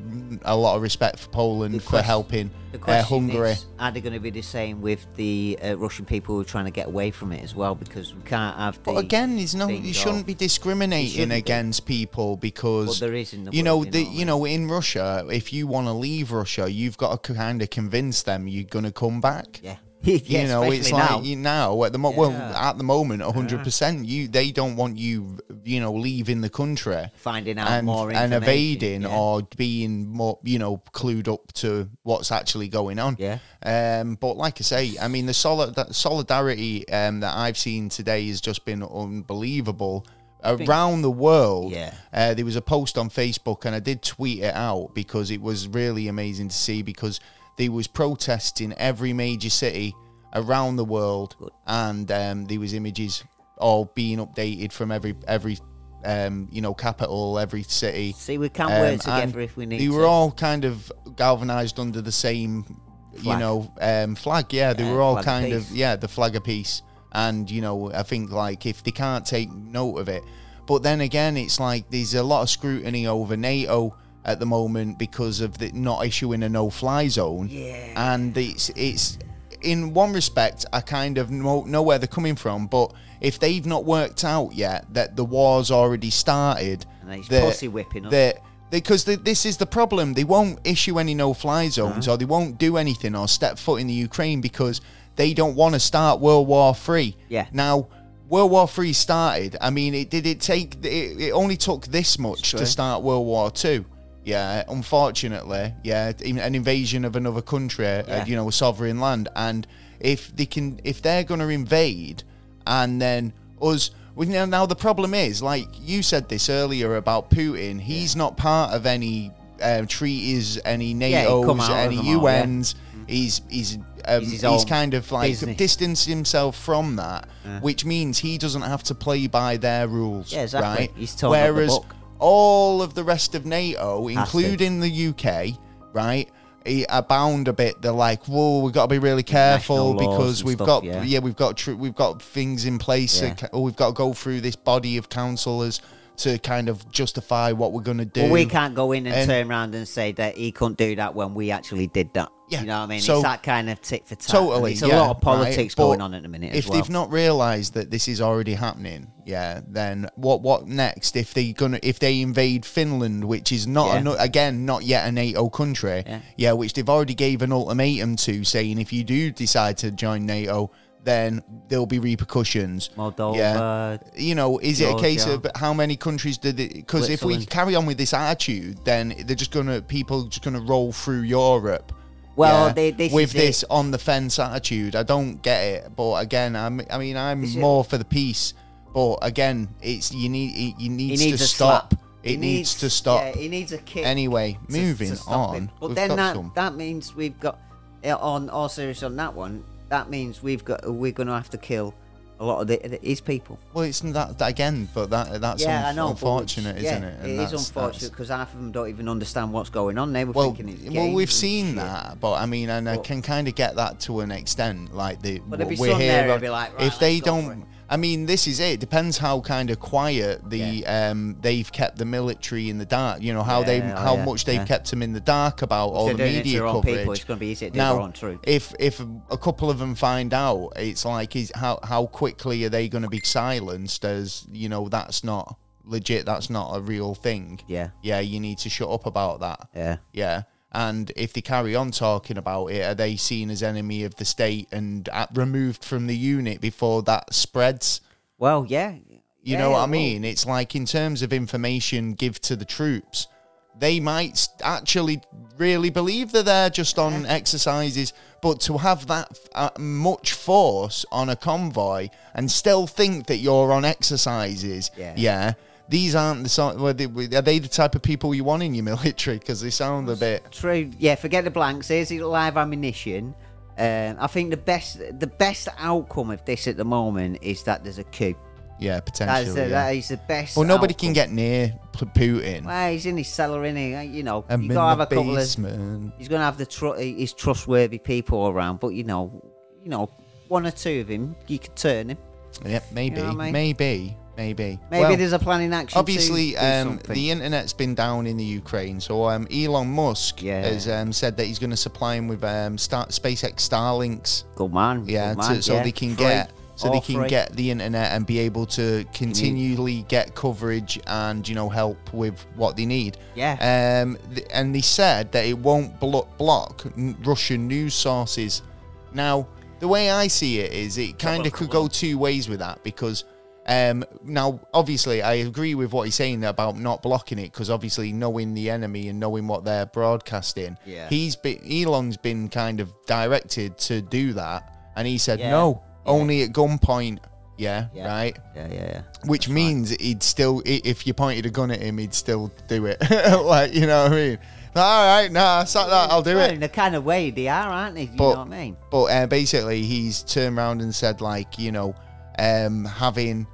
Speaker 1: a lot of respect for Poland
Speaker 2: The
Speaker 1: for
Speaker 2: quest-
Speaker 1: helping
Speaker 2: The
Speaker 1: uh,
Speaker 2: question
Speaker 1: Hungary.
Speaker 2: is, are they going to be the same with the uh, Russian people who are trying to get away from it as well? Because we can't have. The
Speaker 1: But again, there's no,
Speaker 2: thing
Speaker 1: you
Speaker 2: of-
Speaker 1: shouldn't be discriminating
Speaker 2: shouldn't be.
Speaker 1: against people because
Speaker 2: Well, there is in the
Speaker 1: you know,
Speaker 2: world,
Speaker 1: the,
Speaker 2: you know,
Speaker 1: you
Speaker 2: like-
Speaker 1: know, in Russia, if you want to leave Russia, you've got to kind of convince them you're going to come back.
Speaker 2: Yeah.
Speaker 1: you know, it's
Speaker 2: especially now.
Speaker 1: like you now at the mo- well
Speaker 2: Yeah.
Speaker 1: at the moment, hundred percent. You they don't want you, you know, leaving the country,
Speaker 2: Finding out
Speaker 1: and,
Speaker 2: more
Speaker 1: and
Speaker 2: information,
Speaker 1: evading
Speaker 2: yeah.
Speaker 1: or being more, you know, clued up to what's actually going on.
Speaker 2: Yeah.
Speaker 1: Um, but like I say, I mean, the solid that solidarity um, that I've seen today has just been unbelievable. Around the world,
Speaker 2: Yeah.
Speaker 1: uh, there was a post on Facebook, and I did tweet it out because it was really amazing to see because there was protests in every major city around the world, and um, there was images all being updated from every every um, you know capital, every city.
Speaker 2: See, we can
Speaker 1: Um,
Speaker 2: work
Speaker 1: and
Speaker 2: together if we need
Speaker 1: They
Speaker 2: to.
Speaker 1: were all kind of galvanized under the same you
Speaker 2: Flag.
Speaker 1: know, um, flag. Yeah, they
Speaker 2: Yeah,
Speaker 1: were all
Speaker 2: flag
Speaker 1: kind of
Speaker 2: apiece.
Speaker 1: yeah, the flag of peace. And you know, I think like if they can't take note of it, but then again, it's like there's a lot of scrutiny over NATO at the moment because of the not issuing a no-fly zone.
Speaker 2: Yeah.
Speaker 1: And it's it's in one respect, I kind of know, know where they're coming from, but if they've not worked out yet that the war's already started,
Speaker 2: And he's
Speaker 1: they're-
Speaker 2: pussy whipping us.
Speaker 1: they're- because th this is the problem. They won't issue any no-fly zones, or they won't do anything, or step foot in the Ukraine because they don't want to start World War Three.
Speaker 2: Yeah.
Speaker 1: Now, World War Three started. I mean, it did it take? It, it only took this much to
Speaker 2: true.
Speaker 1: start World War Two. Yeah, unfortunately, yeah, in- an invasion of another country, uh,
Speaker 2: Yeah.
Speaker 1: you know, a sovereign land, and if they can, if they're going to invade, and then us. well, Now, now the problem is, like you said this earlier about Putin, he's not part of any uh, treaties, any
Speaker 2: he come
Speaker 1: NATO's,
Speaker 2: out of
Speaker 1: any
Speaker 2: them all, yeah. Mm.
Speaker 1: UNs. He's he's um,
Speaker 2: He's his
Speaker 1: he's,
Speaker 2: own
Speaker 1: kind of like
Speaker 2: business.
Speaker 1: distanced himself from that, which means he doesn't have to play by their rules.
Speaker 2: Yeah, exactly.
Speaker 1: Right?
Speaker 2: He's torn up the
Speaker 1: Whereas
Speaker 2: book.
Speaker 1: all of the rest of NATO,
Speaker 2: to.
Speaker 1: including the UK, right? eh, Are bound a bit. They're like, "Whoa, we've got to be really careful
Speaker 2: laws
Speaker 1: because
Speaker 2: and
Speaker 1: we've
Speaker 2: stuff,
Speaker 1: got,
Speaker 2: yeah.
Speaker 1: yeah, we've got tr- we've got things in place.
Speaker 2: Yeah.
Speaker 1: that ca- Or we've got to go through this body of councillors to kind of justify what we're going to do."
Speaker 2: Well, we can't go in and,
Speaker 1: And-
Speaker 2: turn around and say that he couldn't do that when we actually did that.
Speaker 1: Yeah,
Speaker 2: You know what I mean?
Speaker 1: so-
Speaker 2: it's that kind of tit for tat. and
Speaker 1: Totally.
Speaker 2: It's a
Speaker 1: yeah,
Speaker 2: lot of politics
Speaker 1: right,
Speaker 2: going
Speaker 1: but
Speaker 2: on at the minute
Speaker 1: If
Speaker 2: as well.
Speaker 1: they've not realised that this is already happening, yeah, then what what next? If they gonna if they invade Finland, which is not
Speaker 2: Yeah.
Speaker 1: ano- again not yet a NATO country,
Speaker 2: Yeah.
Speaker 1: which they've already gave an ultimatum to, saying if you do decide to join NATO, then there'll be repercussions.
Speaker 2: Moldova.
Speaker 1: you know, is it a case
Speaker 2: Georgia.
Speaker 1: of how many countries did it? Because if we
Speaker 2: Switzerland.
Speaker 1: carry on with this attitude, then they're just gonna people just gonna roll through Europe.
Speaker 2: Well, they- this
Speaker 1: with
Speaker 2: is it.
Speaker 1: this on the fence attitude, I don't get it. But again, I'm, I mean, I'm
Speaker 2: This is-
Speaker 1: more for the peace. But again, it's you need it, you
Speaker 2: He
Speaker 1: needs,
Speaker 2: needs
Speaker 1: to
Speaker 2: a
Speaker 1: stop.
Speaker 2: slap.
Speaker 1: It
Speaker 2: He
Speaker 1: needs, to stop.
Speaker 2: Yeah, he needs a kick.
Speaker 1: anyway,
Speaker 2: to- to
Speaker 1: moving
Speaker 2: stop
Speaker 1: on.
Speaker 2: him. But
Speaker 1: we've
Speaker 2: then
Speaker 1: got
Speaker 2: that
Speaker 1: some-
Speaker 2: that means we've got eh, on all serious on that one. That means we've got we're going to have to kill a lot of the, the, his people.
Speaker 1: well, it's that, that again, but that that's
Speaker 2: yeah,
Speaker 1: unf-
Speaker 2: I know. but
Speaker 1: unfortunate,
Speaker 2: it's-
Speaker 1: isn't
Speaker 2: yeah,
Speaker 1: it? And
Speaker 2: It is
Speaker 1: that's-
Speaker 2: unfortunate
Speaker 1: that's-
Speaker 2: because half of them don't even understand what's going on. They were
Speaker 1: Well,
Speaker 2: thinking it's
Speaker 1: well,
Speaker 2: games
Speaker 1: we've
Speaker 2: and
Speaker 1: seen
Speaker 2: shit.
Speaker 1: that, but I mean, and I
Speaker 2: But-
Speaker 1: can kind of get that to an extent. Like the
Speaker 2: But there'd be
Speaker 1: we're
Speaker 2: some
Speaker 1: here
Speaker 2: there who'd
Speaker 1: on-
Speaker 2: be like, "Right,
Speaker 1: if they
Speaker 2: let's go for it."
Speaker 1: don't, I mean, this is it. Depends how kind of quiet the um they've kept the military in the dark. You know how they
Speaker 2: Yeah, oh,
Speaker 1: how
Speaker 2: yeah,
Speaker 1: much they've
Speaker 2: yeah.
Speaker 1: kept them in the dark about all
Speaker 2: they're
Speaker 1: the
Speaker 2: doing it to
Speaker 1: media
Speaker 2: their own
Speaker 1: coverage.
Speaker 2: people, it's gonna be easier to do
Speaker 1: now,
Speaker 2: their own truth.
Speaker 1: if if a couple of them find out, it's like is how how quickly are they going to be silenced? As you know, that's not legit. That's not a real thing.
Speaker 2: Yeah.
Speaker 1: yeah. You need to shut up about that.
Speaker 2: Yeah.
Speaker 1: Yeah. And if they carry on talking about it, are they seen as enemy of the state and uh, removed from the unit before that spreads?
Speaker 2: Well, yeah.
Speaker 1: You know what I mean? It's like in terms of information give to the troops, they might s- actually really believe that they're just on exercises, but to have that f- uh, much force on a convoy and still think that you're on exercises,
Speaker 2: Yeah.
Speaker 1: these aren't the sort. Well, they, are they the type of people you want in your military? Because they sound a bit.
Speaker 2: True. Yeah, forget the blanks. Here's the live ammunition. Um, I think the best the best outcome of this at the moment is that there's a coup.
Speaker 1: Yeah, potentially.
Speaker 2: That's the,
Speaker 1: yeah.
Speaker 2: that is the best.
Speaker 1: well, nobody
Speaker 2: outcome.
Speaker 1: can get near P- Putin.
Speaker 2: Well, he's in his cellar, in he? Uh, You know,
Speaker 1: I'm
Speaker 2: you
Speaker 1: in
Speaker 2: gotta have
Speaker 1: the
Speaker 2: a couple of.
Speaker 1: basement.
Speaker 2: He's gonna have the tru- his trustworthy people around, but you know, you know, one or two of him, you could turn him.
Speaker 1: Yep, maybe,
Speaker 2: what I mean?
Speaker 1: maybe, maybe.
Speaker 2: Maybe
Speaker 1: Well,
Speaker 2: there's a plan in action. to
Speaker 1: obviously
Speaker 2: do
Speaker 1: um,
Speaker 2: something.
Speaker 1: the internet's been down in the Ukraine, so um, Elon Musk
Speaker 2: Yeah.
Speaker 1: has um, said that he's going to supply him with um, Star- SpaceX Starlinks,
Speaker 2: good man,
Speaker 1: yeah,
Speaker 2: good man,
Speaker 1: to, so
Speaker 2: yeah. Oh,
Speaker 1: they can
Speaker 2: Free.
Speaker 1: get so they
Speaker 2: All
Speaker 1: can
Speaker 2: free.
Speaker 1: get the internet and be able to continually get coverage and you know help with what they need.
Speaker 2: Yeah.
Speaker 1: Um, th- and they said that it won't blo- block n- Russian news sources. Now, the way I see it is, it kind of could go two ways with that because. Um, now, obviously, I agree with what he's saying about not blocking it because obviously knowing the enemy and knowing what they're broadcasting,
Speaker 2: Yeah.
Speaker 1: he's been Elon's been kind of directed to do that, and he said
Speaker 2: Yeah.
Speaker 1: no,
Speaker 2: Yeah.
Speaker 1: only at gunpoint. Yeah,
Speaker 2: Yeah.
Speaker 1: right.
Speaker 2: Yeah, yeah, yeah.
Speaker 1: Which means he'd still, i- if you pointed a gun at him, he'd still do it. like, you know what I mean? All right, nah, sack that, I'll do
Speaker 2: Well,
Speaker 1: it.
Speaker 2: in a kind of way, they are, aren't they? You
Speaker 1: But-
Speaker 2: know what I mean?
Speaker 1: But uh, basically, he's turned around and said, like, you know, um, having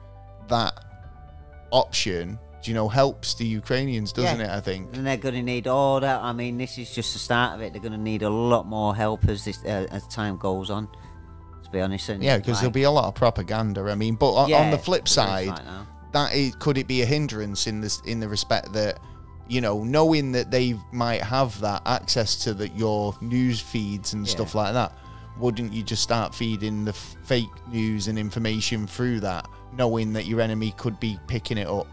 Speaker 1: that option you know, helps the Ukrainians, doesn't
Speaker 2: Yeah. Mm.
Speaker 1: it? I think.
Speaker 2: And they're going to need all that. I mean, this is just the start of it. They're going to need a lot more help as this uh, as time goes on. To be honest, and
Speaker 1: Yeah, because
Speaker 2: like-
Speaker 1: there'll be a lot of propaganda. I mean, but on, on
Speaker 2: Yeah,
Speaker 1: the flip
Speaker 2: it is
Speaker 1: side,
Speaker 2: like that.
Speaker 1: that is, could it be a hindrance in this in the respect that you know knowing that they might have that access to the, your news feeds and stuff like that wouldn't you just start feeding the f- fake news and information through that knowing that your enemy could be picking it up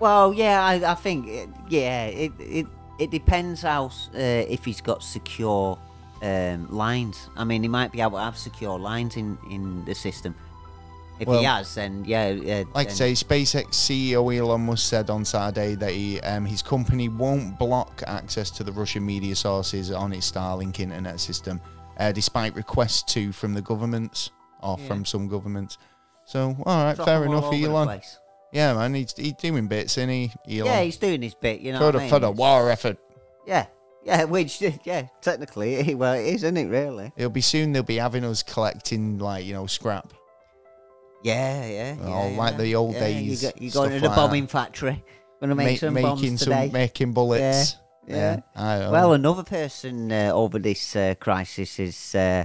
Speaker 2: Well, yeah, I, I think it, yeah, it it it depends how s- uh, if he's got secure um, lines. I mean, he might be able to have secure lines in in the system. If
Speaker 1: Well,
Speaker 2: he has, then yeah, uh,
Speaker 1: Like I
Speaker 2: then-
Speaker 1: say, SpaceX CEO Elon Musk said on Saturday that he, um, his company won't block access to the Russian media sources on its Starlink internet system, uh, despite requests to from the governments or from some governments. So, all right,
Speaker 2: drop
Speaker 1: fair
Speaker 2: him all
Speaker 1: enough,
Speaker 2: over the
Speaker 1: Elon.
Speaker 2: place.
Speaker 1: Yeah, man, he's, he's doing bits, isn't he? Elon.
Speaker 2: Yeah, he's doing his bit. You know,
Speaker 1: for,
Speaker 2: what
Speaker 1: the,
Speaker 2: I mean?
Speaker 1: for the war effort.
Speaker 2: yeah, yeah, which yeah, technically, well, it is, isn't it? Really?
Speaker 1: It'll be soon. They'll be having us collecting like you know scrap.
Speaker 2: Yeah, yeah.
Speaker 1: Oh,
Speaker 2: yeah,
Speaker 1: like
Speaker 2: yeah.
Speaker 1: the old
Speaker 2: Yeah,
Speaker 1: days,
Speaker 2: You go, you go
Speaker 1: stuff
Speaker 2: to the
Speaker 1: like
Speaker 2: bombing factory. Gonna make
Speaker 1: Ma-
Speaker 2: some
Speaker 1: making
Speaker 2: bombs today.
Speaker 1: making bullets.
Speaker 2: Yeah, yeah.
Speaker 1: I don't
Speaker 2: Well,
Speaker 1: know.
Speaker 2: another person uh, over this uh, crisis is uh,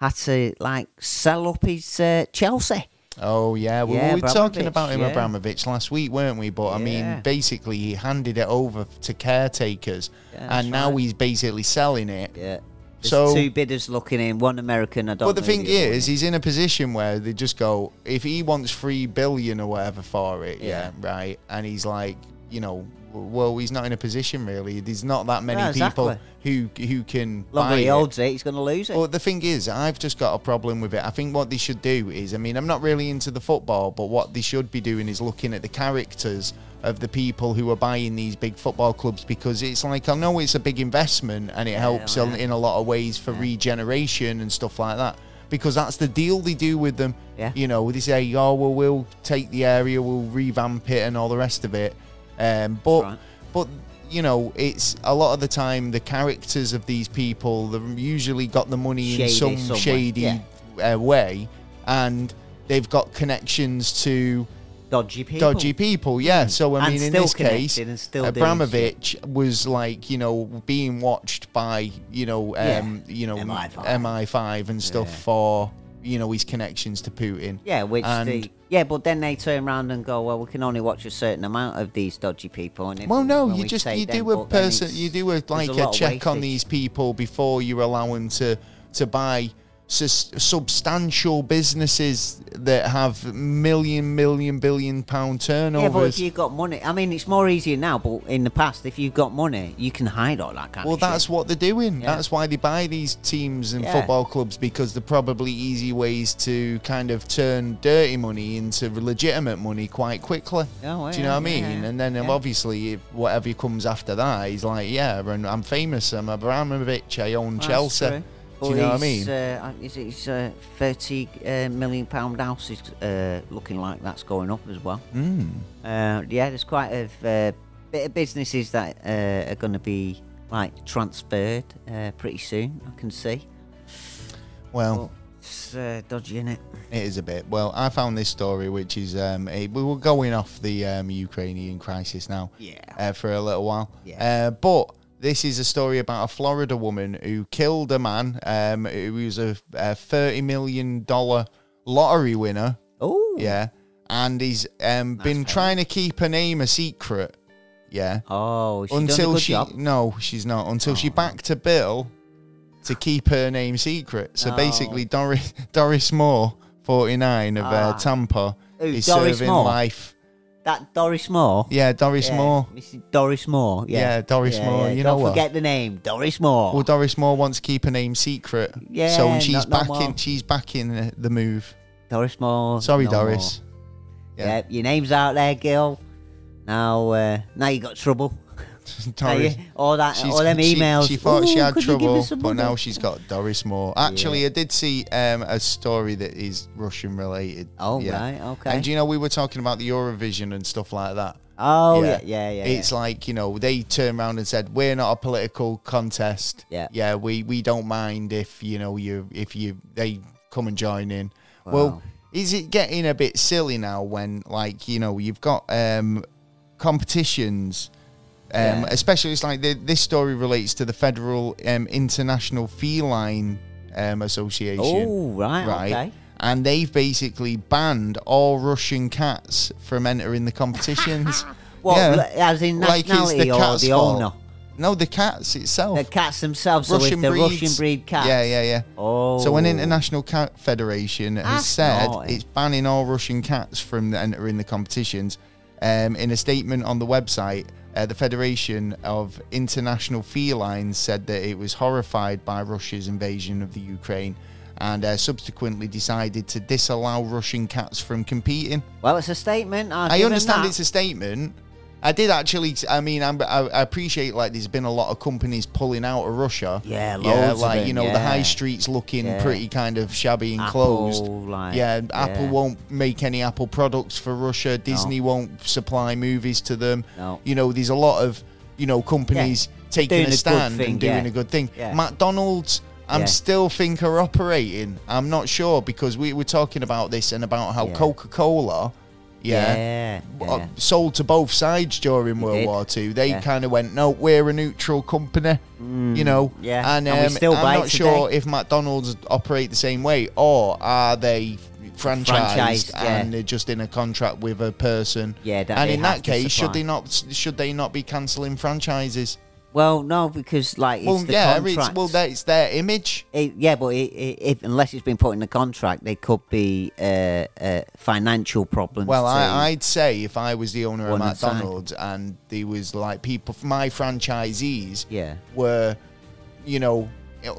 Speaker 2: had to like sell up his uh, Chelsea.
Speaker 1: Oh yeah, well,
Speaker 2: Yeah,
Speaker 1: we were talking
Speaker 2: Abramovich,
Speaker 1: about him
Speaker 2: yeah.
Speaker 1: Abramovich last week, weren't we? But I mean,
Speaker 2: Yeah.
Speaker 1: basically, he handed it over to caretakers,
Speaker 2: Yeah, that's
Speaker 1: and now
Speaker 2: right.
Speaker 1: he's basically selling it.
Speaker 2: Yeah. There's
Speaker 1: So-
Speaker 2: two bidders looking in, one American. I don't.
Speaker 1: But the
Speaker 2: know
Speaker 1: thing
Speaker 2: the other
Speaker 1: is, he's in a position where they just go, if he wants three billion or whatever for it, yeah, right, and he's like, you know, w- well, he's not in a position really. There's not that many
Speaker 2: No,
Speaker 1: people who who can
Speaker 2: one. longer
Speaker 1: buy
Speaker 2: he
Speaker 1: it.
Speaker 2: holds it, he's gonna lose it.
Speaker 1: Well, the thing is, I've just got a problem with it. I think what they should do is, I mean, I'm not really into the football, but what they should be doing is looking at the characters of the people who are buying these big football clubs because it's like I know it's a big investment and it helps
Speaker 2: well,
Speaker 1: in-
Speaker 2: yeah.
Speaker 1: in a lot of ways for regeneration and stuff like that. Because that's the deal they do with them.
Speaker 2: Yeah.
Speaker 1: You know, they say, "Oh, well, we'll take the area, we'll revamp it, and all the rest of it." Um, but
Speaker 2: right.
Speaker 1: but you know, it's a lot of the time the characters of these people they've usually got the money in
Speaker 2: Shady
Speaker 1: some
Speaker 2: somewhere,
Speaker 1: shady uh, way, and they've got connections to
Speaker 2: dodgy people. Mm.
Speaker 1: dodgy people. Yeah. So I
Speaker 2: And
Speaker 1: mean, in
Speaker 2: still
Speaker 1: this case,
Speaker 2: connected and still doing
Speaker 1: Abramovich was like you know being watched by you know
Speaker 2: Yeah,
Speaker 1: um, you know
Speaker 2: MI5.
Speaker 1: MI5 and stuff for you know his connections to Putin.
Speaker 2: Yeah, which
Speaker 1: and,
Speaker 2: the yeah, but then they turn around and go, well, we can only watch a certain amount of these dodgy people. And if,
Speaker 1: Well, no,
Speaker 2: when
Speaker 1: you
Speaker 2: we
Speaker 1: just
Speaker 2: take
Speaker 1: you
Speaker 2: them,
Speaker 1: do a
Speaker 2: but then
Speaker 1: person,
Speaker 2: it's-
Speaker 1: you do a
Speaker 2: there's
Speaker 1: like a,
Speaker 2: lot of
Speaker 1: check on
Speaker 2: wastage.
Speaker 1: these people before you allow them to to buy sus- substantial businesses that have million, million, billion pound
Speaker 2: Yeah, but
Speaker 1: turnovers.
Speaker 2: if you've got money, I mean, it's more easier now. But in the past, if you've got money, you can hide all that kind
Speaker 1: well,
Speaker 2: of. shit.
Speaker 1: that's what they're doing.
Speaker 2: Yeah.
Speaker 1: That's why they buy these teams and
Speaker 2: Yeah.
Speaker 1: football clubs because they're probably easy ways to kind of turn dirty money into legitimate money quite quickly.
Speaker 2: Oh, well,
Speaker 1: Do you know
Speaker 2: yeah,
Speaker 1: what I mean?
Speaker 2: yeah, yeah.
Speaker 1: And then um,
Speaker 2: Yeah.
Speaker 1: obviously, if whatever comes after that, he's like, yeah, and I'm famous. I'm Abramovich. I own
Speaker 2: eh? Well, that's
Speaker 1: Chelsea.
Speaker 2: true.
Speaker 1: Do you
Speaker 2: But
Speaker 1: know what I
Speaker 2: his,
Speaker 1: mean?
Speaker 2: Uh, is it his uh, thirty uh, million pound house is uh, looking like that's going up as well?
Speaker 1: Mm.
Speaker 2: Uh, yeah, there's quite a uh, bit of businesses that uh, are going to be like transferred uh, pretty soon. I can see.
Speaker 1: Well,
Speaker 2: But it's uh, dodgy, is it?
Speaker 1: it is a bit. Well, I found this story, which is um, a, we were going off the um, Ukrainian crisis now.
Speaker 2: Yeah.
Speaker 1: uh, for a little while.
Speaker 2: Yeah.
Speaker 1: Uh, but this is a story about a Florida woman who killed a man um, who was a, a $30 million lottery winner.
Speaker 2: Oh.
Speaker 1: Yeah. And he's um, been trying to keep her name a secret. Yeah.
Speaker 2: Oh. has She done a
Speaker 1: until
Speaker 2: good
Speaker 1: she.
Speaker 2: job? Oh.
Speaker 1: No, she's not. Until she backed a bill to keep her name secret. So
Speaker 2: Oh.
Speaker 1: basically, Doris, Doris Moore, 49, of
Speaker 2: Ah.
Speaker 1: uh, Tampa,
Speaker 2: Who,
Speaker 1: is
Speaker 2: Doris
Speaker 1: serving
Speaker 2: Moore?
Speaker 1: life.
Speaker 2: That Doris Moore.
Speaker 1: Yeah, Doris
Speaker 2: Yeah,
Speaker 1: Moore.
Speaker 2: Mrs. Doris Moore. Yeah,
Speaker 1: Yeah, Doris Moore, you
Speaker 2: Don't
Speaker 1: know her.
Speaker 2: forget the name, Doris Moore.
Speaker 1: Well, Doris Moore wants to keep her name secret.
Speaker 2: Yeah,
Speaker 1: So she's
Speaker 2: not no
Speaker 1: backing.
Speaker 2: more.
Speaker 1: she's backing the- the move.
Speaker 2: Doris Moore.
Speaker 1: Sorry,
Speaker 2: no
Speaker 1: Doris.
Speaker 2: more.
Speaker 1: Yeah.
Speaker 2: Yeah. your name's out there, girl. Now, uh, now you got trouble. Now you-
Speaker 1: Doris.
Speaker 2: all that,
Speaker 1: She's-
Speaker 2: all them
Speaker 1: she-
Speaker 2: emails.
Speaker 1: She, thought she
Speaker 2: "Ooh,
Speaker 1: had
Speaker 2: could you give
Speaker 1: trouble,
Speaker 2: us some
Speaker 1: but now
Speaker 2: money?"
Speaker 1: she's got Doris Moore. Actually, I did see um, a story that is Russian related.
Speaker 2: Oh, right, okay.
Speaker 1: And do you know we were talking about the Eurovision and stuff like that?
Speaker 2: Oh yeah, yeah, yeah.
Speaker 1: It's like you know they turned around and said we're not a political contest.
Speaker 2: Yeah.
Speaker 1: yeah. We we don't mind if you know you if you they come and join in.
Speaker 2: Wow.
Speaker 1: Well, is it getting a bit silly now when like you know you've got um competitions. Um,
Speaker 2: Yeah.
Speaker 1: Especially, it's like the, this story relates to the Federal um, International Feline um, Association.
Speaker 2: Oh, right, okay.
Speaker 1: And they've basically banned all Russian cats from entering the competitions.
Speaker 2: Well, li- as in nationality or the
Speaker 1: fault.
Speaker 2: owner?
Speaker 1: No, the cats itself.
Speaker 2: The cats themselves, so if
Speaker 1: Russian
Speaker 2: they're
Speaker 1: breeds.
Speaker 2: Russian breed cats.
Speaker 1: Yeah, yeah, yeah.
Speaker 2: Oh.
Speaker 1: So an international cat federation has
Speaker 2: That's
Speaker 1: said
Speaker 2: naughty.
Speaker 1: it's banning all Russian cats from entering the competitions. Um, in a statement on the website, uh, the Federation of International Felines said that it was horrified by Russia's invasion of the Ukraine and uh, subsequently decided to disallow Russian cats from competing.
Speaker 2: Well, it's a statement. I'll
Speaker 1: I
Speaker 2: give 'em
Speaker 1: understand
Speaker 2: that.
Speaker 1: it's a statement. I did actually. I mean, I'm, I, I appreciate like there's been a lot of companies pulling out of Russia. yeah,
Speaker 2: Yeah, loads of
Speaker 1: like you
Speaker 2: them,
Speaker 1: know the high
Speaker 2: yeah.
Speaker 1: streets looking
Speaker 2: Yeah.
Speaker 1: pretty kind of shabby and
Speaker 2: Apple,
Speaker 1: closed.
Speaker 2: like,
Speaker 1: yeah, Apple
Speaker 2: yeah.
Speaker 1: won't make any Apple products for Russia. Disney won't supply movies to them.
Speaker 2: No.
Speaker 1: You know, there's a lot of you know companies taking
Speaker 2: Doing a
Speaker 1: a
Speaker 2: good
Speaker 1: stand
Speaker 2: thing,
Speaker 1: and doing a
Speaker 2: yeah.
Speaker 1: good thing.
Speaker 2: Yeah.
Speaker 1: McDonald's. I'm
Speaker 2: Yeah.
Speaker 1: still think are operating. I'm not sure because we were talking about this and about how
Speaker 2: Yeah.
Speaker 1: Coca-Cola,
Speaker 2: Yeah.
Speaker 1: uh,
Speaker 2: yeah.
Speaker 1: sold to both sides during World
Speaker 2: did.
Speaker 1: War Two. They
Speaker 2: Yeah. Mm.
Speaker 1: kind of went, no, we're a neutral company, you know.
Speaker 2: yeah.
Speaker 1: and, um,
Speaker 2: And we still
Speaker 1: I'm
Speaker 2: buy
Speaker 1: not
Speaker 2: it
Speaker 1: sure if McDonald's operate the same way, or are they franchised,
Speaker 2: Franchised, yeah.
Speaker 1: and they're just in a contract with a person.
Speaker 2: Yeah, that
Speaker 1: and
Speaker 2: they
Speaker 1: in
Speaker 2: have
Speaker 1: that
Speaker 2: to
Speaker 1: case, should
Speaker 2: supply.
Speaker 1: they not? Should they not be cancelling franchises?
Speaker 2: Well, no, because like it's
Speaker 1: well,
Speaker 2: the
Speaker 1: yeah, it's
Speaker 2: contract.
Speaker 1: well, that's their image.
Speaker 2: It- yeah, but it, it, if, unless it's been put in the contract, there could be uh, uh, financial problems.
Speaker 1: Well,
Speaker 2: to,
Speaker 1: I, I'd say if I was the owner of
Speaker 2: one side.
Speaker 1: McDonald's and there was like people, my franchisees
Speaker 2: Yeah.
Speaker 1: were, you know,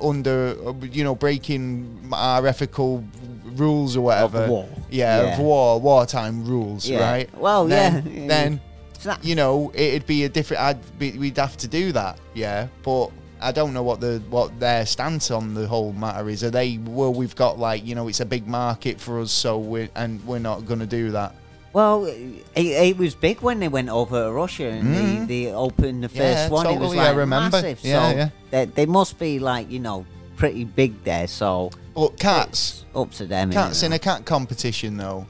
Speaker 1: under, you know, breaking our ethical rules or whatever.
Speaker 2: war.
Speaker 1: Yeah, of
Speaker 2: Yeah.
Speaker 1: war, wartime rules,
Speaker 2: Yeah.
Speaker 1: right?
Speaker 2: Well,
Speaker 1: Then-
Speaker 2: yeah.
Speaker 1: Then,
Speaker 2: It's not-
Speaker 1: you know, it'd be a different, I'd be, we'd have to do that, yeah. But I don't know what the what their stance on the whole matter is. Are they, well, we've got like, you know, it's a big market for us, so we're, and we're not going to do that.
Speaker 2: well, it, it was big when they went over to Russia and they, they opened the
Speaker 1: Mm-hmm. Yeah,
Speaker 2: first one. it was
Speaker 1: totally, I
Speaker 2: like
Speaker 1: remember.
Speaker 2: massive.
Speaker 1: Yeah,
Speaker 2: so
Speaker 1: yeah.
Speaker 2: They, they must be like you know pretty big there. So
Speaker 1: But cats,
Speaker 2: up to them.
Speaker 1: cats
Speaker 2: you
Speaker 1: in
Speaker 2: know.
Speaker 1: a cat competition, though.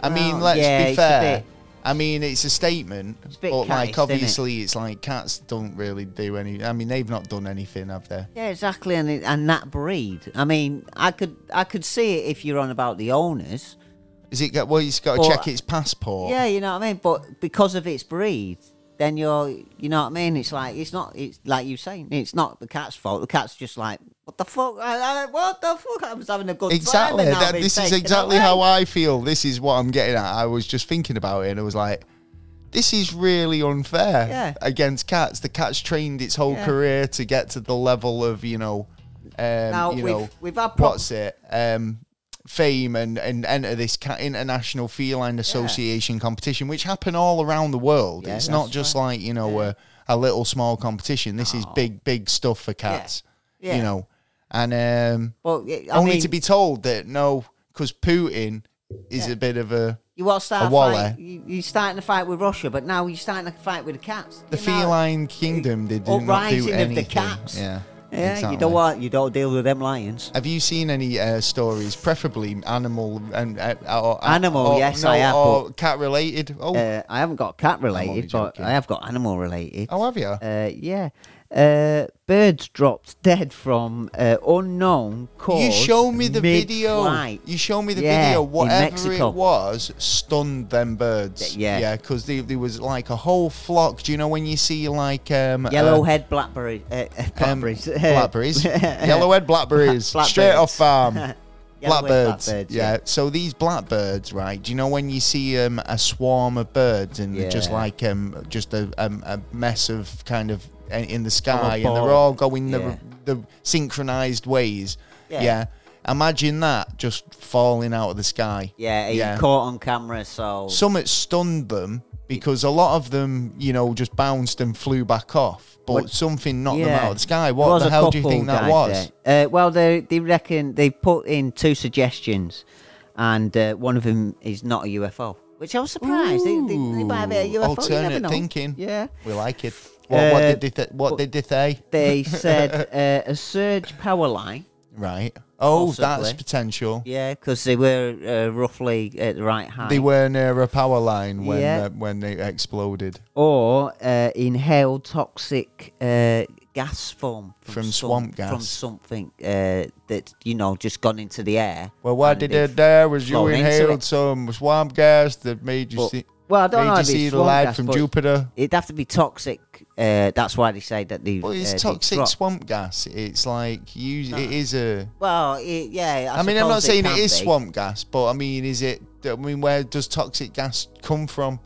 Speaker 1: I
Speaker 2: Well,
Speaker 1: mean, let's
Speaker 2: Oh, yeah,
Speaker 1: be
Speaker 2: it's a
Speaker 1: fair.
Speaker 2: bit-
Speaker 1: I mean, it's a statement,
Speaker 2: It's a bit
Speaker 1: but
Speaker 2: catist,
Speaker 1: like
Speaker 2: isn't it?
Speaker 1: obviously, it's like cats don't really do any. I mean, they've not done anything, have they?
Speaker 2: Yeah, exactly, and it- and that breed. I mean, I could I could see it if you're on about the owners.
Speaker 1: Is it got? Well, you've got to
Speaker 2: Well,
Speaker 1: check its passport.
Speaker 2: Yeah, you know what I mean. But because of its breed, then you're you know what I mean. It's like it's not it's like you saying it's not the cat's fault. The cat's just like what the fuck? I, I, what the fuck? I was having a good
Speaker 1: Exactly.
Speaker 2: time. and now
Speaker 1: That,
Speaker 2: they've
Speaker 1: this is
Speaker 2: taken
Speaker 1: exactly
Speaker 2: away.
Speaker 1: how I feel. This is what I'm getting at. I was just thinking about it, and I was like, "This is really unfair
Speaker 2: Yeah.
Speaker 1: against cats. The cat's trained its whole
Speaker 2: Yeah.
Speaker 1: career to get to the level of you know, um,
Speaker 2: Now,
Speaker 1: you
Speaker 2: we've-
Speaker 1: know,
Speaker 2: we've had prob-
Speaker 1: what's it, um, fame, and and enter this cat international feline association competition, which happen all around the world.
Speaker 2: Yeah,
Speaker 1: it's not
Speaker 2: that's
Speaker 1: just like you know a, a little small competition. This is big, big stuff for cats. You
Speaker 2: Yeah.
Speaker 1: know, and um,
Speaker 2: But it- I
Speaker 1: only
Speaker 2: mean,
Speaker 1: to be told that no, because Putin is a bit of a
Speaker 2: you are starting
Speaker 1: a
Speaker 2: a
Speaker 1: wall, eh?
Speaker 2: fight, you, you're starting to fight with Russia, but now you're starting to fight with the cats.
Speaker 1: the
Speaker 2: You know?
Speaker 1: feline kingdom. They do not
Speaker 2: uprising
Speaker 1: do
Speaker 2: of the
Speaker 1: anything.
Speaker 2: cats.
Speaker 1: Yeah,
Speaker 2: Yeah,
Speaker 1: exactly.
Speaker 2: you don't want you don't deal with them lions.
Speaker 1: Have you seen any uh, stories, preferably animal and uh, or,
Speaker 2: Animal,
Speaker 1: Or,
Speaker 2: yes,
Speaker 1: no,
Speaker 2: I have,
Speaker 1: Or cat related. Oh,
Speaker 2: Uh, I haven't got cat
Speaker 1: only
Speaker 2: related, but
Speaker 1: joking.
Speaker 2: I have got animal related.
Speaker 1: oh, have you?
Speaker 2: Uh, yeah. Uh, birds dropped dead from uh, unknown cause.
Speaker 1: you show me the video.
Speaker 2: mid-flight.
Speaker 1: You show me the
Speaker 2: Yeah,
Speaker 1: video.
Speaker 2: in
Speaker 1: Whatever
Speaker 2: Mexico.
Speaker 1: it was, stunned them birds.
Speaker 2: Yeah.
Speaker 1: yeah, because there was like a whole flock. Do you know when you see like um, uh,
Speaker 2: Yellowhead blackberry. Uh, uh,
Speaker 1: Um,
Speaker 2: blackberries.
Speaker 1: blackberries. Yellowhead blackberries.
Speaker 2: Blackbirds.
Speaker 1: Straight off farm.
Speaker 2: Yellowhead
Speaker 1: blackbirds.
Speaker 2: blackbirds,
Speaker 1: yeah.
Speaker 2: yeah.
Speaker 1: So these blackbirds, right? Do you know when you see um, a swarm of birds and they're just
Speaker 2: Yeah.
Speaker 1: like um, just a, um, a mess of kind of in, in the sky and
Speaker 2: ball.
Speaker 1: they're all going
Speaker 2: Yeah.
Speaker 1: the, the synchronized ways? Yeah.
Speaker 2: Yeah.
Speaker 1: Imagine that just falling out of the sky.
Speaker 2: yeah, he
Speaker 1: Yeah.
Speaker 2: caught on camera, so.
Speaker 1: Some it stunned them because a lot of them, you know, just bounced and flew back off. But
Speaker 2: What-
Speaker 1: something knocked them
Speaker 2: Yeah.
Speaker 1: out of the sky.
Speaker 2: There
Speaker 1: What
Speaker 2: was
Speaker 1: the
Speaker 2: a
Speaker 1: hell do you
Speaker 2: couple
Speaker 1: think that
Speaker 2: died
Speaker 1: was?
Speaker 2: there. Uh, well, they they reckon they put in two suggestions, and uh, one of them is not a UFO, which I was surprised. They, they, they might have a
Speaker 1: Ooh,
Speaker 2: UFO. you never
Speaker 1: alternate
Speaker 2: know.
Speaker 1: thinking.
Speaker 2: Yeah.
Speaker 1: We like it. What, what
Speaker 2: Uh,
Speaker 1: did they th- what did they say?
Speaker 2: They said uh, a surge power line
Speaker 1: Right. Oh, that's
Speaker 2: Possibly.
Speaker 1: potential.
Speaker 2: Yeah, because they were uh, roughly at the right height.
Speaker 1: They were near a power line when
Speaker 2: Yeah.
Speaker 1: uh, when they exploded
Speaker 2: Or uh, inhaled toxic uh, gas form
Speaker 1: From swamp
Speaker 2: From
Speaker 1: gas.
Speaker 2: something uh, that, you know, just gone into the air.
Speaker 1: Well, what
Speaker 2: and
Speaker 1: they
Speaker 2: they've
Speaker 1: did there was you
Speaker 2: flown into
Speaker 1: inhaled
Speaker 2: it.
Speaker 1: some swamp gas that made you
Speaker 2: But-
Speaker 1: see.
Speaker 2: Well, I don't
Speaker 1: made
Speaker 2: know
Speaker 1: you
Speaker 2: if
Speaker 1: see
Speaker 2: it's
Speaker 1: the
Speaker 2: swamp
Speaker 1: light
Speaker 2: gas,
Speaker 1: from
Speaker 2: but
Speaker 1: Jupiter.
Speaker 2: It'd have to be toxic. Uh, that's why they say that uh, the.
Speaker 1: Well, it's toxic swamp gas. It's like you.
Speaker 2: Ah.
Speaker 1: It is a.
Speaker 2: Well, it, yeah. I,
Speaker 1: I mean, I'm not
Speaker 2: suppose
Speaker 1: saying
Speaker 2: can
Speaker 1: it is
Speaker 2: be.
Speaker 1: swamp gas, but I mean, is it? I mean, where does toxic gas come from?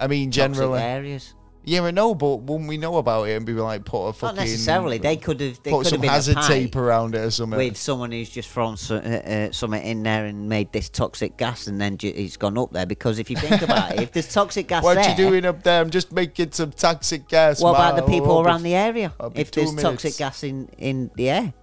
Speaker 1: I mean,
Speaker 2: Toxic
Speaker 1: generally,
Speaker 2: areas.
Speaker 1: yeah, I know, but wouldn't we know about it and be like, put a fucking
Speaker 2: Not necessarily. They could have. They
Speaker 1: put
Speaker 2: could have
Speaker 1: some
Speaker 2: been
Speaker 1: hazard
Speaker 2: a pipe
Speaker 1: tape around it or something?
Speaker 2: with someone who's just thrown so, uh, uh, something in there and made this toxic gas, and then ju- it's gone up there. Because if you think about it, if there's toxic gas
Speaker 1: what
Speaker 2: there,
Speaker 1: you doing up there? I'm just making some toxic gas.
Speaker 2: what about the
Speaker 1: man.
Speaker 2: people
Speaker 1: Oh,
Speaker 2: around
Speaker 1: but-
Speaker 2: the area?
Speaker 1: I'll be
Speaker 2: If
Speaker 1: two
Speaker 2: there's
Speaker 1: minutes.
Speaker 2: toxic gas in in the air,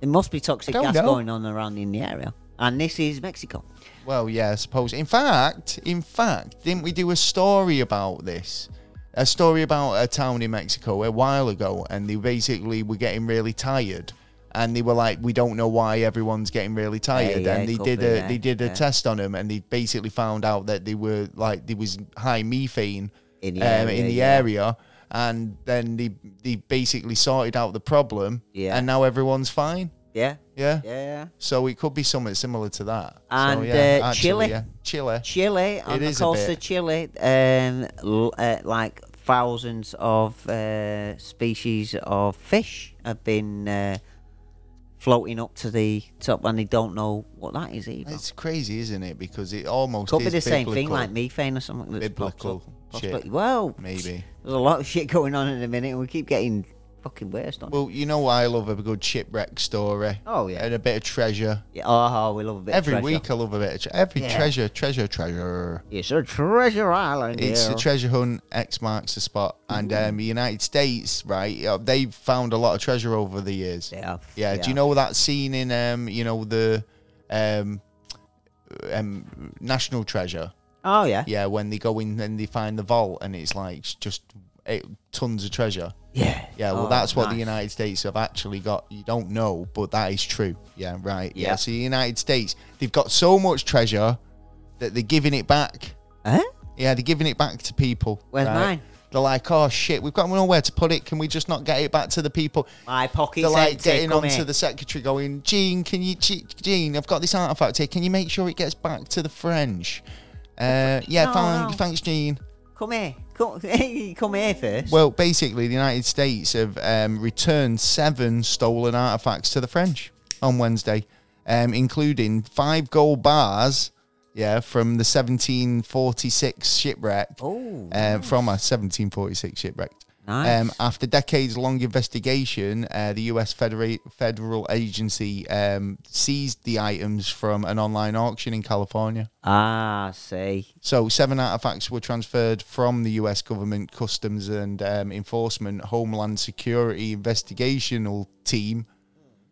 Speaker 2: there must be toxic
Speaker 1: don't
Speaker 2: gas
Speaker 1: know.
Speaker 2: going on around in the area. And this is Mexico.
Speaker 1: Well, yeah, I suppose. In fact, in fact, didn't we do a story about this? A story about a town in Mexico a while ago, and they basically were getting really tired, and they were like, "We don't know why everyone's getting really tired."
Speaker 2: yeah,
Speaker 1: and they
Speaker 2: it could
Speaker 1: did
Speaker 2: be,
Speaker 1: a
Speaker 2: yeah,
Speaker 1: they did a
Speaker 2: yeah.
Speaker 1: test on them, and they basically found out that they were like there was high methane
Speaker 2: In the
Speaker 1: um,
Speaker 2: area,
Speaker 1: in the
Speaker 2: yeah.
Speaker 1: area, and then they they basically sorted out the problem,
Speaker 2: Yeah.
Speaker 1: and now everyone's fine.
Speaker 2: Yeah.
Speaker 1: Yeah.
Speaker 2: Yeah.
Speaker 1: So it could be something similar to that. so,
Speaker 2: And,
Speaker 1: yeah,
Speaker 2: uh,
Speaker 1: actually,
Speaker 2: Chile.
Speaker 1: yeah. Chile.
Speaker 2: Chile on the
Speaker 1: is a
Speaker 2: coast
Speaker 1: bit.
Speaker 2: of Chile, um, l- uh, like thousands of uh, species of fish have been uh, floating up to the top, and they don't know what that is either.
Speaker 1: It's crazy, isn't it? Because it almost
Speaker 2: Could be
Speaker 1: is
Speaker 2: the same thing,
Speaker 1: biblical.
Speaker 2: like methane or something. That's
Speaker 1: Biblical
Speaker 2: popped up.
Speaker 1: shit.
Speaker 2: Possibly- Well,
Speaker 1: Maybe.
Speaker 2: there's a lot of shit going on in a minute, and we keep getting fucking worse. Don't we?
Speaker 1: Well, you know what I love a good shipwreck story.
Speaker 2: Oh, yeah.
Speaker 1: and a bit of treasure.
Speaker 2: Yeah, oh, we love a bit.
Speaker 1: Every
Speaker 2: of treasure.
Speaker 1: week I love a bit of tre- every
Speaker 2: Yeah.
Speaker 1: treasure, treasure, treasure.
Speaker 2: it's a treasure island.
Speaker 1: It's
Speaker 2: here.
Speaker 1: the treasure hunt. X marks the spot, and um, the United States, right? uh, They've found a lot of treasure over the years.
Speaker 2: They have,
Speaker 1: Yeah.
Speaker 2: they
Speaker 1: Do you
Speaker 2: have.
Speaker 1: know that scene in um, you know the um, um, National Treasure?
Speaker 2: oh yeah,
Speaker 1: Yeah, when they go in and they find the vault, and it's like it's just it, tons of treasure.
Speaker 2: yeah,
Speaker 1: Yeah, well,
Speaker 2: Oh,
Speaker 1: that's what the
Speaker 2: nice.
Speaker 1: United States have actually got. You don't know, but that is true. Yeah, right. Yeah.
Speaker 2: Yeah.
Speaker 1: So the United States, they've got so much treasure that they're giving it back.
Speaker 2: Huh?
Speaker 1: Yeah, they're giving it back to people.
Speaker 2: Where's
Speaker 1: right?
Speaker 2: mine?
Speaker 1: They're like, oh shit, we've got nowhere to put it. Can we just not get it back to the people?
Speaker 2: My pocket's
Speaker 1: They're like
Speaker 2: empty.
Speaker 1: getting
Speaker 2: come
Speaker 1: onto
Speaker 2: here.
Speaker 1: the secretary, going, Gene, can you, Ge- Gene, I've got this artifact here. Can you make sure it gets back to the French? Uh, yeah,
Speaker 2: No,
Speaker 1: thanks,
Speaker 2: no.
Speaker 1: thanks, Gene.
Speaker 2: Come here. Come, come here first.
Speaker 1: Well, basically, the United States have um, returned seven stolen artifacts to the French on Wednesday, um, including five gold bars, yeah, from the 1746 shipwreck.
Speaker 2: Oh,
Speaker 1: uh, from a 1746 shipwreck.
Speaker 2: Nice.
Speaker 1: Um, after decades-long investigation, uh, the U.S. Federa- federal agency um, seized the items from an online auction in California.
Speaker 2: ah, see.
Speaker 1: So seven artifacts were transferred from the U.S. government customs and um, enforcement Homeland Security investigational team.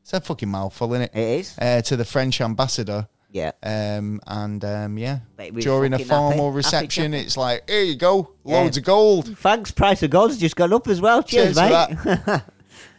Speaker 1: It's a fucking mouthful, innit?
Speaker 2: It is.
Speaker 1: Uh, to the French ambassador.
Speaker 2: Yeah.
Speaker 1: Um, and um, yeah,
Speaker 2: But we're
Speaker 1: during a
Speaker 2: fucking
Speaker 1: formal
Speaker 2: happy- happy
Speaker 1: reception,
Speaker 2: jumping.
Speaker 1: it's like, here you go,
Speaker 2: Yeah.
Speaker 1: loads of gold.
Speaker 2: Thanks, price of gold's just gone up as well. Cheers,
Speaker 1: Cheers for
Speaker 2: mate.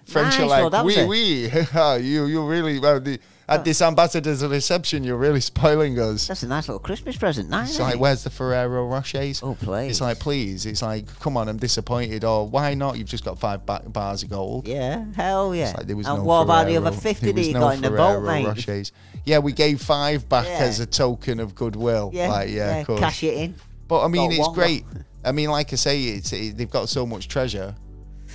Speaker 1: French
Speaker 2: Nice,
Speaker 1: are
Speaker 2: well,
Speaker 1: like,
Speaker 2: that was
Speaker 1: we,
Speaker 2: it. Oh.
Speaker 1: we, you, you really, well, the, at this ambassador's reception, you're really spoiling us.
Speaker 2: That's a nice little Christmas present. Nice.
Speaker 1: It's like, where's the Ferrero Rochers?
Speaker 2: Oh, please.
Speaker 1: It's like, please. It's like, come on, I'm disappointed. Or why not? You've just got five ba- bars of gold.
Speaker 2: yeah, hell yeah.
Speaker 1: It's like there was
Speaker 2: and
Speaker 1: no
Speaker 2: what about the
Speaker 1: Ferrero-
Speaker 2: other 50
Speaker 1: there
Speaker 2: that
Speaker 1: was
Speaker 2: you
Speaker 1: no
Speaker 2: got in the boat,
Speaker 1: Ferrero
Speaker 2: mate?
Speaker 1: Rochers. Yeah, we gave five back
Speaker 2: Yeah.
Speaker 1: as a token of goodwill.
Speaker 2: Yeah,
Speaker 1: like, yeah, of course.
Speaker 2: cash it in.
Speaker 1: But I mean,
Speaker 2: Got
Speaker 1: it's
Speaker 2: one
Speaker 1: great. I mean, like I say, it's it, they've got so much treasure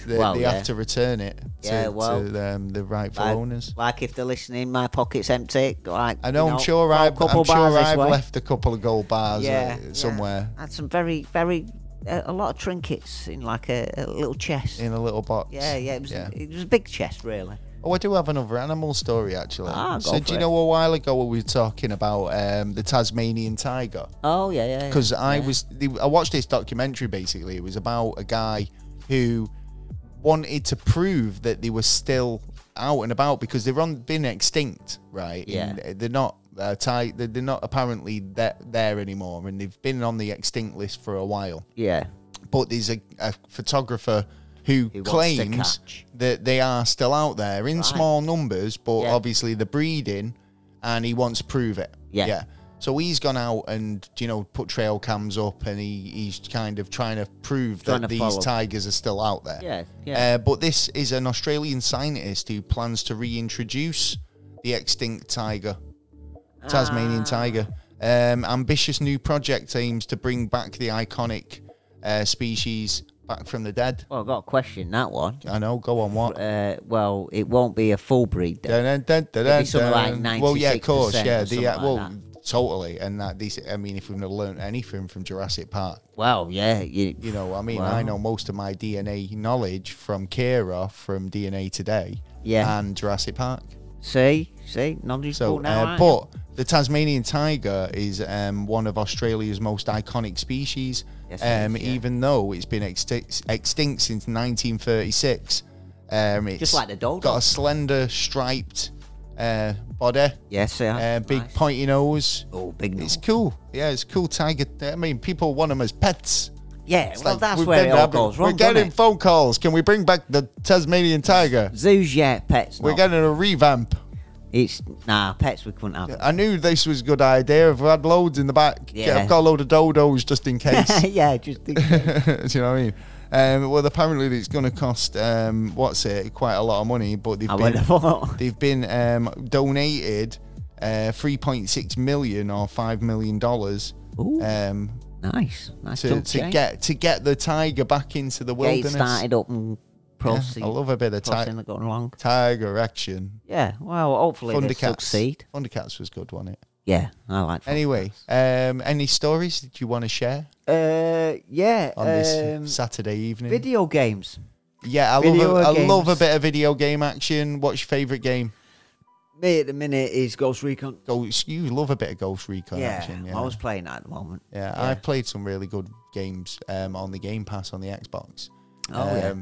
Speaker 1: that
Speaker 2: Well,
Speaker 1: they
Speaker 2: yeah.
Speaker 1: have to return it to,
Speaker 2: Yeah, well,
Speaker 1: to um, the rightful
Speaker 2: Like,
Speaker 1: owners.
Speaker 2: like if they're listening, my pocket's empty. Like
Speaker 1: I know.
Speaker 2: you
Speaker 1: I'm sure
Speaker 2: throw a
Speaker 1: I've.
Speaker 2: couple
Speaker 1: I'm
Speaker 2: bars
Speaker 1: sure
Speaker 2: this
Speaker 1: I've
Speaker 2: way.
Speaker 1: left a couple of gold bars uh, somewhere
Speaker 2: Had some very, very, uh, a lot of trinkets in like a, a little chest.
Speaker 1: in a little box.
Speaker 2: yeah, yeah. It was, it was a big chest, really.
Speaker 1: Oh, I do have another animal story actually.
Speaker 2: Ah,
Speaker 1: so
Speaker 2: go
Speaker 1: do
Speaker 2: for
Speaker 1: you
Speaker 2: it.
Speaker 1: know a while ago we were talking about um, the Tasmanian tiger?
Speaker 2: Oh yeah, yeah. yeah.
Speaker 1: Because I was, they, I watched this documentary. Basically, it was about a guy who wanted to prove that they were still out and about because they've on, been extinct, right?
Speaker 2: Yeah.
Speaker 1: And they're not. Uh, ti- they're they're not apparently there, there anymore, and they've been on the extinct list for a while
Speaker 2: yeah.
Speaker 1: but there's a, a photographer who,
Speaker 2: Who wants to
Speaker 1: claims
Speaker 2: catch.
Speaker 1: that they are still out there in
Speaker 2: Right.
Speaker 1: small numbers, but
Speaker 2: Yeah.
Speaker 1: obviously they're breeding, and he wants to prove it.
Speaker 2: Yeah.
Speaker 1: yeah. So he's gone out and you know put trail cams up, and he, he's kind of trying to prove
Speaker 2: Trying
Speaker 1: that
Speaker 2: to
Speaker 1: these
Speaker 2: follow.
Speaker 1: tigers are still out there.
Speaker 2: Yeah, yeah.
Speaker 1: Uh, but this is an Australian scientist who plans to reintroduce the extinct tiger.
Speaker 2: Ah.
Speaker 1: Tasmanian tiger. Um, ambitious new project aims to bring back the iconic uh, species back from the dead.
Speaker 2: Well, I've got a question. That one.
Speaker 1: I know. Go on. What?
Speaker 2: Uh, well, it won't be a full breed then.
Speaker 1: Dun, dun, dun, dun,
Speaker 2: It'd be
Speaker 1: dun.
Speaker 2: something like
Speaker 1: well, yeah, of course,
Speaker 2: 96%
Speaker 1: yeah.
Speaker 2: or
Speaker 1: The, uh,
Speaker 2: something
Speaker 1: well,
Speaker 2: like
Speaker 1: totally. And that these, I mean, if we've not learned anything from Jurassic Park,
Speaker 2: Well, yeah. You,
Speaker 1: you know, I mean, I know most of my DNA knowledge from Kira from DNA Today,
Speaker 2: Yeah.
Speaker 1: and Jurassic Park.
Speaker 2: see, see, nobody's
Speaker 1: So,
Speaker 2: so, Oh, now.
Speaker 1: uh,
Speaker 2: aren't you?
Speaker 1: but the Tasmanian tiger is um, one of Australia's most iconic species.
Speaker 2: Yes, it
Speaker 1: um,
Speaker 2: is, yeah.
Speaker 1: Even though it's been extinct, extinct since 1936, um, it's
Speaker 2: like the dodo.
Speaker 1: got a slender, striped uh, body,
Speaker 2: yes, yeah,
Speaker 1: uh, big
Speaker 2: nice.
Speaker 1: pointy nose.
Speaker 2: Oh, big
Speaker 1: It's
Speaker 2: nose.
Speaker 1: cool. Yeah, it's a cool tiger. I mean, people want them as pets.
Speaker 2: Yeah,
Speaker 1: It's
Speaker 2: well,
Speaker 1: like,
Speaker 2: that's
Speaker 1: we've
Speaker 2: where
Speaker 1: been
Speaker 2: it all
Speaker 1: having-
Speaker 2: goes
Speaker 1: We're
Speaker 2: wrong. doesn't
Speaker 1: getting
Speaker 2: it?
Speaker 1: phone calls. Can we bring back the Tasmanian tiger?
Speaker 2: zoos, yeah, pets.
Speaker 1: We're
Speaker 2: not.
Speaker 1: getting a revamp.
Speaker 2: It's nah, pets we couldn't have.
Speaker 1: I knew this was a good idea. I've had loads in the back.
Speaker 2: Yeah.
Speaker 1: I've got a load of dodos just in case. Do
Speaker 2: yeah, just think.
Speaker 1: you know what I mean? Um, well, apparently it's going to cost um, what's it quite a lot of money, but they've
Speaker 2: I would
Speaker 1: been
Speaker 2: have thought.
Speaker 1: they've been um, donated uh, 3.6 million or five million dollars
Speaker 2: Ooh.
Speaker 1: um,
Speaker 2: Nice, nice
Speaker 1: to,
Speaker 2: chunk
Speaker 1: to
Speaker 2: change.
Speaker 1: get to get the tiger back into the
Speaker 2: Get it
Speaker 1: wilderness.
Speaker 2: started up and proceed.
Speaker 1: Yeah, I love a bit of
Speaker 2: proceeding
Speaker 1: ti-
Speaker 2: that gone wrong.
Speaker 1: tiger action.
Speaker 2: Yeah, well, hopefully they
Speaker 1: Thundercats.
Speaker 2: succeed.
Speaker 1: Thundercats was good, wasn't it?
Speaker 2: Yeah, I like. Fun.
Speaker 1: Anyway, um, any stories that you want to share?
Speaker 2: uh, yeah,
Speaker 1: on
Speaker 2: um,
Speaker 1: this Saturday evening.
Speaker 2: video games.
Speaker 1: yeah, I love,
Speaker 2: video
Speaker 1: a, I love a
Speaker 2: games.
Speaker 1: bit of video game action. What's your favourite game?
Speaker 2: Me at the minute is Ghost Recon.
Speaker 1: Ghost. You love a bit of Ghost Recon
Speaker 2: Yeah,
Speaker 1: action. Yeah.
Speaker 2: I was playing that at the moment.
Speaker 1: yeah, I've played some really good games um, on the Game Pass on the Xbox. Um,
Speaker 2: Oh, yeah.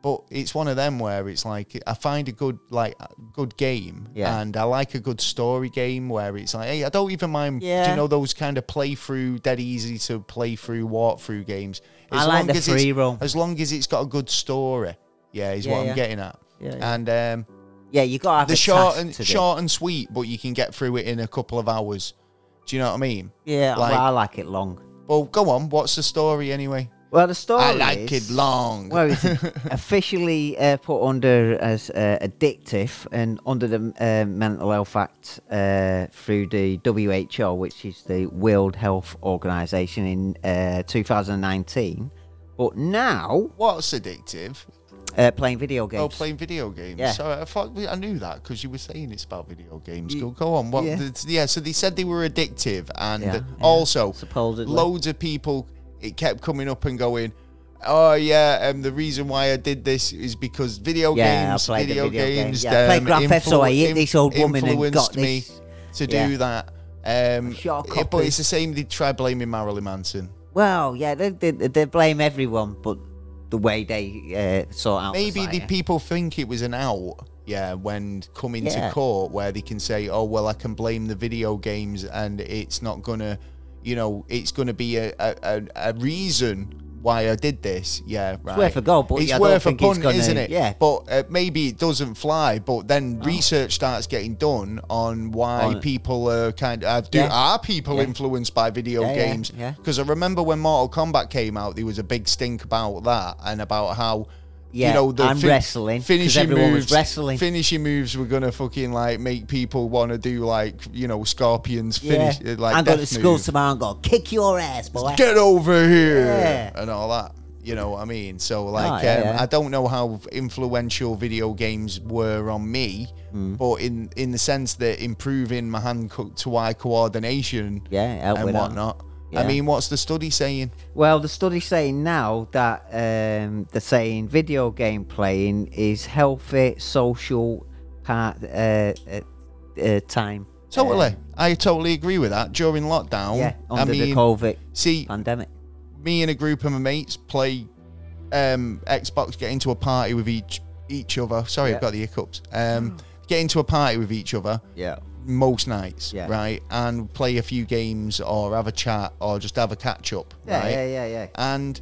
Speaker 1: But it's one of them where it's like I find a good like a good game,
Speaker 2: Yeah.
Speaker 1: and I like a good story game where it's like, hey, I don't even mind. Do
Speaker 2: Yeah.
Speaker 1: you know those kind of playthrough, dead easy to playthrough, walkthrough games?
Speaker 2: I like the
Speaker 1: as it's-
Speaker 2: free roam.
Speaker 1: As long as it's got a good story, yeah, is
Speaker 2: Yeah,
Speaker 1: what I'm
Speaker 2: yeah.
Speaker 1: getting at.
Speaker 2: Yeah, yeah.
Speaker 1: And um,
Speaker 2: Yeah, you got to have
Speaker 1: the
Speaker 2: a
Speaker 1: short
Speaker 2: task
Speaker 1: and
Speaker 2: to do.
Speaker 1: short and sweet, but you can get through it in a couple of hours. Do you know what I mean?
Speaker 2: Yeah,
Speaker 1: like-
Speaker 2: well, I like it long.
Speaker 1: Well, go on. What's the story anyway?
Speaker 2: Well, the story.
Speaker 1: I like it
Speaker 2: is-
Speaker 1: long.
Speaker 2: Well, it's officially uh, put under as uh, addictive and under the uh, Mental Health Act uh, through the WHO, which is the World Health Organization, in uh, 2019. But now,
Speaker 1: What's addictive?
Speaker 2: uh, playing video games.
Speaker 1: Oh, playing video games.
Speaker 2: Yeah.
Speaker 1: So I thought I knew that because you were saying it's about video games. Go, go on. What?
Speaker 2: yeah.
Speaker 1: Yeah. So they said they were addictive, and
Speaker 2: Yeah, yeah.
Speaker 1: also
Speaker 2: Supposedly.
Speaker 1: loads of people. It kept coming up and going. Oh yeah, um, the reason why I did this is because video
Speaker 2: Yeah, I
Speaker 1: games,
Speaker 2: played the
Speaker 1: video,
Speaker 2: video
Speaker 1: games.
Speaker 2: games. Yeah, I played
Speaker 1: um,
Speaker 2: Grand Theft, so I hit this old woman and
Speaker 1: influenced
Speaker 2: got
Speaker 1: me
Speaker 2: this-
Speaker 1: to do
Speaker 2: yeah.
Speaker 1: that. Um,
Speaker 2: shot a
Speaker 1: it- but
Speaker 2: copy.
Speaker 1: it's the same. They try blaming Marilyn Manson.
Speaker 2: Well, yeah, they, they, they blame everyone, but the way they uh, sort out.
Speaker 1: Maybe the
Speaker 2: society.
Speaker 1: people think it was an out, yeah, when coming
Speaker 2: Yeah.
Speaker 1: to court where they can say, oh, well, I can blame the video games and it's not going to, you know, it's going to be a, a, a, a reason why I did this. Yeah, right.
Speaker 2: worth a go, but
Speaker 1: it's
Speaker 2: yeah, I don't
Speaker 1: worth a
Speaker 2: think it's
Speaker 1: punt,
Speaker 2: gonna-
Speaker 1: isn't it?
Speaker 2: yeah. Oh.
Speaker 1: But uh, maybe it doesn't fly, but then research starts getting done on why
Speaker 2: On-
Speaker 1: people are kind of, do,
Speaker 2: Yeah.
Speaker 1: are people
Speaker 2: Yeah.
Speaker 1: influenced by video
Speaker 2: Yeah, yeah,
Speaker 1: games?
Speaker 2: yeah.
Speaker 1: Because I remember when Mortal Kombat came out, there was a big stink about that and about how
Speaker 2: Yeah,
Speaker 1: you know the
Speaker 2: and wrestling, 'cause
Speaker 1: finishing
Speaker 2: everyone was
Speaker 1: moves.
Speaker 2: wrestling.
Speaker 1: Finishing moves were gonna fucking like make people want to do like you know scorpions finish uh, like
Speaker 2: I'm going to
Speaker 1: death
Speaker 2: school
Speaker 1: move.
Speaker 2: tomorrow and go kick your ass, boy.
Speaker 1: Get over here
Speaker 2: Yeah. Oh,
Speaker 1: and all that. You know what I mean? So like,
Speaker 2: yeah,
Speaker 1: um,
Speaker 2: yeah.
Speaker 1: I don't know how influential video games were on me,
Speaker 2: Hmm.
Speaker 1: but in in the sense that improving my hand co- to eye coordination,
Speaker 2: Yeah, it helped
Speaker 1: and
Speaker 2: with that.
Speaker 1: whatnot. I
Speaker 2: Yeah.
Speaker 1: mean, what's the study saying?
Speaker 2: Well, the study's saying now that um, they're saying video game playing is healthy social part uh, uh, uh, time.
Speaker 1: Totally, I totally agree with that. During lockdown,
Speaker 2: Yeah,
Speaker 1: Oh, I
Speaker 2: under the
Speaker 1: mean,
Speaker 2: COVID
Speaker 1: see,
Speaker 2: pandemic.
Speaker 1: me and a group of my mates play um, Xbox, get into a party with each each other. Sorry, I've
Speaker 2: Yeah. Hmm.
Speaker 1: got the hiccups. Um, get into a party with each other
Speaker 2: Yeah.
Speaker 1: most nights,
Speaker 2: Yeah.
Speaker 1: right? And play a few games or have a chat or just have a catch up,
Speaker 2: Yeah,
Speaker 1: right?
Speaker 2: yeah, yeah, yeah.
Speaker 1: And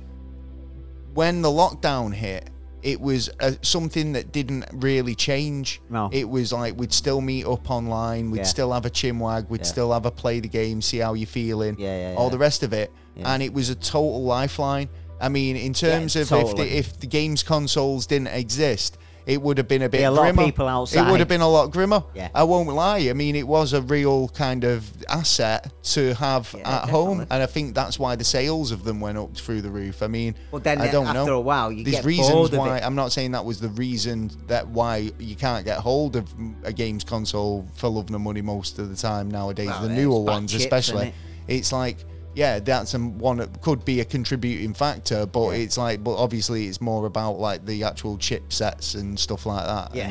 Speaker 1: when the lockdown hit, it was uh something that didn't really change.
Speaker 2: No.
Speaker 1: It was like we'd still meet up online, we'd
Speaker 2: Yeah.
Speaker 1: still have a chinwag, we'd
Speaker 2: Yeah.
Speaker 1: still have a play the game, see how you're feeling,
Speaker 2: Yeah, yeah,
Speaker 1: all
Speaker 2: yeah.
Speaker 1: the rest of it.
Speaker 2: Yeah.
Speaker 1: And it was a total lifeline. I mean, in terms of
Speaker 2: totally.
Speaker 1: if the, if the games consoles didn't exist, it would have been a bit
Speaker 2: Yeah, a lot
Speaker 1: grimmer.
Speaker 2: of people
Speaker 1: It would have
Speaker 2: outside.
Speaker 1: been a lot grimmer.
Speaker 2: Yeah.
Speaker 1: I won't lie. I mean, it was a real kind of asset to have
Speaker 2: Yeah,
Speaker 1: at
Speaker 2: definitely.
Speaker 1: home, and I think that's why the sales of them went up through the roof. I mean,
Speaker 2: Well, then
Speaker 1: I don't
Speaker 2: after
Speaker 1: know.
Speaker 2: a while, you
Speaker 1: There's
Speaker 2: get
Speaker 1: reasons
Speaker 2: bored of
Speaker 1: why
Speaker 2: it.
Speaker 1: I'm not saying that was the reason that why you can't get hold of a games console for love no money most of the time nowadays.
Speaker 2: Well,
Speaker 1: the
Speaker 2: yeah,
Speaker 1: newer
Speaker 2: it's back
Speaker 1: ones,
Speaker 2: chips,
Speaker 1: especially,
Speaker 2: innit?
Speaker 1: it's like. Yeah, that's a- one that could be a contributing factor, but
Speaker 2: Yeah.
Speaker 1: it's like, but obviously it's more about like the actual chipsets and stuff like that.
Speaker 2: Yeah.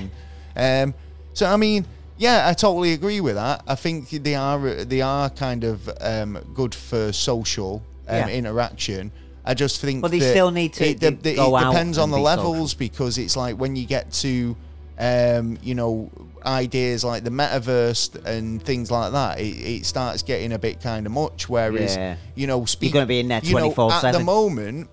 Speaker 1: And, um, so I mean, yeah, I totally agree with that. I think they are they are kind of um, good for social um,
Speaker 2: Yeah.
Speaker 1: interaction. I just think,
Speaker 2: But they
Speaker 1: that
Speaker 2: still need to
Speaker 1: It, de-
Speaker 2: d-
Speaker 1: de- it
Speaker 2: go out
Speaker 1: depends on
Speaker 2: and
Speaker 1: the
Speaker 2: be
Speaker 1: levels because it's like when you get to, um, you know, ideas like the metaverse and things like that, it, it starts getting a bit kind of much. Whereas,
Speaker 2: Yeah.
Speaker 1: you know, speak,
Speaker 2: gonna be in there
Speaker 1: you know, At the
Speaker 2: 24/7.
Speaker 1: moment,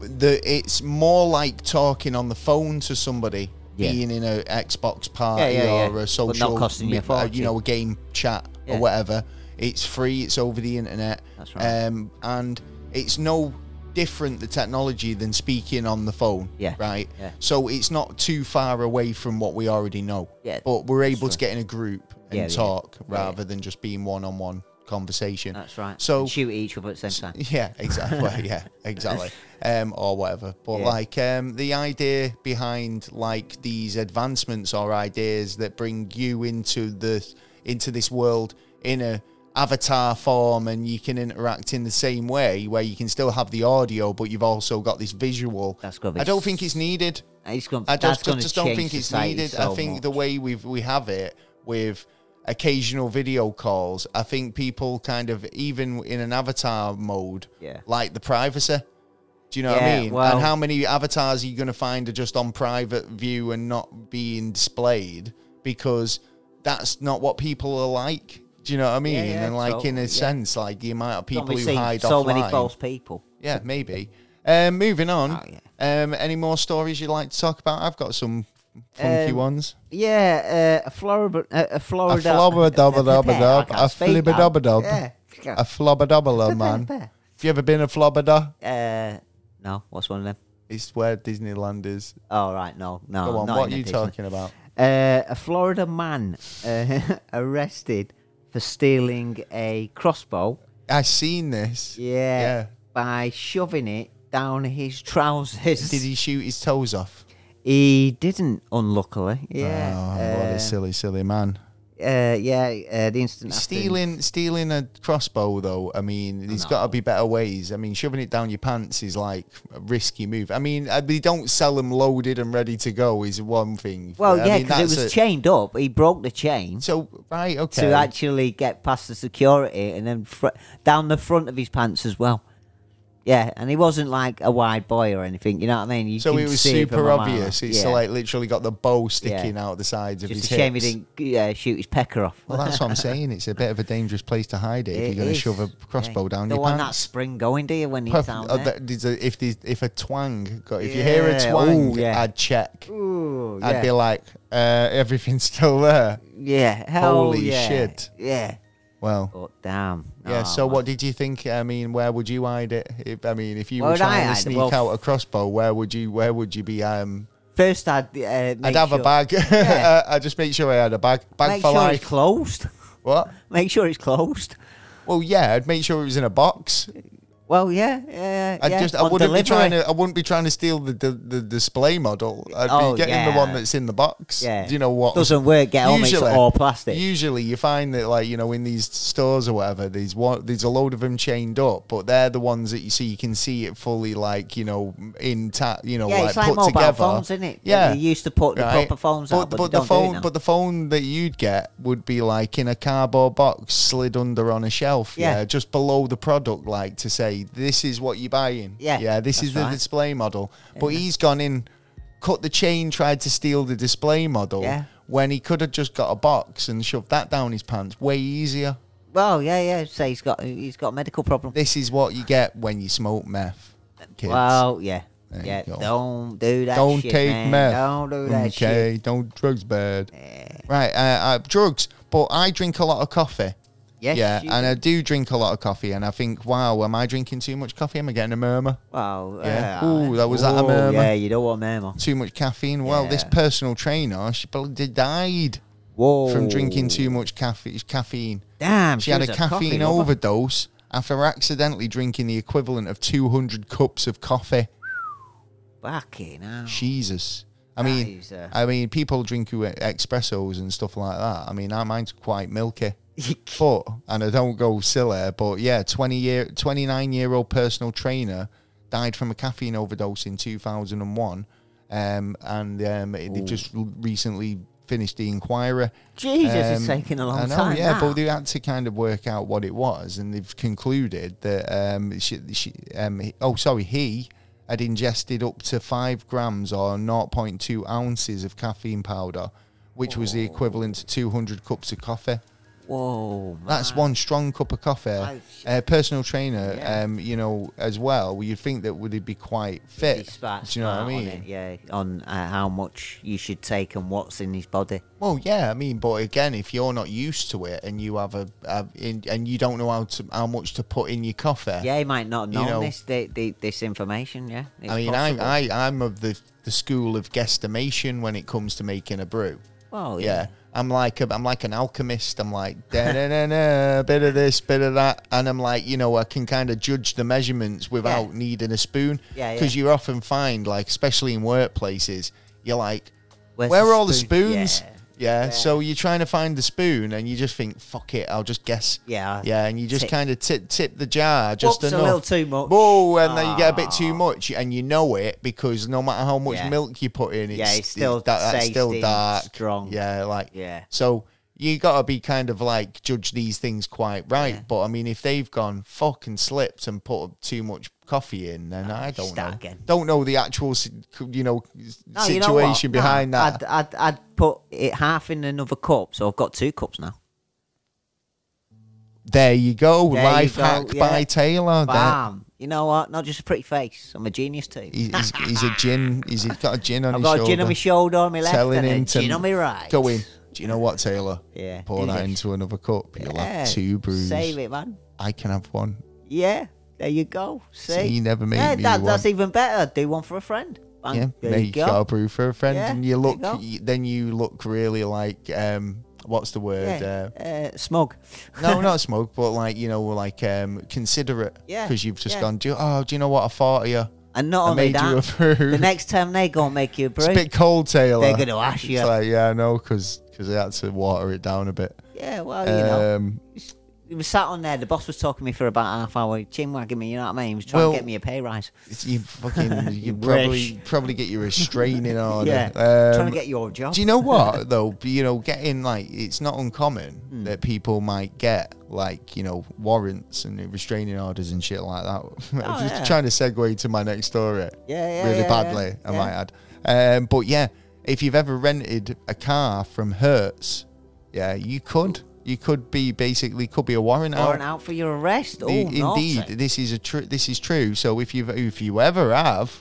Speaker 1: the it's more like talking on the phone to somebody
Speaker 2: Yeah.
Speaker 1: being in a Xbox party
Speaker 2: yeah, yeah.
Speaker 1: or
Speaker 2: But
Speaker 1: a
Speaker 2: not
Speaker 1: social
Speaker 2: costing you a
Speaker 1: me- uh, you
Speaker 2: fortune.
Speaker 1: know a game chat
Speaker 2: Yeah.
Speaker 1: or whatever it's free it's over the internet
Speaker 2: That's right.
Speaker 1: um, and it's no different the technology than speaking on the phone
Speaker 2: Yeah.
Speaker 1: right
Speaker 2: Yeah.
Speaker 1: so it's not too far away from what we already know
Speaker 2: Yeah,
Speaker 1: but we're able
Speaker 2: that's
Speaker 1: to get in a group and
Speaker 2: Yeah, yeah.
Speaker 1: talk
Speaker 2: Yeah, yeah.
Speaker 1: rather than just being one-on-one conversation
Speaker 2: That's right.
Speaker 1: so
Speaker 2: And shoot at each other at the same time.
Speaker 1: yeah, exactly. yeah, exactly. Um, or whatever. But
Speaker 2: Yeah.
Speaker 1: like um, the idea behind like these advancements or ideas that bring you into the into this world in a avatar form and you can interact in the same way where you can still have the audio but you've also got this visual
Speaker 2: That's gotta be
Speaker 1: i don't think it's needed
Speaker 2: It's gonna,
Speaker 1: I
Speaker 2: that's
Speaker 1: just,
Speaker 2: gonna
Speaker 1: just don't
Speaker 2: change
Speaker 1: think it's
Speaker 2: society
Speaker 1: needed.
Speaker 2: so
Speaker 1: I think
Speaker 2: much.
Speaker 1: the way we we have it with occasional video calls, I think people kind of even in an avatar mode,
Speaker 2: Yeah.
Speaker 1: like the privacy. Do you know what I
Speaker 2: Yeah,
Speaker 1: mean?
Speaker 2: well-
Speaker 1: and how many avatars are you going to find are just on private view and not being displayed because that's not what people are like. Do you know what I mean?
Speaker 2: yeah,
Speaker 1: and like in a
Speaker 2: totally, yeah.
Speaker 1: sense, like the amount of people
Speaker 2: Don't
Speaker 1: who
Speaker 2: be seeing
Speaker 1: hide
Speaker 2: so
Speaker 1: offline.
Speaker 2: many false people.
Speaker 1: Yeah, maybe. Um, moving on.
Speaker 2: Oh,
Speaker 1: um, any more stories you'd like to talk about? I've got some funky
Speaker 2: Um,
Speaker 1: ones.
Speaker 2: Yeah, uh, a Florida, uh, a
Speaker 1: A
Speaker 2: Florida,
Speaker 1: flobber-dobber-dobber-dob, a flibber-dobber-dob,
Speaker 2: Yeah.
Speaker 1: a flobber-dobber, man.
Speaker 2: Prepare.
Speaker 1: Have you ever been a flobber?
Speaker 2: Uh, no, what's one of them?
Speaker 1: It's where Disneyland is.
Speaker 2: Oh right, no, no.
Speaker 1: Go on,
Speaker 2: not
Speaker 1: what
Speaker 2: in
Speaker 1: are
Speaker 2: a
Speaker 1: you
Speaker 2: Disney.
Speaker 1: talking about?
Speaker 2: Uh, a Florida man uh, arrested for stealing a crossbow.
Speaker 1: I seen this.
Speaker 2: Yeah,
Speaker 1: Yeah.
Speaker 2: by shoving it down his trousers.
Speaker 1: Did he shoot his toes off?
Speaker 2: He didn't, unluckily. Yeah.
Speaker 1: Oh, what
Speaker 2: uh,
Speaker 1: a silly, silly man.
Speaker 2: uh, yeah, uh, the instant after-
Speaker 1: Stealing, stealing a crossbow though. I mean, there's got to be better ways. I mean, shoving it down your pants is like a risky move. I mean, uh, they don't sell them loaded and ready to go is one thing.
Speaker 2: Well,
Speaker 1: I
Speaker 2: yeah,
Speaker 1: mean,
Speaker 2: because it
Speaker 1: that's
Speaker 2: was
Speaker 1: a-
Speaker 2: chained up. He broke the chain
Speaker 1: So right, okay.
Speaker 2: to actually get past the security and then fr- down the front of his pants as well. Yeah, and he wasn't like a wide boy or anything. You know what I mean? You
Speaker 1: so
Speaker 2: can
Speaker 1: it was
Speaker 2: see from a
Speaker 1: super
Speaker 2: mile
Speaker 1: obvious.
Speaker 2: off.
Speaker 1: It's
Speaker 2: yeah.
Speaker 1: like literally got the bow sticking out the sides of
Speaker 2: just
Speaker 1: his
Speaker 2: a shame
Speaker 1: hips.
Speaker 2: he didn't uh, shoot his pecker off.
Speaker 1: Well, that's what I'm saying. It's a bit of a dangerous place to hide it, if
Speaker 2: It
Speaker 1: you're going to
Speaker 2: is.
Speaker 1: shove a crossbow
Speaker 2: Yeah.
Speaker 1: down
Speaker 2: Don't
Speaker 1: your
Speaker 2: want that
Speaker 1: pants.
Speaker 2: spring going, do you? When he's
Speaker 1: Puff-
Speaker 2: down
Speaker 1: uh,
Speaker 2: there.
Speaker 1: that- there's a- if there's, if a twang, got, if you hear a
Speaker 2: Yeah,
Speaker 1: twang,
Speaker 2: ooh, yeah.
Speaker 1: I'd check.
Speaker 2: Ooh, yeah.
Speaker 1: I'd be like, uh, everything's still there.
Speaker 2: yeah, hell
Speaker 1: holy
Speaker 2: yeah.
Speaker 1: shit.
Speaker 2: Yeah.
Speaker 1: Well,
Speaker 2: But damn.
Speaker 1: yeah.
Speaker 2: no,
Speaker 1: So,
Speaker 2: Oh, man.
Speaker 1: what did you think? I mean, where would you hide it? If, I mean, if you
Speaker 2: Where
Speaker 1: were
Speaker 2: would I
Speaker 1: trying to
Speaker 2: hide it?
Speaker 1: sneak
Speaker 2: Well,
Speaker 1: out a crossbow, where would you? Where would you be? Um,
Speaker 2: First, I'd uh, make
Speaker 1: I'd have
Speaker 2: sure,
Speaker 1: a bag.
Speaker 2: Yeah.
Speaker 1: I just make sure I had a bag. Bag
Speaker 2: Make
Speaker 1: for
Speaker 2: sure
Speaker 1: life.
Speaker 2: it's closed.
Speaker 1: what?
Speaker 2: make sure it's closed.
Speaker 1: Well, yeah. I'd make sure it was in a box.
Speaker 2: Well, yeah, yeah.
Speaker 1: I
Speaker 2: yeah.
Speaker 1: just I
Speaker 2: on
Speaker 1: wouldn't be
Speaker 2: delivery.
Speaker 1: trying to I wouldn't be trying to steal the the, the display model. I'd
Speaker 2: Oh,
Speaker 1: be getting the
Speaker 2: yeah.
Speaker 1: one that's in the box.
Speaker 2: Yeah.
Speaker 1: Do you know what?
Speaker 2: Doesn't work, get home, it's all plastic.
Speaker 1: Usually you find that like, you know, in these stores or whatever, there's one there's a load of them chained up, but they're the ones that you see you can see it fully like, you know, intact you know,
Speaker 2: Yeah,
Speaker 1: like,
Speaker 2: it's like
Speaker 1: put
Speaker 2: mobile
Speaker 1: together.
Speaker 2: phones, isn't it?
Speaker 1: Yeah.
Speaker 2: You used to put the
Speaker 1: Right.
Speaker 2: proper phones
Speaker 1: but,
Speaker 2: out, but,
Speaker 1: but
Speaker 2: they
Speaker 1: the
Speaker 2: don't do it
Speaker 1: phone
Speaker 2: now.
Speaker 1: but the phone that you'd get would be like in a cardboard box slid under on a shelf yeah,
Speaker 2: Yeah.
Speaker 1: just below the product like to say this is what you're buying
Speaker 2: Yeah,
Speaker 1: yeah this is
Speaker 2: that's
Speaker 1: the
Speaker 2: right.
Speaker 1: display model but he's gone in cut the chain tried to steal the display model
Speaker 2: Yeah.
Speaker 1: when he could have just got a box and shoved that down his pants way easier
Speaker 2: well, yeah, yeah. Say he's got he's got a medical problem.
Speaker 1: this is what you get when you smoke meth kids
Speaker 2: Well, yeah.
Speaker 1: There you
Speaker 2: yeah,
Speaker 1: go.
Speaker 2: don't do that.
Speaker 1: Don't
Speaker 2: shit,
Speaker 1: take
Speaker 2: man.
Speaker 1: meth.
Speaker 2: Don't do that
Speaker 1: okay,
Speaker 2: shit.
Speaker 1: don't drugs bad. Right, uh, uh, drugs. But I drink a lot of coffee.
Speaker 2: Yes,
Speaker 1: yeah,
Speaker 2: you
Speaker 1: and I do drink a lot of coffee, and I think, wow, am I drinking too much coffee? Am I getting a murmur?
Speaker 2: Well,
Speaker 1: Yeah.
Speaker 2: uh,
Speaker 1: Ooh, that- was that a
Speaker 2: ooh,
Speaker 1: murmur?
Speaker 2: Yeah, you don't want murmur.
Speaker 1: Too much caffeine? Well, this
Speaker 2: Yeah.
Speaker 1: personal trainer, she bloody died
Speaker 2: Whoa.
Speaker 1: from drinking too much caffeine. caffeine.
Speaker 2: Damn,
Speaker 1: She had a
Speaker 2: Oh. was
Speaker 1: caffeine
Speaker 2: coffee lover.
Speaker 1: overdose after accidentally drinking the equivalent of 200 cups of coffee.
Speaker 2: Fucking hell.
Speaker 1: Jesus. I
Speaker 2: That
Speaker 1: mean,
Speaker 2: is, uh,
Speaker 1: I mean, people drink who- espressos and stuff like that. I mean, I- mine's quite milky, but and I don't go silly. But yeah, twenty year, twenty nine year old personal trainer died from a caffeine overdose in two thousand and one, um, and um, they just recently finished the inquiry.
Speaker 2: Jesus, it's
Speaker 1: Um,
Speaker 2: taking a long
Speaker 1: I know,
Speaker 2: time.
Speaker 1: Yeah,
Speaker 2: now.
Speaker 1: but they had to kind of work out what it was, and they've concluded that um, she, she, um, he- oh, sorry, he had ingested up to five grams or 0.2 ounces of caffeine powder, which was the equivalent to 200 cups of coffee.
Speaker 2: Whoa, man.
Speaker 1: That's one strong cup of coffee.
Speaker 2: Oh, shit.
Speaker 1: uh, personal trainer,
Speaker 2: Yeah.
Speaker 1: um, you know, as well. You'd think that would be quite
Speaker 2: He's
Speaker 1: fit.
Speaker 2: smart-
Speaker 1: Do you know what I
Speaker 2: smart on
Speaker 1: mean?
Speaker 2: it, yeah, on uh, how much you should take and what's in his body.
Speaker 1: Well, yeah, I mean, but again, if you're not used to it and you have a, a in, and you don't know how to how much to put in your coffee,
Speaker 2: Yeah, he might not
Speaker 1: You
Speaker 2: know
Speaker 1: know-
Speaker 2: this the, the, this information. Yeah, It's
Speaker 1: I mean, I'm,
Speaker 2: possible.
Speaker 1: I I'm of the the school of guesstimation when it comes to making a brew.
Speaker 2: well,
Speaker 1: yeah. I'm like a, I'm like an alchemist. I'm like da da da da, bit of this, bit of that, and I'm like you know I can kind of judge the measurements without needing a spoon.
Speaker 2: Yeah,
Speaker 1: Because
Speaker 2: yeah.
Speaker 1: you often find like especially in workplaces, you're like,
Speaker 2: Where's
Speaker 1: where
Speaker 2: the
Speaker 1: are all the
Speaker 2: spoon?
Speaker 1: spoons?
Speaker 2: Yeah.
Speaker 1: Yeah. So you're trying to find the spoon, and you just think, "Fuck it, I'll just guess."
Speaker 2: Yeah, I'll
Speaker 1: Yeah, and you just
Speaker 2: tip-
Speaker 1: kind of tip tip the jar just
Speaker 2: Oops, a
Speaker 1: enough.
Speaker 2: little too much.
Speaker 1: Whoa, and then you get a bit too much, and you know it because no matter how much
Speaker 2: Yeah.
Speaker 1: milk you put in, it's,
Speaker 2: Yeah, it's still
Speaker 1: that- that's still
Speaker 2: tasty,
Speaker 1: dark,
Speaker 2: strong.
Speaker 1: Yeah, uh, like
Speaker 2: Yeah.
Speaker 1: So you gotta be kind of like judge these things quite right. But I mean, if they've gone fucking slipped and put too much coffee in, then I don't
Speaker 2: Oh, start
Speaker 1: know.
Speaker 2: again.
Speaker 1: Don't know the actual si- you know
Speaker 2: No,
Speaker 1: situation
Speaker 2: you know what? No,
Speaker 1: behind that.
Speaker 2: I'd, I'd, I'd put it half in another cup, so I've got two cups now.
Speaker 1: There you go.
Speaker 2: There you
Speaker 1: Life
Speaker 2: go,
Speaker 1: hack
Speaker 2: yeah.
Speaker 1: by Taylor. There-
Speaker 2: Bam! You know what? Not just a pretty face. I'm a genius too.
Speaker 1: he- He's, he's a gin. He's got a gin on
Speaker 2: I've
Speaker 1: his
Speaker 2: got
Speaker 1: shoulder.
Speaker 2: a gin on my shoulder, on my left,
Speaker 1: telling
Speaker 2: and
Speaker 1: him
Speaker 2: a
Speaker 1: to
Speaker 2: gin on my right.
Speaker 1: Go in. Do you know what, Taylor?
Speaker 2: Yeah,
Speaker 1: Pour
Speaker 2: do
Speaker 1: that
Speaker 2: this.
Speaker 1: into another cup. You'll
Speaker 2: Yeah,
Speaker 1: have two brews.
Speaker 2: Save it, man.
Speaker 1: I can have one.
Speaker 2: Yeah, there you go. See,
Speaker 1: See, you never made
Speaker 2: yeah,
Speaker 1: me
Speaker 2: that,
Speaker 1: one.
Speaker 2: that's even better. Do one for a friend. Bang.
Speaker 1: Yeah,
Speaker 2: there
Speaker 1: mate,
Speaker 2: you go.
Speaker 1: got a brew for a friend,
Speaker 2: Yeah,
Speaker 1: and you
Speaker 2: there you
Speaker 1: look.
Speaker 2: go.
Speaker 1: You then you look really like um, what's the word?
Speaker 2: yeah.
Speaker 1: Uh,
Speaker 2: uh, smug.
Speaker 1: no, not smoke, but like you know, like um, considerate.
Speaker 2: Yeah,
Speaker 1: Because you've just
Speaker 2: yeah.
Speaker 1: gone. Do you, oh, do you know what I thought of you?
Speaker 2: And not
Speaker 1: I
Speaker 2: only
Speaker 1: made you a
Speaker 2: that,
Speaker 1: brew.
Speaker 2: the next time they go and make you a brew,
Speaker 1: It's a bit cold, Taylor.
Speaker 2: They're gonna ask you.
Speaker 1: It's like, yeah, I know, because I had to water it down a bit.
Speaker 2: yeah, well, you know,
Speaker 1: um,
Speaker 2: we sat on there. The boss was talking to me for about half hour, chin wagging me. You know what I mean? He was trying
Speaker 1: Well-
Speaker 2: to get me a pay rise.
Speaker 1: it's- you fucking, you
Speaker 2: wish.
Speaker 1: probably probably get your restraining order.
Speaker 2: Yeah,
Speaker 1: Um,
Speaker 2: trying to get your job.
Speaker 1: Do you know what though? You know, getting like it's not uncommon
Speaker 2: Hmm.
Speaker 1: that people might get like you know warrants and restraining orders and shit like that. I'm just
Speaker 2: Oh, yeah.
Speaker 1: trying to segue to my next story.
Speaker 2: Yeah, yeah,
Speaker 1: really
Speaker 2: yeah,
Speaker 1: badly,
Speaker 2: yeah,
Speaker 1: I
Speaker 2: yeah.
Speaker 1: might add. Um, but yeah, if you've ever rented a car from Hertz, yeah, you could. You could be basically could be a warrant
Speaker 2: Or
Speaker 1: out.
Speaker 2: an out for your arrest. Oh,
Speaker 1: The-
Speaker 2: naughty.
Speaker 1: indeed, this is a tr- this is true. So if you have if you ever have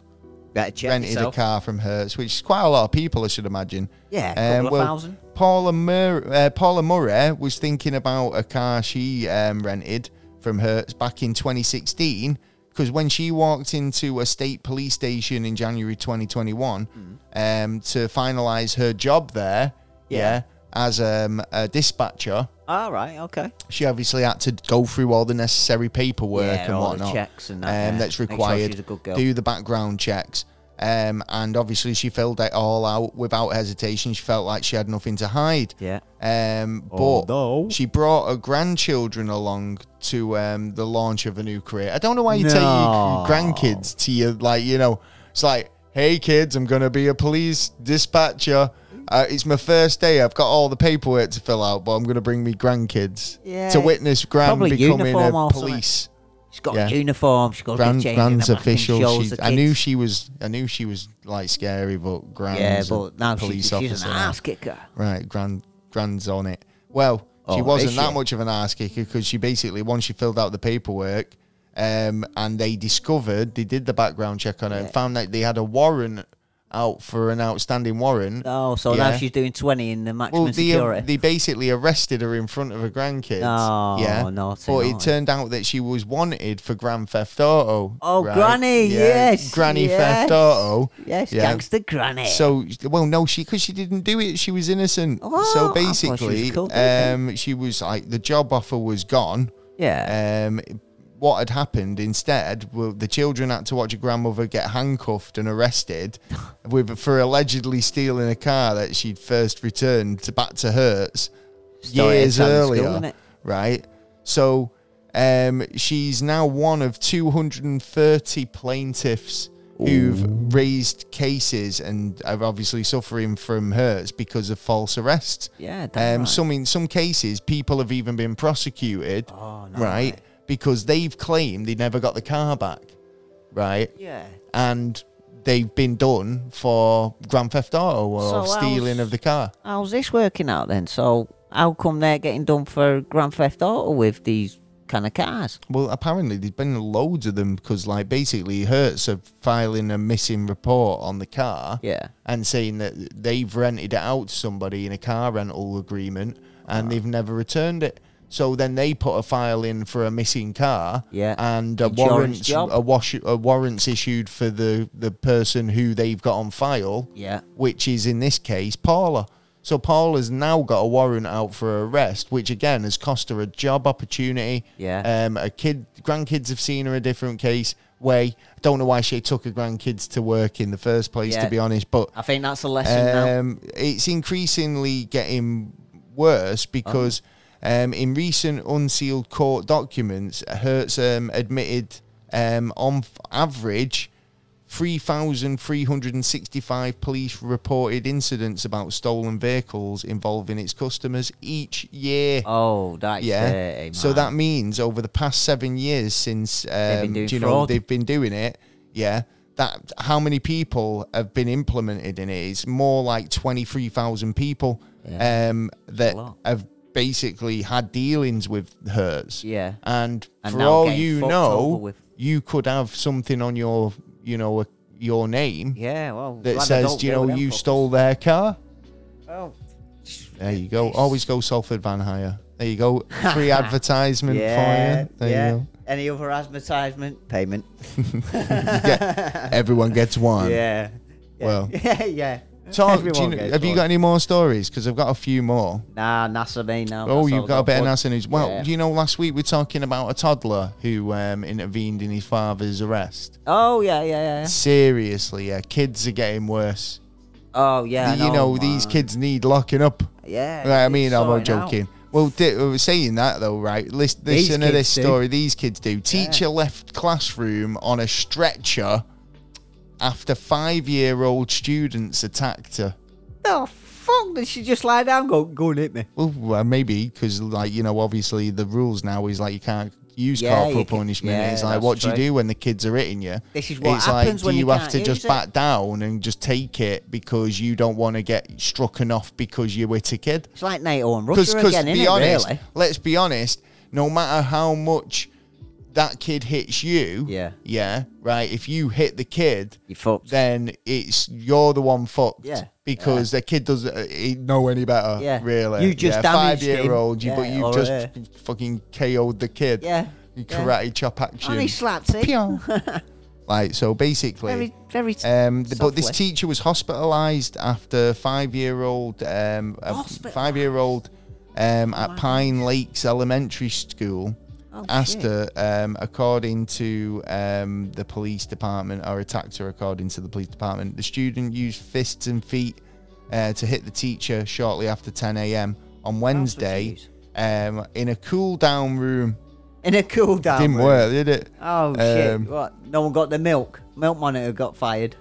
Speaker 2: Better check
Speaker 1: rented
Speaker 2: yourself.
Speaker 1: a car from Hertz, which is quite a lot of people, I should imagine. Um,
Speaker 2: Yeah, a couple of
Speaker 1: well,
Speaker 2: thousand.
Speaker 1: Paula, Mur- uh, Paula Murray was thinking about a car she um, rented from Hertz back in 2016 because when she walked into a state police station in January 2021
Speaker 2: Hmm.
Speaker 1: um, to finalise her job there, yeah,
Speaker 2: Yeah.
Speaker 1: as um, a dispatcher,
Speaker 2: All right, okay.
Speaker 1: she obviously had to go through all the necessary paperwork
Speaker 2: Yeah,
Speaker 1: and
Speaker 2: all the
Speaker 1: whatnot.
Speaker 2: checks and that,
Speaker 1: um,
Speaker 2: yeah.
Speaker 1: that's
Speaker 2: Make sure
Speaker 1: required.
Speaker 2: she's a good girl.
Speaker 1: Do the background checks. Um, and obviously, she filled it all out without hesitation. She felt like she had nothing to hide.
Speaker 2: Yeah.
Speaker 1: Um, but
Speaker 2: Although-
Speaker 1: she brought her grandchildren along to um, the launch of a new career. I don't know why you take your
Speaker 2: No.
Speaker 1: grandkids to your, like, you know, it's like, hey, kids, I'm going to be a police dispatcher. Uh, it's my first day. I've got all the paperwork to fill out, but I'm going to bring me grandkids
Speaker 2: Yeah,
Speaker 1: to witness Gran
Speaker 2: probably
Speaker 1: becoming
Speaker 2: uniform
Speaker 1: a
Speaker 2: or something.
Speaker 1: police.
Speaker 2: She's got
Speaker 1: Yeah.
Speaker 2: a uniform. She's got
Speaker 1: Gran,
Speaker 2: to be
Speaker 1: Gran's
Speaker 2: the back and
Speaker 1: official.
Speaker 2: shows
Speaker 1: She,
Speaker 2: the
Speaker 1: I knew
Speaker 2: kids.
Speaker 1: she was. I knew she was like scary, but Gran's
Speaker 2: Yeah,
Speaker 1: a
Speaker 2: but now
Speaker 1: police
Speaker 2: she's, she's
Speaker 1: officer
Speaker 2: an
Speaker 1: now.
Speaker 2: ass kicker.
Speaker 1: Right, grand grand's on it. Well, she
Speaker 2: Oh,
Speaker 1: wasn't
Speaker 2: is
Speaker 1: that
Speaker 2: she?
Speaker 1: much of an ass kicker because she basically once she filled out the paperwork, um, and they discovered they did the background check on her and
Speaker 2: Yeah.
Speaker 1: found that they had a warrant out for an outstanding warrant.
Speaker 2: Oh, so
Speaker 1: Yeah.
Speaker 2: now she's doing 20 in the maximum
Speaker 1: Well, um, they,
Speaker 2: security.
Speaker 1: they basically arrested her in front of her grandkids.
Speaker 2: Oh,
Speaker 1: yeah.
Speaker 2: naughty,
Speaker 1: but it
Speaker 2: naughty.
Speaker 1: turned out that she was wanted for grand theft auto.
Speaker 2: Oh, Granny, yes,
Speaker 1: Granny theft
Speaker 2: yes.
Speaker 1: auto.
Speaker 2: yes,
Speaker 1: yeah.
Speaker 2: gangster granny.
Speaker 1: So, well, no, she because she didn't do it, she was innocent.
Speaker 2: Oh,
Speaker 1: so
Speaker 2: I thought she was
Speaker 1: basically,
Speaker 2: cool, okay.
Speaker 1: um, she was like the job offer was gone.
Speaker 2: yeah.
Speaker 1: Um, what had happened instead? Well, the children had to watch a grandmother get handcuffed and arrested with for allegedly stealing a car that she'd first returned to back to Hertz
Speaker 2: Story
Speaker 1: years
Speaker 2: of Sam's
Speaker 1: earlier,
Speaker 2: school, innit?
Speaker 1: right? So um, she's now one of 230 plaintiffs who've raised cases and are obviously suffering from hurts because of false arrests.
Speaker 2: Yeah, damn
Speaker 1: Um,
Speaker 2: right.
Speaker 1: some in some cases, people have even been prosecuted,
Speaker 2: Oh, no
Speaker 1: right?
Speaker 2: way.
Speaker 1: Because they've claimed they never got the car back, right?
Speaker 2: yeah.
Speaker 1: And they've been done for grand theft auto or
Speaker 2: So
Speaker 1: stealing
Speaker 2: how's-
Speaker 1: of the car.
Speaker 2: How's this working out then? So how come they're getting done for Grand Theft Auto with these kind of cars?
Speaker 1: Well, apparently there's been loads of them because, like, basically Hertz are filing a missing report on the car
Speaker 2: Yeah.
Speaker 1: and saying that they've rented it out to somebody in a car rental agreement and they've never returned it. So then they put a file in for a missing car,
Speaker 2: Yeah.
Speaker 1: and a
Speaker 2: Insurance
Speaker 1: warrant
Speaker 2: job.
Speaker 1: a wash a warrants issued for the the person who they've got on file,
Speaker 2: Yeah.
Speaker 1: which is in this case Paula. So Paula's now got a warrant out for arrest, which again has cost her a job opportunity.
Speaker 2: Yeah.
Speaker 1: Um, a kid, grandkids have seen her a different case way. Don't know why she took her grandkids to work in the first place, to
Speaker 2: Yeah.
Speaker 1: be honest. But
Speaker 2: I think that's a lesson now.
Speaker 1: um, it's increasingly getting worse because um, in recent unsealed court documents, Hertz um, admitted um, on f- average 3,365 police reported incidents about stolen vehicles involving its customers each year.
Speaker 2: Oh, that's
Speaker 1: Yeah.
Speaker 2: dirty,
Speaker 1: So
Speaker 2: man.
Speaker 1: that means over the past seven years since um,
Speaker 2: doing
Speaker 1: do you know
Speaker 2: fraud.
Speaker 1: they've been doing it, yeah. That how many people have been implemented in it? It's more like twenty three thousand people
Speaker 2: Yeah.
Speaker 1: um, that
Speaker 2: lot.
Speaker 1: have basically had dealings with Hertz.
Speaker 2: Yeah.
Speaker 1: And,
Speaker 2: And
Speaker 1: for
Speaker 2: now
Speaker 1: all
Speaker 2: getting
Speaker 1: you
Speaker 2: fucked
Speaker 1: know,
Speaker 2: over with.
Speaker 1: you could have something on your you know your name
Speaker 2: Yeah, well,
Speaker 1: that
Speaker 2: glad I
Speaker 1: says
Speaker 2: don't
Speaker 1: do you
Speaker 2: deal
Speaker 1: know
Speaker 2: with them
Speaker 1: you
Speaker 2: fuckers.
Speaker 1: stole their car.
Speaker 2: Oh.
Speaker 1: There you go. Always go Salford Van Hire. There you go. Free advertisement
Speaker 2: Oh. Yeah,
Speaker 1: for you. There
Speaker 2: yeah.
Speaker 1: you go.
Speaker 2: Any other advertisement payment?
Speaker 1: Everyone gets one.
Speaker 2: Yeah. yeah.
Speaker 1: Um, Well.
Speaker 2: yeah, yeah.
Speaker 1: Tom, do you
Speaker 2: Everyone
Speaker 1: know-
Speaker 2: gets
Speaker 1: have you
Speaker 2: one.
Speaker 1: got any more stories? Because I've got a few more.
Speaker 2: Nah, NASA me now.
Speaker 1: Oh,
Speaker 2: that's all
Speaker 1: you've got a bit of
Speaker 2: but-
Speaker 1: nasty news. Well,
Speaker 2: Yeah.
Speaker 1: you know, last week we were talking about a toddler who um, intervened in his father's arrest.
Speaker 2: Oh yeah, yeah, yeah.
Speaker 1: Seriously, yeah, kids are getting worse.
Speaker 2: Oh yeah.
Speaker 1: you know, these
Speaker 2: man.
Speaker 1: kids need locking up.
Speaker 2: Yeah.
Speaker 1: Right, I
Speaker 2: it's
Speaker 1: mean, I'm not
Speaker 2: sorting out.
Speaker 1: joking. Well, di- uh, saying that though, right? Listen,
Speaker 2: These
Speaker 1: listen to this
Speaker 2: kids do.
Speaker 1: story. These kids do. Teacher left classroom on a stretcher after five-year-old students attacked her.
Speaker 2: The fuck did she just lie down? and Go, go and hit me.
Speaker 1: Well, well maybe because, like, you know, obviously the rules now is like you can't use
Speaker 2: Yeah,
Speaker 1: corporal
Speaker 2: you ca-
Speaker 1: punishment.
Speaker 2: yeah,
Speaker 1: it's like,
Speaker 2: that's
Speaker 1: what do you
Speaker 2: true.
Speaker 1: do when the kids are hitting you?
Speaker 2: This is what
Speaker 1: it's
Speaker 2: happens
Speaker 1: like,
Speaker 2: when
Speaker 1: do
Speaker 2: you
Speaker 1: you have
Speaker 2: can't
Speaker 1: to just
Speaker 2: use it.
Speaker 1: back down and just take it because you don't want to get struck enough because you're with a kid?
Speaker 2: It's like NATO and
Speaker 1: Because,
Speaker 2: Russia again,
Speaker 1: to be
Speaker 2: innit,
Speaker 1: honest,
Speaker 2: Really?
Speaker 1: let's be honest. No matter how much that kid hits you,
Speaker 2: Yeah.
Speaker 1: yeah, right. If you hit the kid,
Speaker 2: You fucked.
Speaker 1: then it's you're the one fucked.
Speaker 2: Yeah.
Speaker 1: Because the kid doesn't uh, he know any better.
Speaker 2: Yeah.
Speaker 1: Really.
Speaker 2: You just damaged
Speaker 1: five year old.
Speaker 2: him.
Speaker 1: You, but
Speaker 2: Yeah,
Speaker 1: you
Speaker 2: or,
Speaker 1: just
Speaker 2: uh,
Speaker 1: f- fucking KO'd the kid.
Speaker 2: Yeah,
Speaker 1: You
Speaker 2: yeah.
Speaker 1: karate chop action.
Speaker 2: And he slapped it.
Speaker 1: Pew. like so, basically.
Speaker 2: Very, very. t-
Speaker 1: Um, th- but this
Speaker 2: softly.
Speaker 1: teacher was hospitalised after five-year-old, um, a
Speaker 2: Hospitalised?
Speaker 1: five-year-old um, at Pine Lakes Elementary School
Speaker 2: Oh,
Speaker 1: asked
Speaker 2: shit.
Speaker 1: her, um, according to um, the police department, or attacked her, according to the police department. The student used fists and feet uh, to hit the teacher shortly after 10 a.m. on Wednesday
Speaker 2: Oh, jeez.
Speaker 1: um, in a cool-down room.
Speaker 2: in a cool down.
Speaker 1: Didn't
Speaker 2: room.
Speaker 1: work, did it?
Speaker 2: Oh shit!
Speaker 1: Um,
Speaker 2: What? No one got the milk. Milk monitor got fired.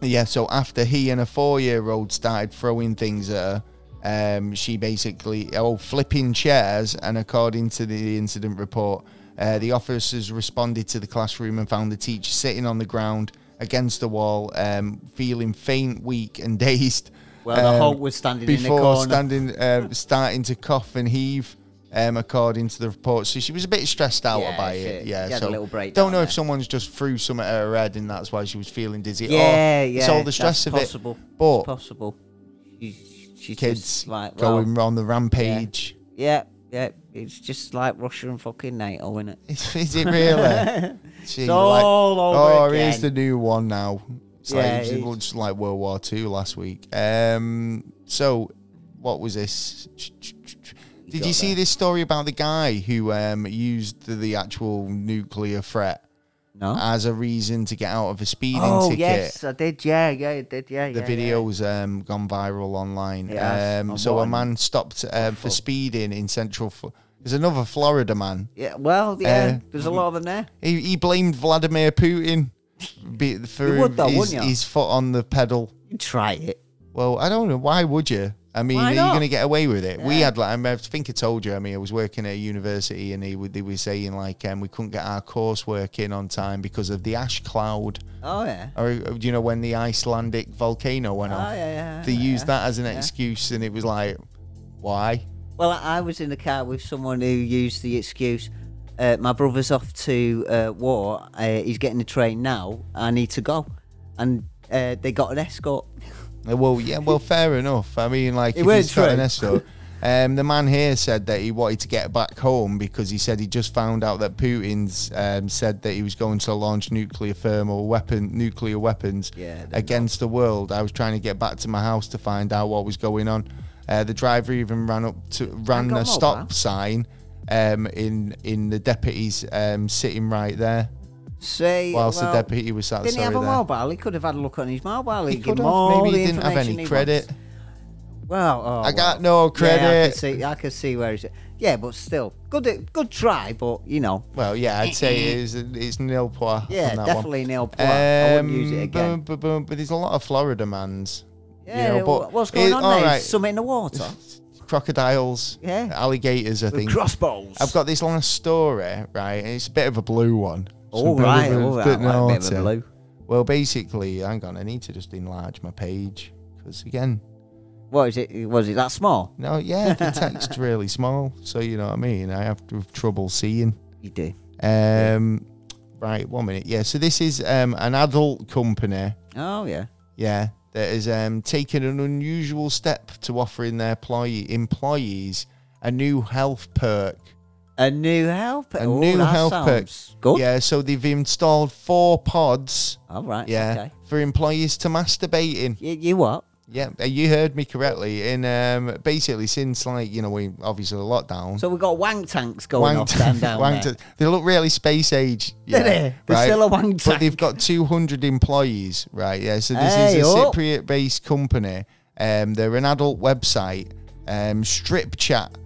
Speaker 1: Yeah, so after he and a four year old started throwing things at her, um, she basically, oh, flipping chairs. And according to the incident report, uh, the officers responded to the classroom and found the teacher sitting on the ground against the wall, um, feeling faint, weak, and dazed.
Speaker 2: Well, the
Speaker 1: um,
Speaker 2: Hulk was standing in the
Speaker 1: before
Speaker 2: corner.
Speaker 1: standing, um, starting to cough and heave. um, according to the report. So she was a bit stressed out
Speaker 2: Yeah,
Speaker 1: by
Speaker 2: she-
Speaker 1: it.
Speaker 2: she
Speaker 1: Yeah,
Speaker 2: had a
Speaker 1: so
Speaker 2: little
Speaker 1: don't
Speaker 2: breakdown
Speaker 1: know if
Speaker 2: there.
Speaker 1: someone's just threw some at her head and that's why she was feeling dizzy.
Speaker 2: Yeah,
Speaker 1: or
Speaker 2: yeah.
Speaker 1: It's all the stress
Speaker 2: that's
Speaker 1: of
Speaker 2: possible.
Speaker 1: it. But
Speaker 2: It's possible. She's, she's
Speaker 1: kids
Speaker 2: just like well,
Speaker 1: going on the rampage.
Speaker 2: Yeah, yeah. It's just like Russia and fucking NATO, isn't it?
Speaker 1: Is, it really? She
Speaker 2: It's all
Speaker 1: oh,
Speaker 2: over
Speaker 1: here's
Speaker 2: again."
Speaker 1: the new one now. It's
Speaker 2: Yeah,
Speaker 1: like,
Speaker 2: it
Speaker 1: it
Speaker 2: is.
Speaker 1: was just like World War Two last week. Um, so what was this? Did
Speaker 2: got
Speaker 1: you see
Speaker 2: that.
Speaker 1: this story about the guy who um, used the, the actual nuclear threat
Speaker 2: No.
Speaker 1: as a reason to get out of a speeding
Speaker 2: oh
Speaker 1: ticket?
Speaker 2: yes, I did. Yeah, yeah, I did. Yeah,
Speaker 1: The
Speaker 2: yeah, yeah.
Speaker 1: video's um, gone viral online.
Speaker 2: It has.
Speaker 1: Um,
Speaker 2: And
Speaker 1: so
Speaker 2: what
Speaker 1: a
Speaker 2: an
Speaker 1: man stopped um, for
Speaker 2: awful-
Speaker 1: speeding in Central. Fl- There's another Florida man.
Speaker 2: Yeah, well, yeah.
Speaker 1: Uh,
Speaker 2: there's a lot of them there.
Speaker 1: He, he blamed Vladimir Putin be, for
Speaker 2: would though,
Speaker 1: his,
Speaker 2: wouldn't you?
Speaker 1: his foot on the pedal.
Speaker 2: You try it.
Speaker 1: Well, I don't know. Why would you? I mean,
Speaker 2: Why
Speaker 1: are you
Speaker 2: not?
Speaker 1: going to get away with it? We had like I, mean, I think I told you. I mean, I was working at a university, and he would- they were saying like um, we couldn't get our coursework in on time because of the ash cloud,
Speaker 2: Oh yeah.
Speaker 1: or uh, you know when the Icelandic volcano went
Speaker 2: Oh
Speaker 1: off.
Speaker 2: yeah. yeah,
Speaker 1: They
Speaker 2: yeah.
Speaker 1: used that as an excuse, and it was like, why?
Speaker 2: Well, I I was in the car with someone who used the excuse, uh, "My brother's off to uh, war. Uh, he's getting the train now. I need to go," and uh, they got an escort.
Speaker 1: Uh, Well, yeah, well, fair enough. I mean, like,
Speaker 2: It
Speaker 1: if
Speaker 2: weren't
Speaker 1: he's got an
Speaker 2: true.
Speaker 1: escort. Um, the man here said that he wanted to get back home because he said he just found out that Putin's um, said that he was going to launch nuclear thermal weapon, nuclear weapons
Speaker 2: Yeah, they're
Speaker 1: against the world. I was trying to get back to my house to find out what was going on. Uh, the driver even ran up to ran
Speaker 2: got
Speaker 1: a
Speaker 2: mobile.
Speaker 1: stop sign um, in in the deputy's um, sitting right there,
Speaker 2: Say,
Speaker 1: whilst
Speaker 2: well,
Speaker 1: the deputy was sat.
Speaker 2: didn't he
Speaker 1: sorry,
Speaker 2: have a
Speaker 1: there.
Speaker 2: mobile? He could have had a look on his mobile.
Speaker 1: He
Speaker 2: He'd give
Speaker 1: could
Speaker 2: him
Speaker 1: have.
Speaker 2: all
Speaker 1: Maybe
Speaker 2: the
Speaker 1: he didn't have
Speaker 2: information
Speaker 1: any
Speaker 2: he
Speaker 1: credit.
Speaker 2: wants. Well, oh,
Speaker 1: I got
Speaker 2: well.
Speaker 1: no credit.
Speaker 2: Yeah, I can see. I can see where he's. Yeah, but still, good, good try. But you know,
Speaker 1: Well, yeah, I'd say it is, it's nil pois.
Speaker 2: yeah,
Speaker 1: on that
Speaker 2: definitely
Speaker 1: One.
Speaker 2: nil point. I wouldn't
Speaker 1: Um,
Speaker 2: use it again.
Speaker 1: But, but, but there's a lot of Florida mans. you
Speaker 2: yeah,
Speaker 1: know, but
Speaker 2: what's going
Speaker 1: it-
Speaker 2: on
Speaker 1: all
Speaker 2: there?
Speaker 1: right.
Speaker 2: Something in the water.
Speaker 1: Crocodiles,
Speaker 2: Yeah.
Speaker 1: alligators, I think.
Speaker 2: Crossbows.
Speaker 1: I've got this last story, right? and it's a bit of a blue one. It's a
Speaker 2: All
Speaker 1: bit of
Speaker 2: Oh, right,
Speaker 1: a-
Speaker 2: all
Speaker 1: it's a bit
Speaker 2: right, like a bit of a
Speaker 1: naughty.
Speaker 2: blue.
Speaker 1: Well, basically, hang on, I need to just enlarge my page because, again,
Speaker 2: What is it? Was it that small?
Speaker 1: no, yeah, the text's really small, so you know what I mean. I have to have trouble seeing.
Speaker 2: You do.
Speaker 1: Um, right, one minute. Yeah, so this is um, an adult company.
Speaker 2: Oh yeah.
Speaker 1: yeah, that has um, taken an unusual step to offering their ploy- employees a new health perk.
Speaker 2: A new helper.
Speaker 1: A
Speaker 2: Oh,
Speaker 1: new
Speaker 2: that
Speaker 1: health perk.
Speaker 2: sounds Good.
Speaker 1: Yeah, so they've installed four pods.
Speaker 2: All right.
Speaker 1: Yeah,
Speaker 2: Okay.
Speaker 1: for employees to masturbate in.
Speaker 2: You, you what?
Speaker 1: Yeah, uh, you heard me correctly. And um, basically, since like you know, we obviously the lockdown.
Speaker 2: So we got wank tanks going
Speaker 1: Wang
Speaker 2: off
Speaker 1: t-
Speaker 2: down, down
Speaker 1: Wang
Speaker 2: there.
Speaker 1: t- they look really space age. Yeah,
Speaker 2: they? They're still a Wang
Speaker 1: But they've
Speaker 2: tank.
Speaker 1: got 200 employees, right? Yeah. So this
Speaker 2: Hey,
Speaker 1: is a
Speaker 2: up.
Speaker 1: Cypriot based company. Um, they're an adult website, um, Strip Chat.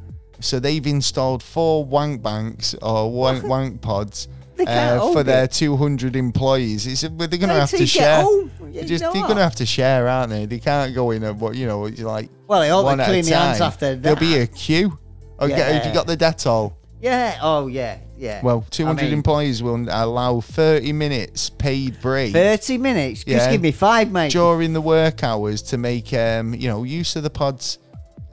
Speaker 1: So they've installed four wank banks or wank wank pods. uh,
Speaker 2: They can't
Speaker 1: for
Speaker 2: hold
Speaker 1: their
Speaker 2: it.
Speaker 1: 200 employees, it's, they're going to
Speaker 2: Wait
Speaker 1: have
Speaker 2: till
Speaker 1: to
Speaker 2: you get
Speaker 1: share.
Speaker 2: home.
Speaker 1: They
Speaker 2: You
Speaker 1: Just,
Speaker 2: know
Speaker 1: they're
Speaker 2: what?
Speaker 1: going to have to share, aren't they? They can't go in and what you know, it's like
Speaker 2: Well, I hope they
Speaker 1: one at a
Speaker 2: clean their hands
Speaker 1: time.
Speaker 2: after
Speaker 1: There'll be
Speaker 2: that.
Speaker 1: a queue. Oh, get- have you
Speaker 2: Yeah.
Speaker 1: got the Dettol?
Speaker 2: Yeah. Oh yeah. Yeah.
Speaker 1: Well, 200
Speaker 2: I mean,
Speaker 1: employees will allow 30 minutes paid break
Speaker 2: Thirty minutes.
Speaker 1: Yeah.
Speaker 2: Just give me five, mate.
Speaker 1: during the work hours to make, um, you know, use of the pods.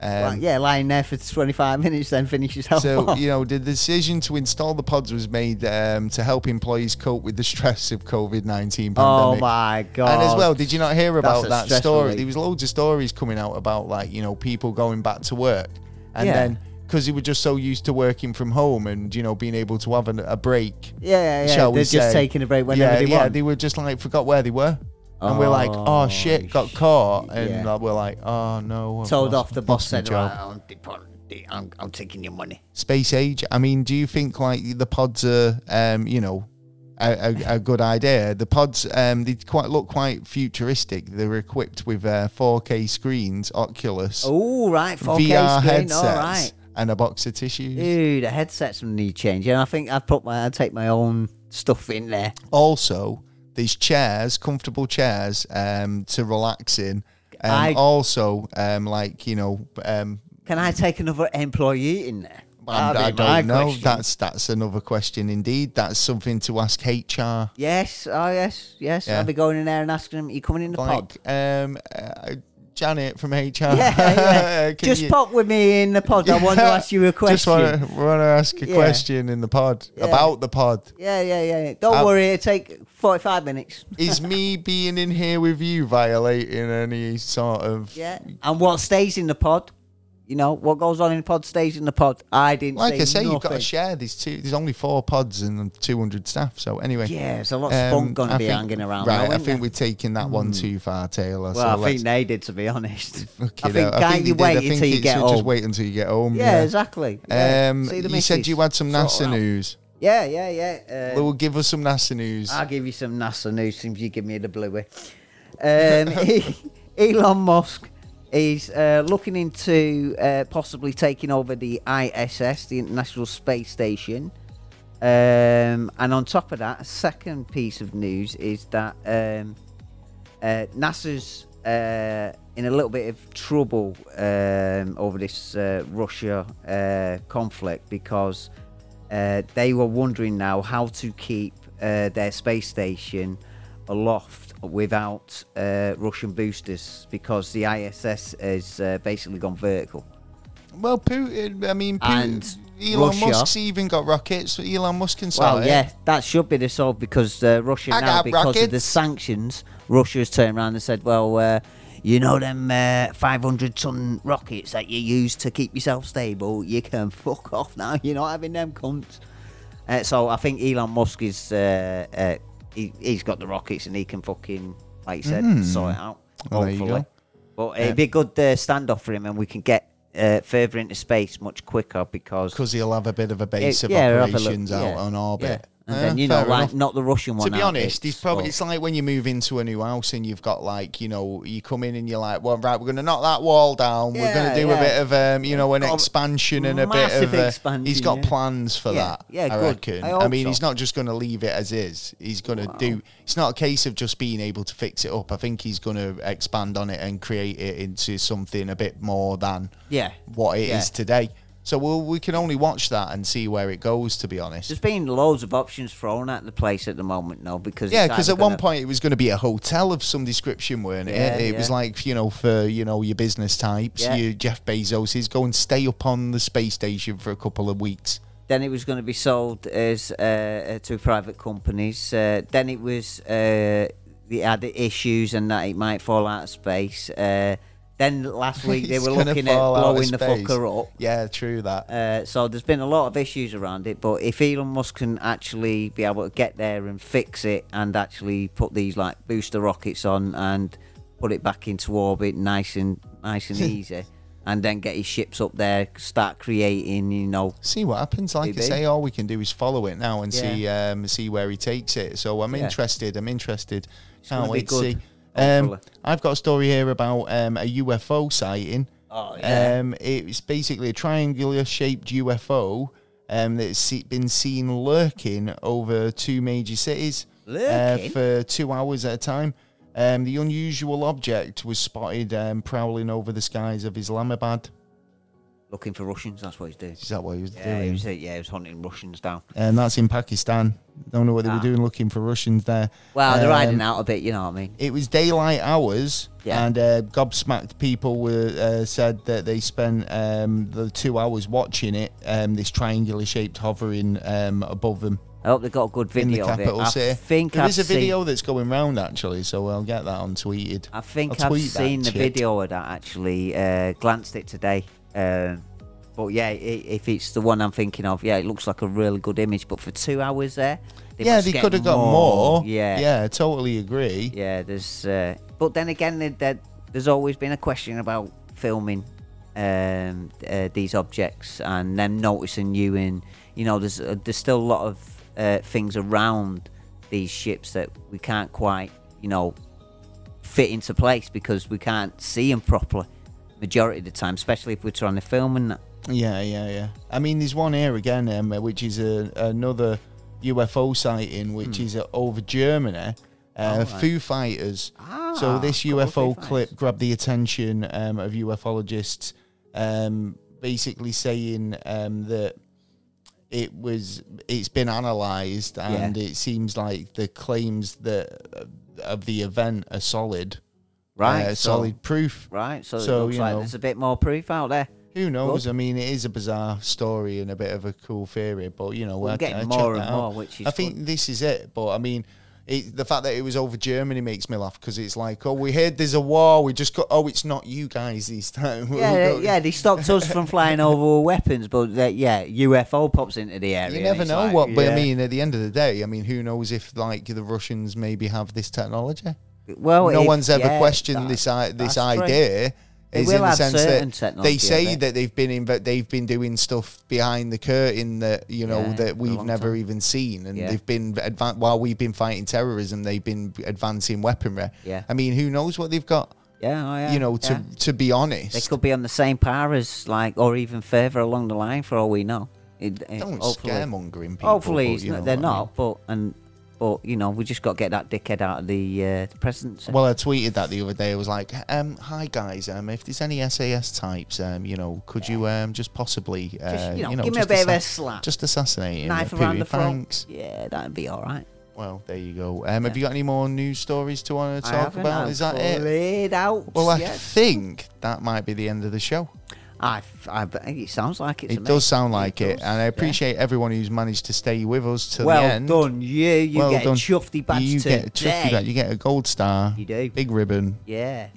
Speaker 2: Well,
Speaker 1: Um,
Speaker 2: yeah, lying there for twenty-five minutes, then finish yourself
Speaker 1: So,
Speaker 2: off.
Speaker 1: you know, the decision to install the pods was made um, to help employees cope with the stress of COVID 19
Speaker 2: oh
Speaker 1: pandemic.
Speaker 2: my god.
Speaker 1: And as well, did you not hear about
Speaker 2: a
Speaker 1: that
Speaker 2: stressful
Speaker 1: story?
Speaker 2: week.
Speaker 1: There was loads of stories coming out about like you know people going back to work, and
Speaker 2: Yeah.
Speaker 1: then because they were just so used to working from home and you know being able to have an, a break.
Speaker 2: Yeah, yeah.
Speaker 1: shall we
Speaker 2: they're just
Speaker 1: say.
Speaker 2: taking a break whenever
Speaker 1: yeah,
Speaker 2: they
Speaker 1: yeah,
Speaker 2: want.
Speaker 1: they were just like forgot where they were. And we're like, oh
Speaker 2: Oh,
Speaker 1: shit, got
Speaker 2: sh-
Speaker 1: caught, and
Speaker 2: yeah.
Speaker 1: like, we're like, oh no, I've
Speaker 2: told
Speaker 1: lost-
Speaker 2: off the
Speaker 1: lost
Speaker 2: boss
Speaker 1: my
Speaker 2: said,
Speaker 1: job.
Speaker 2: right, I'm, depart- I'm, I'm taking your money.
Speaker 1: space age. I mean, do you think like the pods are, um, you know, a, a, a good idea? The pods, um, they quite look quite futuristic. They're equipped with uh, 4K screens, Oculus,
Speaker 2: Oh, right, 4K
Speaker 1: VR
Speaker 2: screen,
Speaker 1: headsets,
Speaker 2: all right.
Speaker 1: and a box of tissues.
Speaker 2: Dude, the headsets need changing. I think I'd put my, I'd take my own stuff in there.
Speaker 1: Also, these chairs, comfortable chairs, um, to relax in. Um,
Speaker 2: I-
Speaker 1: also, um, like you know, um,
Speaker 2: Can I take another employee in there?
Speaker 1: and
Speaker 2: That'd
Speaker 1: I
Speaker 2: be my
Speaker 1: don't know.
Speaker 2: question.
Speaker 1: That's that's another question indeed. That's something to ask HR.
Speaker 2: yes, oh yes, yes.
Speaker 1: Yeah.
Speaker 2: I'd be going in there and asking them, "You coming in the pod?"
Speaker 1: like um uh, Janet from HR.
Speaker 2: yeah.
Speaker 1: Can
Speaker 2: Just
Speaker 1: you-
Speaker 2: pop with me in the pod. I want to ask you a question.
Speaker 1: Just want to, want to ask a
Speaker 2: Yeah.
Speaker 1: question in the pod about the pod.
Speaker 2: Yeah, yeah, yeah. Don't
Speaker 1: Um,
Speaker 2: worry, it'll take 45 minutes.
Speaker 1: Is me being in here with you violating any sort of
Speaker 2: Yeah. And what stays in the pod, you know, what goes on in the pod stays in the pod. I didn't
Speaker 1: Like
Speaker 2: say
Speaker 1: I say, you've got to
Speaker 2: nothing.
Speaker 1: share these two. There's only four pods and 200 staff. So anyway,
Speaker 2: Yeah, there's a lot
Speaker 1: um,
Speaker 2: of spunk going
Speaker 1: I
Speaker 2: to be
Speaker 1: think-
Speaker 2: hanging around.
Speaker 1: Right, I
Speaker 2: isn't
Speaker 1: think
Speaker 2: there?
Speaker 1: we're taking that one too far, Taylor. so
Speaker 2: Hmm. Well, I
Speaker 1: let's
Speaker 2: think they did, to be honest.
Speaker 1: fuck
Speaker 2: I
Speaker 1: it out.
Speaker 2: think, can't
Speaker 1: they
Speaker 2: you
Speaker 1: did. I
Speaker 2: wait
Speaker 1: think
Speaker 2: until you
Speaker 1: it's
Speaker 2: get
Speaker 1: just
Speaker 2: home?
Speaker 1: wait until you get home.
Speaker 2: Yeah, exactly. Yeah.
Speaker 1: Um,
Speaker 2: See the
Speaker 1: you said
Speaker 2: missus.
Speaker 1: you had some
Speaker 2: Sort it
Speaker 1: NASA
Speaker 2: out.
Speaker 1: news.
Speaker 2: Yeah, yeah, yeah. Uh,
Speaker 1: Well, give us some NASA news.
Speaker 2: I'll give you some NASA news since you give me the bluey. Um, Elon Musk is uh, looking into uh, possibly taking over the ISS, the International Space Station. Um, and on top of that, a second piece of news is that um, uh, NASA's uh, in a little bit of trouble um, over this uh, Russia uh, conflict because uh, they were wondering now how to keep uh, their space station aloft without uh, Russian boosters because the ISS has uh, basically gone vertical.
Speaker 1: well, Putin. I mean, Putin,
Speaker 2: And
Speaker 1: Elon
Speaker 2: Russia.
Speaker 1: Musk's even got rockets. So Elon Musk can sort
Speaker 2: Well,
Speaker 1: it.
Speaker 2: yeah, that should be resolved because uh, Russia
Speaker 1: I
Speaker 2: now,
Speaker 1: got
Speaker 2: because of the
Speaker 1: rockets.
Speaker 2: sanctions, Russia has turned around and said, "Well, uh, you know them uh, 500-ton rockets that you use to keep yourself stable, you can fuck off now. You're not having them cunts." Uh, so I think Elon Musk is uh, uh, he, he's got the rockets and he can fucking, like you said, sort it out.
Speaker 1: Hmm. Well, there you
Speaker 2: hopefully,
Speaker 1: go.
Speaker 2: but it'd be a good uh, standoff for him, and we can get uh, further into space much quicker because
Speaker 1: Because he'll have a bit of a base
Speaker 2: yeah,
Speaker 1: of
Speaker 2: yeah, have a look,
Speaker 1: operations out
Speaker 2: yeah,
Speaker 1: on
Speaker 2: yeah.
Speaker 1: orbit.
Speaker 2: And
Speaker 1: Yeah,
Speaker 2: then you know,
Speaker 1: fair
Speaker 2: like
Speaker 1: enough.
Speaker 2: not the Russian one.
Speaker 1: to be
Speaker 2: out,
Speaker 1: honest, it's probably
Speaker 2: well,
Speaker 1: it's like when you move into a new house and you've got like you know you come in and you're like, well, right, we're going to knock that wall down. we're going
Speaker 2: Yeah,
Speaker 1: to do a
Speaker 2: yeah.
Speaker 1: bit of um, you know, an
Speaker 2: Got a
Speaker 1: expansion and a bit
Speaker 2: massive
Speaker 1: of. uh,
Speaker 2: expansion,
Speaker 1: he's got
Speaker 2: yeah.
Speaker 1: plans for
Speaker 2: Yeah,
Speaker 1: that.
Speaker 2: yeah,
Speaker 1: I
Speaker 2: good.
Speaker 1: reckon.
Speaker 2: I
Speaker 1: I,
Speaker 2: hope
Speaker 1: mean,
Speaker 2: so.
Speaker 1: he's not just going to leave it as is. He's going to do. It's not a case of just being able to fix it up. I think he's going to expand on it and create it into something a bit more than
Speaker 2: Yeah.
Speaker 1: what it is
Speaker 2: Yeah.
Speaker 1: today. So we'll, we can only watch that and see where it goes. To be honest,
Speaker 2: there's been loads of options thrown at the place at the moment, though, because
Speaker 1: Yeah,
Speaker 2: it's
Speaker 1: because
Speaker 2: either
Speaker 1: at one
Speaker 2: gonna-
Speaker 1: point it was going to be a hotel of some description, weren't it?
Speaker 2: Yeah,
Speaker 1: it was
Speaker 2: yeah.
Speaker 1: like you know for you know your business types,
Speaker 2: Yeah.
Speaker 1: your Jeff Bezos is go and stay up on the space station for a couple of weeks.
Speaker 2: then it was going to be sold as uh, uh, to private companies. Uh, then it was uh, they had issues and that it might fall out of space. Uh, then last week they
Speaker 1: It's
Speaker 2: were
Speaker 1: gonna
Speaker 2: looking at
Speaker 1: fall out of
Speaker 2: blowing the
Speaker 1: space.
Speaker 2: fucker up.
Speaker 1: Yeah, true that.
Speaker 2: Uh, so there's been a lot of issues around it, but if Elon Musk can actually be able to get there and fix it, and actually put these like booster rockets on and put it back into orbit, nice and nice and easy, and then get his ships up there, start creating, you know,
Speaker 1: see what happens. Like I
Speaker 2: Maybe.
Speaker 1: say, all we can do is follow it now and see
Speaker 2: Yeah.
Speaker 1: um, see where he takes it. So I'm
Speaker 2: Yeah.
Speaker 1: interested. I'm interested. Can't
Speaker 2: gonna be
Speaker 1: wait to
Speaker 2: good,
Speaker 1: see. Um,
Speaker 2: hopefully.
Speaker 1: I've got a story here about um, a UFO sighting.
Speaker 2: Oh, yeah.
Speaker 1: Um, it's basically a triangular shaped UFO um, that's se- been seen lurking over two major cities uh,
Speaker 2: Lurking?
Speaker 1: for two hours at a time. Um, the unusual object was spotted um, prowling over the skies of Islamabad.
Speaker 2: looking for Russians. That's what he's doing.
Speaker 1: Is that what he was
Speaker 2: Yeah,
Speaker 1: doing?
Speaker 2: he was, uh, yeah, he was hunting Russians down.
Speaker 1: and that's in Pakistan. Don't know what they were
Speaker 2: Ah.
Speaker 1: doing looking for Russians there.
Speaker 2: Well, they're
Speaker 1: Um,
Speaker 2: hiding out a bit, you know what I mean?
Speaker 1: It was daylight hours,
Speaker 2: Yeah.
Speaker 1: and uh, gobsmacked people were uh, said that they spent um, the two hours watching it. Um, this triangular shaped hovering um, above them
Speaker 2: I hope they got a good
Speaker 1: in the
Speaker 2: video of it.
Speaker 1: capital
Speaker 2: I
Speaker 1: city.
Speaker 2: think
Speaker 1: There
Speaker 2: I've
Speaker 1: is a
Speaker 2: seen-
Speaker 1: video that's going round actually, so I'll get that on tweeted.
Speaker 2: I think
Speaker 1: I'll
Speaker 2: I've
Speaker 1: tweet that
Speaker 2: seen the
Speaker 1: shit.
Speaker 2: video of that actually. Uh, glanced it today. Um, but yeah, i if it's the one I'm thinking of, yeah, it looks like a really good image. But for two hours there, they
Speaker 1: yeah,
Speaker 2: must
Speaker 1: they
Speaker 2: get
Speaker 1: could have got more.
Speaker 2: Yeah, yeah,
Speaker 1: yeah, I totally agree.
Speaker 2: There's, uh, but then again, there, there, there's always been a question about filming um, uh, these objects and them noticing you. And you know, there's uh, there's still a lot of uh, things around these ships that we can't quite, you know, fit into place because we can't see them properly majority of the time, especially if we're trying to film and that.
Speaker 1: Yeah, yeah, yeah. I mean, there's one here again, um, which is a, another UFO sighting, which
Speaker 2: Hmm.
Speaker 1: is uh, over Germany. Uh, Foo Fighters. so
Speaker 2: Ah,
Speaker 1: this
Speaker 2: cool,
Speaker 1: UFO
Speaker 2: Foo
Speaker 1: clip
Speaker 2: Fighters.
Speaker 1: grabbed the attention um, of ufologists, um, basically saying um, that it was it's been analysed and it seems like the claims that of the event are solid.
Speaker 2: Right.
Speaker 1: uh,
Speaker 2: so-
Speaker 1: solid proof.
Speaker 2: Right. So,
Speaker 1: So,
Speaker 2: it looks
Speaker 1: you
Speaker 2: like
Speaker 1: know.
Speaker 2: there's a bit more proof out there.
Speaker 1: Who knows? I mean, it is a bizarre story and a bit of a cool theory, but you know,
Speaker 2: We're
Speaker 1: I-
Speaker 2: getting
Speaker 1: I checked
Speaker 2: more
Speaker 1: that
Speaker 2: and
Speaker 1: out.
Speaker 2: more, which is
Speaker 1: I think this is it. But I mean, it, the fact that it was over Germany makes me laugh because it's like, oh, we heard there's a war. We just got, oh, it's not you guys this time. We'll
Speaker 2: Yeah,
Speaker 1: go-
Speaker 2: they- yeah, they stopped us from flying over with weapons, but uh, yeah, UFO pops into the area.
Speaker 1: You
Speaker 2: and
Speaker 1: never
Speaker 2: it's
Speaker 1: know
Speaker 2: like,
Speaker 1: what, but
Speaker 2: yeah.
Speaker 1: I mean, at the end of the day, I mean, who knows if like the Russians maybe have this technology?
Speaker 2: well,
Speaker 1: no
Speaker 2: if-
Speaker 1: one's ever
Speaker 2: yeah, uh,
Speaker 1: questioned
Speaker 2: that-
Speaker 1: this i- this
Speaker 2: that's true.
Speaker 1: idea.
Speaker 2: They
Speaker 1: Is
Speaker 2: will
Speaker 1: in the
Speaker 2: have
Speaker 1: sense
Speaker 2: certain
Speaker 1: that
Speaker 2: technology,
Speaker 1: they say
Speaker 2: haven't
Speaker 1: that they've been in, but they've been doing stuff behind the curtain that you know
Speaker 2: Yeah, for a
Speaker 1: that we've
Speaker 2: long
Speaker 1: never
Speaker 2: time.
Speaker 1: even seen, and
Speaker 2: Yeah.
Speaker 1: they've been advan- while we've been fighting terrorism, they've been advancing weaponry.
Speaker 2: Yeah.
Speaker 1: I mean, who knows what they've got?
Speaker 2: Yeah, oh, yeah,
Speaker 1: you know, to
Speaker 2: yeah.
Speaker 1: to be
Speaker 2: they
Speaker 1: honest,
Speaker 2: could be on the same par as like, or even further along the line for all we know. It, it-
Speaker 1: don't
Speaker 2: hopefully,
Speaker 1: scaremongering people.
Speaker 2: hopefully
Speaker 1: but
Speaker 2: it's
Speaker 1: you
Speaker 2: not,
Speaker 1: know
Speaker 2: they're
Speaker 1: what I mean.
Speaker 2: not, but and but you know, we just got to get that dickhead out of the uh, presidency.
Speaker 1: Well, I tweeted that the other day. I was like, um, "Hi guys, um, if there's any SAS types, um, you know, could you um, just possibly, uh,
Speaker 2: you know, give me a
Speaker 1: just
Speaker 2: bit of a
Speaker 1: assa-
Speaker 2: slap.
Speaker 1: just assassinate him?
Speaker 2: Knife
Speaker 1: uh,
Speaker 2: around
Speaker 1: Putin,
Speaker 2: the throat.
Speaker 1: thanks."
Speaker 2: Yeah, that'd be all right.
Speaker 1: Well, there you go. Um, Have you got any more news stories to want to
Speaker 2: I
Speaker 1: talk
Speaker 2: haven't,
Speaker 1: about?
Speaker 2: I've
Speaker 1: Is that it?
Speaker 2: played out.
Speaker 1: Well, I
Speaker 2: yes.
Speaker 1: think that might be the end of the show.
Speaker 2: I, I, I- it sounds like it's
Speaker 1: It
Speaker 2: amazing.
Speaker 1: does sound like it,
Speaker 2: does,
Speaker 1: and I
Speaker 2: yeah.
Speaker 1: appreciate everyone who's managed to stay with us to
Speaker 2: well
Speaker 1: the end.
Speaker 2: done, yeah. You
Speaker 1: Well
Speaker 2: get
Speaker 1: done.
Speaker 2: chuffy badge
Speaker 1: you
Speaker 2: today.
Speaker 1: get a chuffy badge. You get a gold star.
Speaker 2: You do.
Speaker 1: Big ribbon.
Speaker 2: yeah.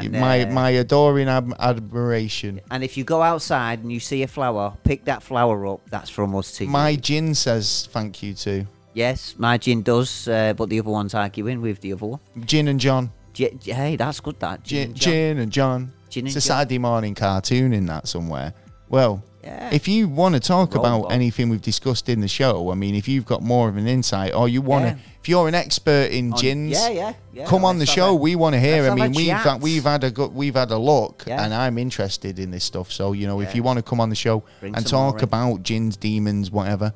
Speaker 1: You-
Speaker 2: And,
Speaker 1: my
Speaker 2: uh,
Speaker 1: my adoring ab- admiration.
Speaker 2: and if you go outside and you see a flower, pick that flower up. That's from us to you.
Speaker 1: My gin says thank you to
Speaker 2: yes, my gin does, uh, but the other one's arguing with the other one.
Speaker 1: Gin and John.
Speaker 2: J- j- hey, that's good. That
Speaker 1: Gin,
Speaker 2: gin, and John.
Speaker 1: gin and John.
Speaker 2: Gin and
Speaker 1: it's a
Speaker 2: John.
Speaker 1: Saturday morning cartoon in that somewhere. Well,
Speaker 2: Yeah.
Speaker 1: if you want to talk
Speaker 2: Roll
Speaker 1: about
Speaker 2: on.
Speaker 1: anything we've discussed in the show, I mean, if you've got more of an insight or you want to,
Speaker 2: Yeah.
Speaker 1: if you're an expert in
Speaker 2: On-
Speaker 1: gins,
Speaker 2: yeah, yeah, yeah,
Speaker 1: come on the
Speaker 2: let's have
Speaker 1: show.
Speaker 2: a-
Speaker 1: we want to hear. I
Speaker 2: let's have
Speaker 1: mean,
Speaker 2: a
Speaker 1: we've
Speaker 2: chat.
Speaker 1: had, we've had a good, we've had a look,
Speaker 2: Yeah.
Speaker 1: and I'm interested in this stuff. So you know, if
Speaker 2: Yeah.
Speaker 1: you want to come on the show
Speaker 2: Bring
Speaker 1: and
Speaker 2: some more
Speaker 1: talk
Speaker 2: in.
Speaker 1: about gins, demons, whatever,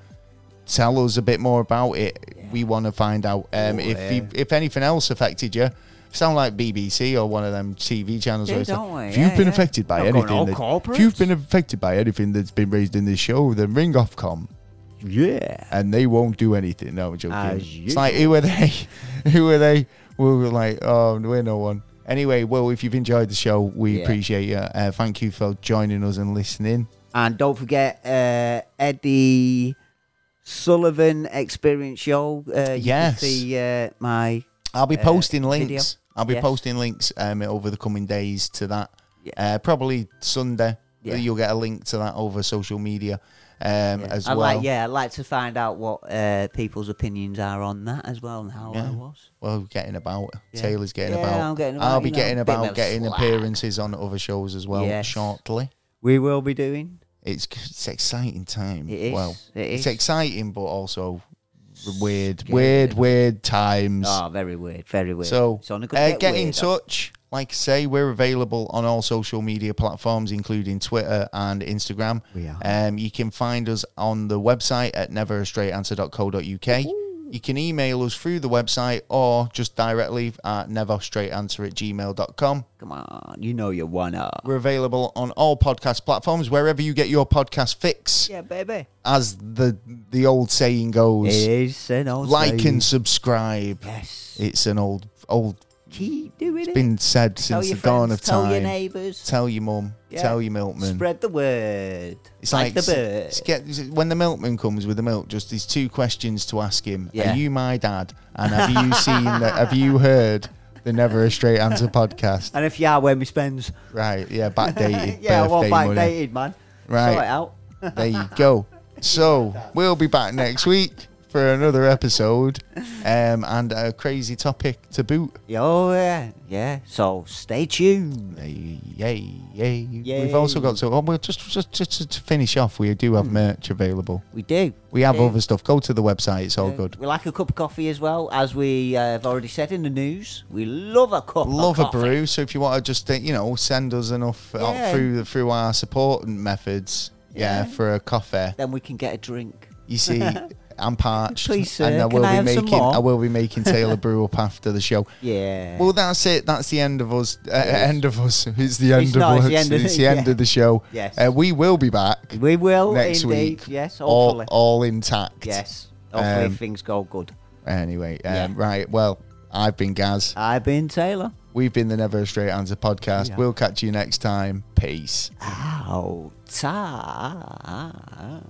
Speaker 1: tell us a bit more about it. We want to find out um, if you, if anything else affected you. Sound like BBC or one of them TV channels.
Speaker 2: Do,
Speaker 1: where it's like,
Speaker 2: don't we?
Speaker 1: If
Speaker 2: Yeah,
Speaker 1: you've been
Speaker 2: yeah.
Speaker 1: affected by
Speaker 2: Not going all
Speaker 1: anything, that- if you've
Speaker 2: corporates."
Speaker 1: been affected by anything that's been raised in this show, then ring off com
Speaker 2: Yeah.
Speaker 1: and they won't do anything. No, I'm joking.
Speaker 2: As
Speaker 1: It's like who are they? who are they? We were like, oh, we're no one. Anyway, well, if you've enjoyed the show, we
Speaker 2: Yeah.
Speaker 1: appreciate you. Uh, thank you for joining us and listening.
Speaker 2: And don't forget uh, Eddie Sullivan Experience Show. Uh, you can
Speaker 1: Yes.
Speaker 2: see uh, my.
Speaker 1: I'll be
Speaker 2: Uh,
Speaker 1: posting links.
Speaker 2: video.
Speaker 1: I'll be
Speaker 2: Yes.
Speaker 1: posting links um, over the coming days to that.
Speaker 2: Yeah.
Speaker 1: Uh, probably Sunday.
Speaker 2: Yeah.
Speaker 1: You'll get a link to that over social media um, as
Speaker 2: I
Speaker 1: well.
Speaker 2: like, yeah, I'd like to find out what uh, people's opinions are on that as well and how
Speaker 1: Yeah.
Speaker 2: I was.
Speaker 1: Well, getting about.
Speaker 2: Yeah.
Speaker 1: Taylor's getting
Speaker 2: Yeah,
Speaker 1: about.
Speaker 2: I'm getting about,
Speaker 1: I'll be
Speaker 2: you know,
Speaker 1: getting
Speaker 2: bit
Speaker 1: about
Speaker 2: of
Speaker 1: getting
Speaker 2: slack.
Speaker 1: appearances on other shows as well
Speaker 2: Yes.
Speaker 1: shortly.
Speaker 2: We will be doing
Speaker 1: It's it's exciting time.
Speaker 2: It is,
Speaker 1: Well,
Speaker 2: it
Speaker 1: it's
Speaker 2: is.
Speaker 1: exciting, but also weird,
Speaker 2: Scary.
Speaker 1: weird, weird times.
Speaker 2: Ah, very weird, very weird.
Speaker 1: so
Speaker 2: it's only gonna
Speaker 1: uh,
Speaker 2: get,
Speaker 1: get in
Speaker 2: weirder.
Speaker 1: touch. Like I say, we're available on all social media platforms, including Twitter and Instagram.
Speaker 2: We are.
Speaker 1: Um, you can find us on the website at neverastraightanswer.co.uk. You can email us through the website or just directly at neverstraightanswer at gmail.com.
Speaker 2: Come on, you know you wanna.
Speaker 1: We're available on all podcast platforms, wherever you get your podcast fix
Speaker 2: Yeah, baby.
Speaker 1: as the the old saying
Speaker 2: It
Speaker 1: goes,
Speaker 2: is an old
Speaker 1: like
Speaker 2: saying.
Speaker 1: and subscribe.
Speaker 2: yes.
Speaker 1: It's an old old
Speaker 2: Keep doing it.
Speaker 1: been said
Speaker 2: tell
Speaker 1: since
Speaker 2: your
Speaker 1: the dawn
Speaker 2: friends,
Speaker 1: of
Speaker 2: tell
Speaker 1: time.
Speaker 2: your neighbours,
Speaker 1: Tell your mum.
Speaker 2: Yeah.
Speaker 1: Tell your milkman.
Speaker 2: spread the word.
Speaker 1: It's like,
Speaker 2: the bird.
Speaker 1: s- s- get- when the milkman comes with the milk, just these two questions to ask him:
Speaker 2: Yeah.
Speaker 1: Are you my dad? And have you seen? the, have you heard the Never a Straight Answer podcast?
Speaker 2: and if you are, when we spends.
Speaker 1: Right? Yeah, backdated.
Speaker 2: yeah,
Speaker 1: birthday
Speaker 2: I want
Speaker 1: money.
Speaker 2: backdated, man.
Speaker 1: Right.
Speaker 2: Sort it out.
Speaker 1: There you go. So we'll be back next week for another episode um, and a crazy topic to boot.
Speaker 2: Oh yeah, yeah. So stay tuned.
Speaker 1: Yay, yay, yay. We've
Speaker 2: Yay.
Speaker 1: also got so. Oh, well, just, just, just, just to finish off, we do
Speaker 2: Hmm.
Speaker 1: have merch available.
Speaker 2: We do.
Speaker 1: We have
Speaker 2: do.
Speaker 1: other stuff. Go to the website. It's all
Speaker 2: Uh,
Speaker 1: good.
Speaker 2: We like a cup of coffee as well, as we uh, have already said in the news. We love a cup.
Speaker 1: Love
Speaker 2: of
Speaker 1: a
Speaker 2: coffee.
Speaker 1: brew. So if you want to just uh, you know send us enough out
Speaker 2: Yeah.
Speaker 1: through through our support and methods. Yeah, for a coffee.
Speaker 2: Then we can get a drink.
Speaker 1: You see, I'm parched.
Speaker 2: Please, sir,
Speaker 1: and I
Speaker 2: can
Speaker 1: will
Speaker 2: I
Speaker 1: be
Speaker 2: have some
Speaker 1: making
Speaker 2: more?
Speaker 1: I will be making Taylor brew up after the show.
Speaker 2: Yeah.
Speaker 1: Well, that's it. That's the end of us. Uh, end of us. It's the end of
Speaker 2: not,
Speaker 1: us.
Speaker 2: it's the end of-
Speaker 1: it's the end
Speaker 2: yeah.
Speaker 1: of the show.
Speaker 2: Yes.
Speaker 1: Uh, we will be back
Speaker 2: we will
Speaker 1: next
Speaker 2: indeed.
Speaker 1: week.
Speaker 2: Yes,
Speaker 1: all,
Speaker 2: hopefully.
Speaker 1: all intact.
Speaker 2: yes. Hopefully
Speaker 1: Um,
Speaker 2: things go good.
Speaker 1: Anyway, um,
Speaker 2: Yeah.
Speaker 1: right. Well, I've been Gaz.
Speaker 2: I've been Taylor.
Speaker 1: We've been the Never a Straight Answer podcast.
Speaker 2: Yeah.
Speaker 1: We'll catch you next time. Peace.
Speaker 2: Ow. Ta.